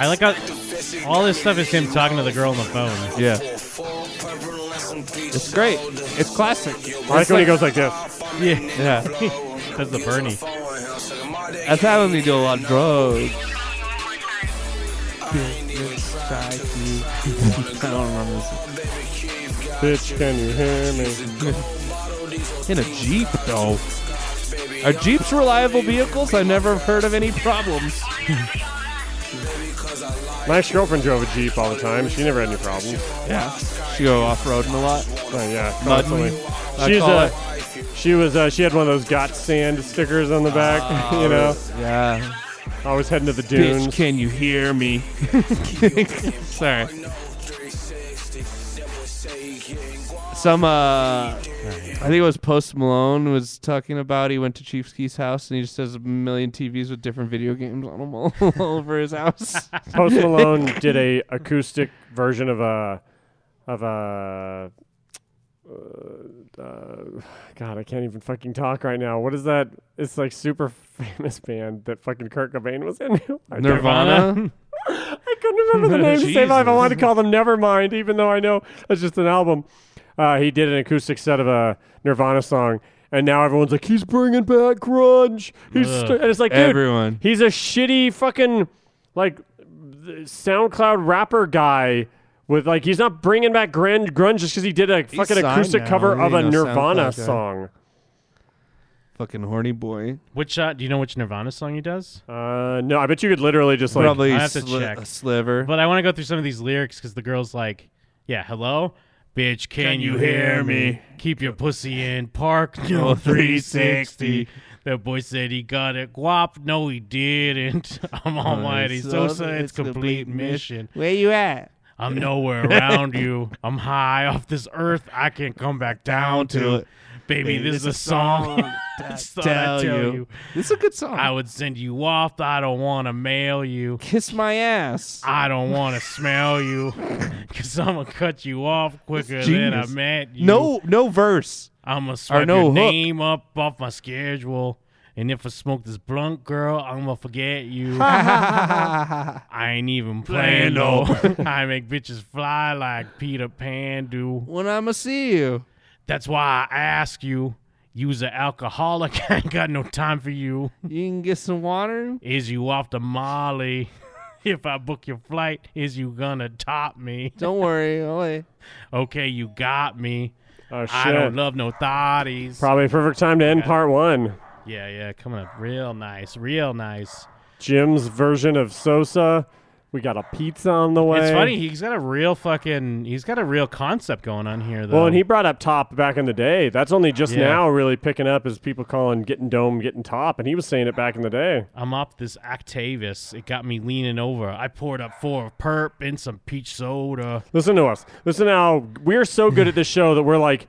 M: I like how all this stuff is him talking to the girl on the phone.
J: Yeah. It's great. It's classic.
L: I like when he goes like this.
J: Yeah.
M: Yeah. That's the Bernie.
J: That's how when you do a lot of drugs. I don't remember this.
L: Bitch, can you hear me?
J: In a Jeep, though. Are Jeeps reliable vehicles? I never have heard of any problems.
L: My ex girlfriend drove a Jeep all the time. She never had any problems.
J: Yeah. She go off roading a lot.
L: Oh, yeah,
J: Mud.
L: constantly.
J: I
L: She's
J: call
L: uh She was. Uh, she had one of those "Got Sand" stickers on the back. you know.
J: Oh, Yeah.
L: Always heading to the dunes.
J: Bitch, can you hear me? Sorry. Some uh, I think it was Post Malone was talking about. He went to Chief Keef's house and he just has a million TVs with different video games on them all over his house.
L: Post Malone did a acoustic version of a of a uh, uh, God, I can't even fucking talk right now. What is that? It's like super famous band that fucking Kurt Cobain was in.
J: Nirvana?
L: I couldn't remember the name to save my life. I wanted to call them Nevermind, even though I know it's just an album. Uh, he did an acoustic set of a Nirvana song. And now everyone's like, he's bringing back grunge. He's
J: Ugh.
L: st-" and it's like, dude,
J: Everyone.
L: he's a shitty fucking like th- SoundCloud rapper guy with like he's not bringing back grand grunge just because he did a
J: He's
L: fucking
J: signed
L: acoustic
J: now.
L: cover
J: He ain't
L: of a
J: no
L: Nirvana
J: SoundCloud guy.
L: song.
J: Fucking horny boy.
M: Which uh, do you know which Nirvana song he does?
L: Uh, no, I bet you could literally just like
J: Probably
M: I have to
J: sli-
M: check.
J: a sliver.
M: But I want to go through some of these lyrics because the girl's like, "Yeah, hello, bitch, can,
J: Can you hear me?
M: Keep your pussy in park,
J: No
M: no
J: 360.
M: 360." That boy said he got it guap. No, he didn't. I'm almighty. So, it's complete mission.
J: Where you at?
M: I'm nowhere around you. I'm high off this earth. I can't come back down to it. Baby, this is a song. I just thought I'd tell you.
J: This is a good song.
M: I would send you off. but I don't want to mail you.
J: Kiss my ass.
M: I don't want to smell you because I'm going to cut you off quicker than I
J: Genius.
M: met you.
J: No, no verse.
M: I'm going to
J: Or
M: swipe
J: no
M: your
J: hook.
M: name up off my schedule. And if I smoke this blunt, girl, I'm going to forget you. I ain't even
J: Playing
M: playing, though. I make bitches fly like Peter Pan do.
J: When I'ma see you.
M: That's why I ask you. You's an alcoholic. I ain't got no time for you.
J: You can get some water.
M: Is you off to Molly? if I book your flight, is you gonna top me?
J: Don't worry. I'll wait.
M: Okay, you got me.
L: Oh shit!
M: I don't love no thotties.
L: Probably a perfect time to end part one.
M: Yeah, yeah, coming up real nice, real nice.
L: Jim's version of Sosa. We got a pizza on the way.
M: It's funny. He's got a real fucking. He's got a real concept going on here, though.
L: Well,
J: Um,
L: and he brought up top back in the day. That's only just
M: Yeah.
L: now really picking up as people calling getting dome, getting top, and he was saying it back in the day.
M: I'm up this Octavis. It got me leaning over. I poured up four of perp and some peach soda.
L: Listen to us. Listen to how we're so good at this show that we're like,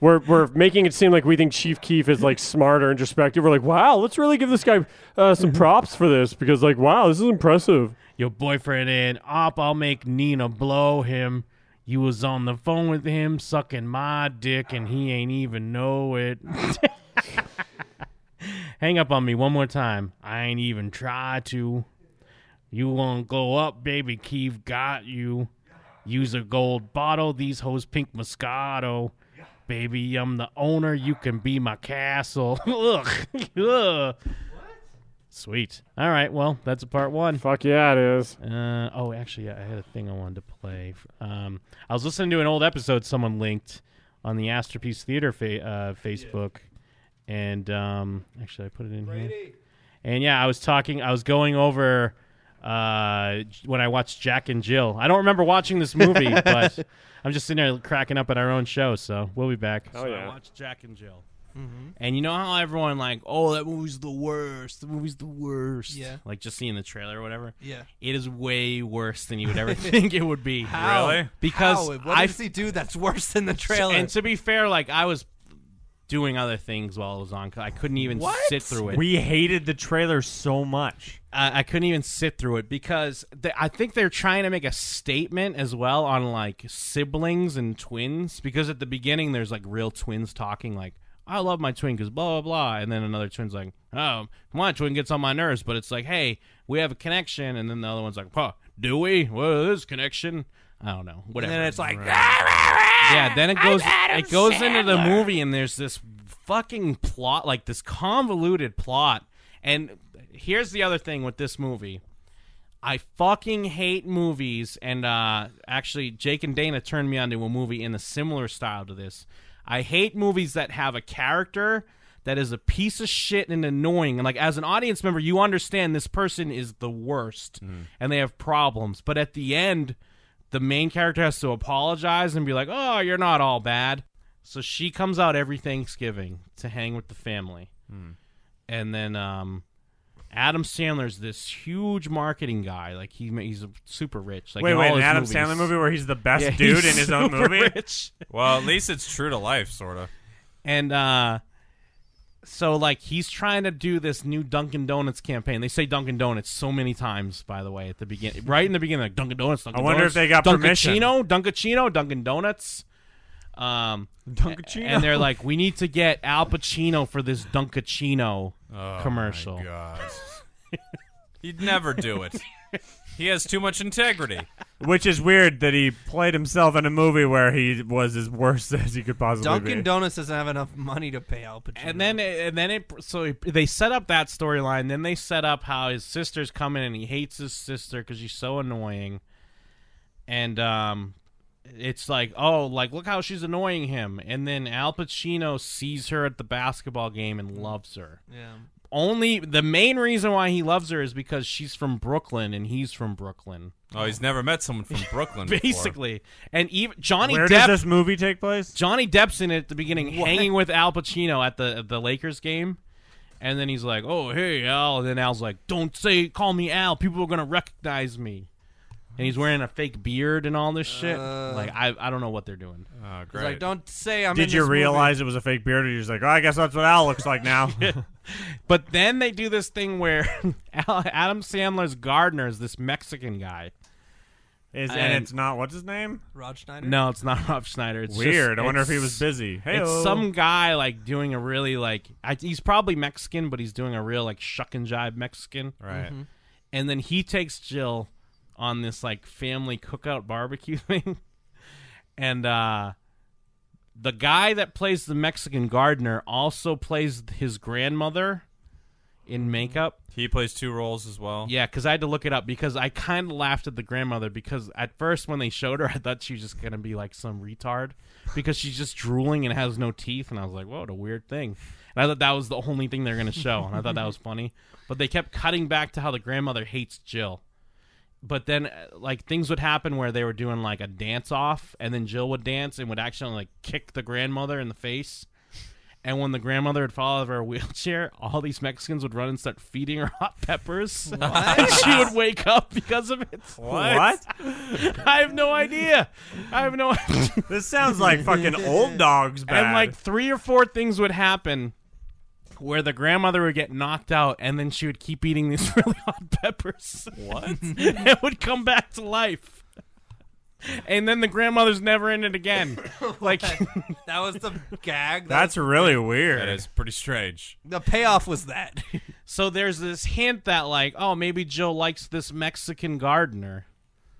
L: we're we're making it seem like we think Chief Keef is like smarter, introspective. We're like, wow, let's really give this guy uh, some
M: Mm-hmm.
L: props for this because like, wow, this is impressive.
M: Your boyfriend in op. I'll make Nina blow him. You was on the phone with him sucking my dick, and he ain't even know it. Hang up on me one more time. I ain't even try to. You won't go up, baby. Keeve got you. Use a gold bottle. These hoes pink Moscato. Baby, I'm the owner. You can be my castle. Ugh. Ugh. Sweet. All right. Well, that's a part one.
L: Fuck yeah, it is.
M: Uh, oh, actually, yeah, I had a thing I wanted to play. Um, I was listening to an old episode someone linked on the Masterpiece Theater fa- uh, Facebook, and um, actually, I put it in here. And yeah, I was talking. I was going over uh, j- when I watched Jack and Jill. I don't remember watching this movie, but I'm just sitting there cracking up at our own show. So we'll be back.
L: Oh yeah.
R: watched Jack and Jill.
M: And you know how everyone like, oh, that movie's the worst. The movie's the worst.
R: Yeah.
M: Like just seeing the trailer or whatever.
R: Yeah.
M: It is way worse than you would ever think it would be.
P: How? Really?
M: Because
P: How? What
M: I
P: does he do that's worse than the trailer?
M: And to be fair, like I was doing other things while it was on. 'cause I couldn't even
P: What?
M: sit through it.
R: We hated the trailer so much.
M: I, I couldn't even sit through it because they, I think they're trying to make a statement as well on like siblings and twins because at the beginning there's like real twins talking like I love my twin because blah blah blah and then another twin's like oh my twin gets on my nerves but it's like hey we have a connection and then the other one's like huh do we what is this connection I don't know whatever
P: then it's like,
M: yeah then it goes
P: Adam
M: it goes into the
P: Sandler.
M: movie and there's this fucking plot like this convoluted plot and here's the other thing with this movie I fucking hate movies, and uh, actually, Jake and Dana turned me onto a movie in a similar style to this. I hate movies that have a character that is a piece of shit and annoying. And like, as an audience member, you understand this person is the worst,
P: Mm.
M: and they have problems. But at the end, the main character has to apologize and be like, "Oh, you're not all bad." So she
R: Hmm.
M: comes out every Thanksgiving to hang with the family, and then um, Adam Sandler's this huge marketing guy. Like he ma- he's super rich. Like
R: wait,
M: in
R: wait,
M: all
R: an
M: his
R: Adam Sandler
M: movies.
R: movie where he's the best
M: Yeah,
R: dude
M: he's
R: in his own
M: super
R: movie.
M: Rich.
S: Well, at least it's true to life, sort of.
M: and uh so like he's trying to do this new Dunkin' Donuts campaign. They say Dunkin' Donuts so many times, by the way, at the beginning, right in the beginning, like Dunkin' Donuts. Dunkin'
R: I wonder if
M: Donuts,
R: they got permission.
M: Dunkachino, Dunkachino, Dunkin' Donuts. Um,
R: Dunkachino.
M: and they're like, we need to get Al Pacino for this Dunkachino
R: Oh
S: my
M: commercial.
S: God. He'd never do it. He has too much integrity.
R: Which is weird that he played himself in a movie where he was as worst as he could possibly
S: Dunkin'
R: be.
S: Donuts doesn't have enough money to pay Al Pacino.
M: And then it, and then it so it- they set up that storyline. Then they set up how his sister's coming and he hates his sister because she's so annoying. And um, it's like oh like look how she's annoying him. And then Al Pacino sees her at the basketball game and loves her.
S: Yeah.
M: Only the main reason why he loves her is because she's from Brooklyn and he's from Brooklyn.
S: Oh, he's never met someone from Brooklyn. before.
M: Basically, and even Johnny
R: Where
M: Depp.
R: does this movie take place?
M: Johnny Depp's in it at the beginning,
R: What?
M: hanging with Al Pacino at the at the Lakers game, and then he's like, "Oh, hey, Al," and then Al's like, "Don't say, call me Al. People are gonna recognize me." And he's wearing a fake beard and all this shit.
S: Uh.
M: like I, I don't know what they're doing.
S: Oh, He's like, don't say I'm.
R: Did
S: in
R: you
S: this
R: realize it was a fake beard? Or you're just like, oh, I guess that's what Al looks like now.
M: But then they do this thing where Al, Adam Sandler's gardener is this Mexican guy.
R: Is, and, it's not what's his name?
S: Rod Schneider?
M: No, it's not Rob Schneider. It's
R: Weird.
M: just-
R: I wonder if he
M: it's-
R: was busy. Heyo.
M: It's some guy like doing a really like I, he's probably Mexican, but he's doing a real like shuck and jive Mexican.
S: Right. Mhm.
M: And then he takes Jill on this like family cookout barbecue thing, and uh the guy that plays the Mexican gardener also plays his grandmother in makeup.
S: He plays two roles as well.
M: Yeah, because I had to look it up because I kind of laughed at the grandmother because at first when they showed her, I thought she was just gonna be like some retard because she's just drooling and has no teeth, and I was like, "Whoa, what a weird thing." And I thought that was the only thing they're gonna show, and I thought that was funny. But they kept cutting back to how the grandmother hates Jill. But then, uh, like things would happen where they were doing like a dance off, and then Jill would dance and would accidentally like kick the grandmother in the face. And when the grandmother would fall out of her wheelchair, all these Mexicans would run and start feeding her hot peppers. and she would wake up because of it.
R: What?
M: I have no idea. I have no
R: This sounds like fucking old dogs bad.
M: And like three or four things would happen where the grandmother would get knocked out and then she would keep eating these really hot peppers. What? it would come back to life. And then the grandmother's never in it again. Like
S: that was the gag.
R: That's really weird.
S: That is pretty strange.
M: The payoff was that. so there's this hint that like, oh, maybe Joe likes this Mexican gardener.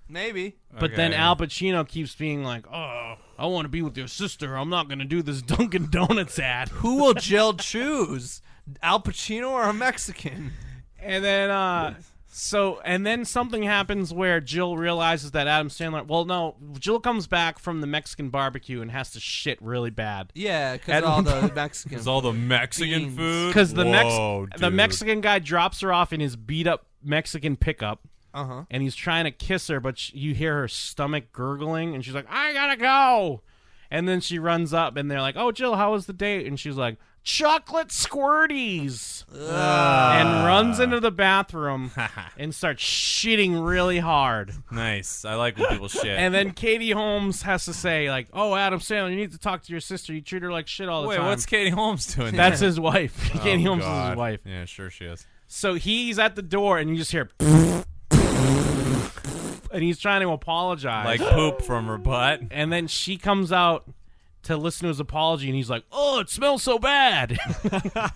S: Maybe.
M: But then
S: Okay.
M: Al Pacino keeps being like, "Oh, I want to be with your sister. I'm not going to do this Dunkin' Donuts ad."
S: Who will Jill choose? Al Pacino or a Mexican?
M: And then, uh, so and then something happens where Jill realizes that Adam Sandler. Well, no, Jill comes back from the Mexican barbecue and has to shit really bad.
S: Yeah, because
M: At
S: all
M: one
S: the
M: point-
S: Mexican.
M: all the
S: Mexican Beans. food?
M: Because the
S: Whoa,
M: Mex- the
S: dude.
M: Mexican guy drops her off in his beat up Mexican pickup.
S: Uh-huh.
M: And he's trying to kiss her, but sh- you hear her stomach gurgling, and she's like, "I gotta go." And then she runs up, and they're like, "Oh, Jill, how was the date?" And she's like, "Chocolate squirties," and runs into the bathroom and starts shitting really hard.
S: Nice. I like when people shit.
M: And then Katie Holmes has to say, like, "Oh, Adam Sandler, you need to talk to your sister. You treat her like shit all the
S: Wait,
M: time."
S: what's Katie Holmes doing
M: That's
S: there?
M: his wife.
S: Oh,
M: Katie Holmes is
S: God.
M: his wife.
S: Yeah, sure she is.
M: So he's at the door, and you just hear, and he's trying to apologize,
S: Like poop from her butt.
M: And then she comes out to listen to his apology, and he's like, "Oh, it smells so bad."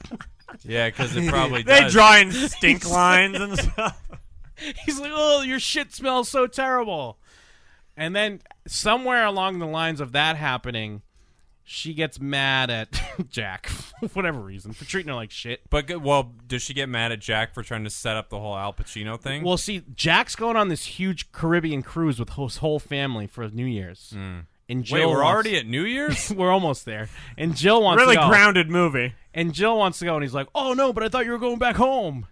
S: Yeah, because it probably
M: They
S: does.
M: draw in stink
S: He's-
M: lines and stuff. He's like, "Oh, your shit smells so terrible." And then somewhere along the lines of that happening, she gets mad at Jack for whatever reason for treating her like shit.
S: But g- well, does she get mad at Jack for trying to set up the whole Al Pacino thing?
M: Well, see, Jack's going on this huge Caribbean cruise with his whole family for New Year's. And Jill
S: Hmm. Wait, we're
M: wants-
S: already at New Year's?
M: we're almost there. And Jill wants
R: Really
M: to go.
R: grounded movie.
M: And Jill wants to go, and he's like, "Oh no, but I thought you were going back home."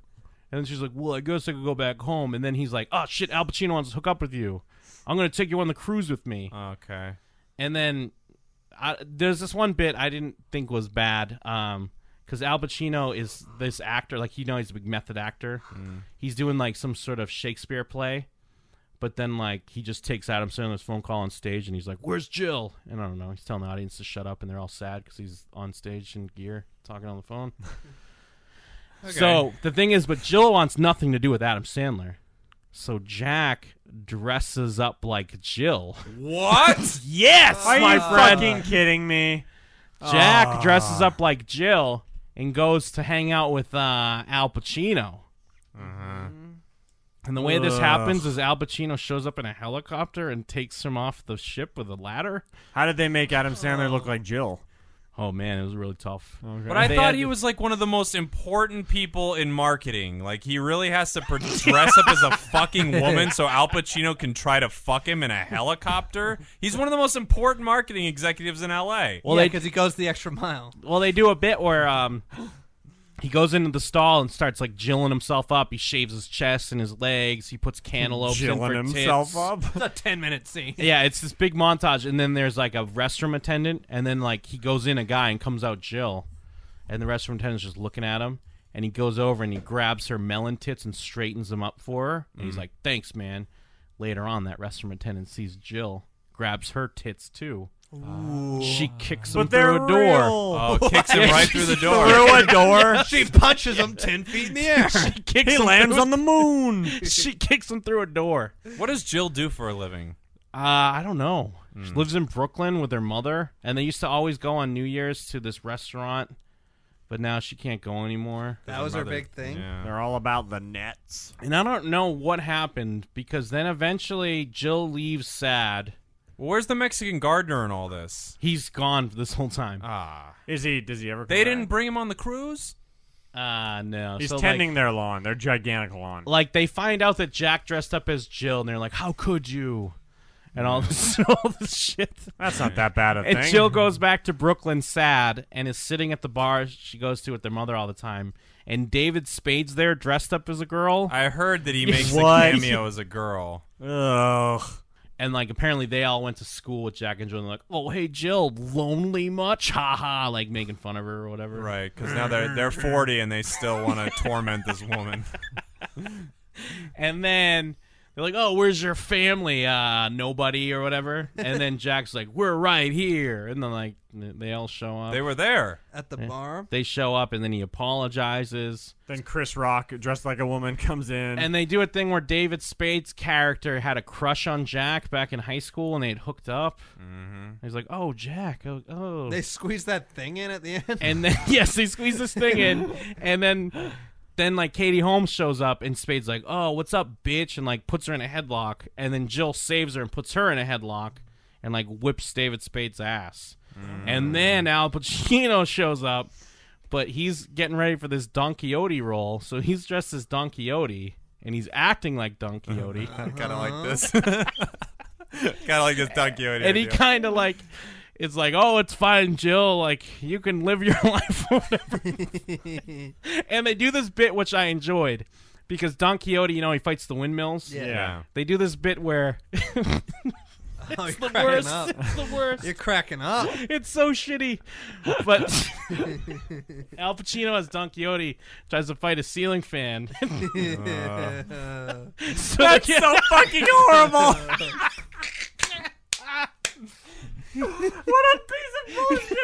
M: And then she's like, "Well, I guess I could go back home." And then he's like, "Oh shit, Al Pacino wants to hook up with you. I'm gonna take you on the cruise with me."
S: Okay.
M: And then I, there's this one bit I didn't think was bad because because Al Pacino is this actor. Like you know, he's a big method actor.
S: Mm.
M: He's doing like some sort of Shakespeare play, but then like he just takes Adam Sandler's phone call on stage, and he's like, "Where's Jill?" And I don't know. He's telling the audience to shut up, and they're all sad because he's on stage in gear talking on the phone. So
S: Okay.
M: the thing is, but Jill wants nothing to do with Adam Sandler. So Jack dresses up like Jill.
R: What?
M: yes,
R: Are
M: my
R: you
M: friend.
R: fucking kidding me?
M: Jack
R: Ah.
M: dresses up like Jill and goes to hang out with uh, Al Pacino.
S: Mm-hmm.
M: And the way this
R: Ugh.
M: happens is Al Pacino shows up in a helicopter and takes him off the ship with a ladder.
R: How did they make Adam Sandler look like Jill?
M: Oh man, it was really tough.
S: But I
M: They
S: thought
M: had
S: he
M: to-
S: was like one of the most important people in marketing. Like he really has to pro- dress up as a fucking woman so Al Pacino can try to fuck him in a helicopter. He's one of the most important marketing executives in LA.
M: Well,
S: yeah,
M: they-
P: because he goes the extra mile.
M: Well, they do a bit where um, he goes into the stall and starts like jilling himself up. He shaves his chest and his legs. He puts cantaloupes in
R: Jilling
M: for
R: himself
M: tits.
R: up?
P: It's a ten minute scene.
M: Yeah, it's this big montage, and then there's like a restroom attendant, and then like he goes in a guy and comes out Jill, and the restroom attendant's just looking at him, and he goes over and he grabs her melon tits and straightens them up for her, and he's
S: Mhm.
R: Mm-hmm.
M: like, "Thanks, man." Later on, that restroom attendant sees Jill, grabs her tits too. She kicks him
R: But they're
M: through a door.
R: real. Oh, kicks him right through the door.
M: Through
R: a door?
P: she punches him ten feet in the air.
M: she kicks
R: He
M: him
R: lands
M: through-
R: on the moon.
M: she kicks him through a door.
S: What does Jill do for a living?
M: Uh, I don't know.
S: Hmm.
M: She lives in Brooklyn with her mother, and they used to always go on New Year's to this restaurant, but now she can't go anymore.
P: That was her big thing.
R: They're all about the nets.
M: And I don't know what happened because then eventually Jill leaves sad.
S: Where's the Mexican gardener in all this?
M: He's gone this whole time.
S: Ah,
R: Is he? Does he ever? Come
S: they didn't bring him on the cruise.
M: Ah, no.
R: He's
M: So, like-
R: tending their lawn, their gigantic lawn.
M: Like they find out that Jack dressed up as Jill, and they're like, "How could you?" And all this, all this shit.
R: That's not that bad a
M: and
R: thing.
M: Jill goes back to Brooklyn sad and is sitting at the bar she goes to with their mother all the time. And David Spade's there, dressed up as a girl.
S: I heard that he makes a
M: What?
S: cameo as a girl.
R: Ugh.
M: And like apparently they all went to school with Jack and Jill. And they're like, oh hey Jill, lonely much? Ha ha! Like making fun of her or whatever.
S: Right, because now they're they're forty and they still want to torment this woman.
M: And then they're like, "Oh, where's your family? Uh, nobody or whatever." And then Jack's like, "We're right here." And then like they all show up.
S: They were there.
P: At the
M: Yeah.
P: bar?
M: They show up and then he apologizes.
R: Then Chris Rock, dressed like a woman, comes in.
M: And they do a thing where David Spade's character had a crush on Jack back in high school and they had hooked up. Mm-hmm. He's like, "Oh, Jack. Oh, oh."
P: They squeeze that thing in at the end.
M: and then yes, they squeeze this thing in, and then then like Katie Holmes shows up, and Spade's like, "Oh, what's up, bitch?" and like puts her in a headlock, and then Jill saves her and puts her in a headlock, and like whips David Spade's ass, and then Al Pacino shows up, but he's getting ready for this Don Quixote role, so he's dressed as Don Quixote. And he's acting like Don Quixote.
S: Kinda like this. Kinda like this Don Quixote
M: And he
S: idea.
M: kind of like, it's like, oh, it's fine, Jill. Like, you can live your life or whatever. and they do this bit, which I enjoyed. Because Don Quixote, you know, he fights the windmills.
P: Yeah. Yeah.
M: They do this bit where
P: Oh, you're
M: the
P: cracking
M: worst.
P: Up.
M: It's the worst.
P: You're cracking up.
M: It's so shitty. But Al Pacino as Don Quixote tries to fight a ceiling fan.
P: Uh.
M: So they
R: That's
M: get-
R: so fucking horrible. what a piece of bullshit.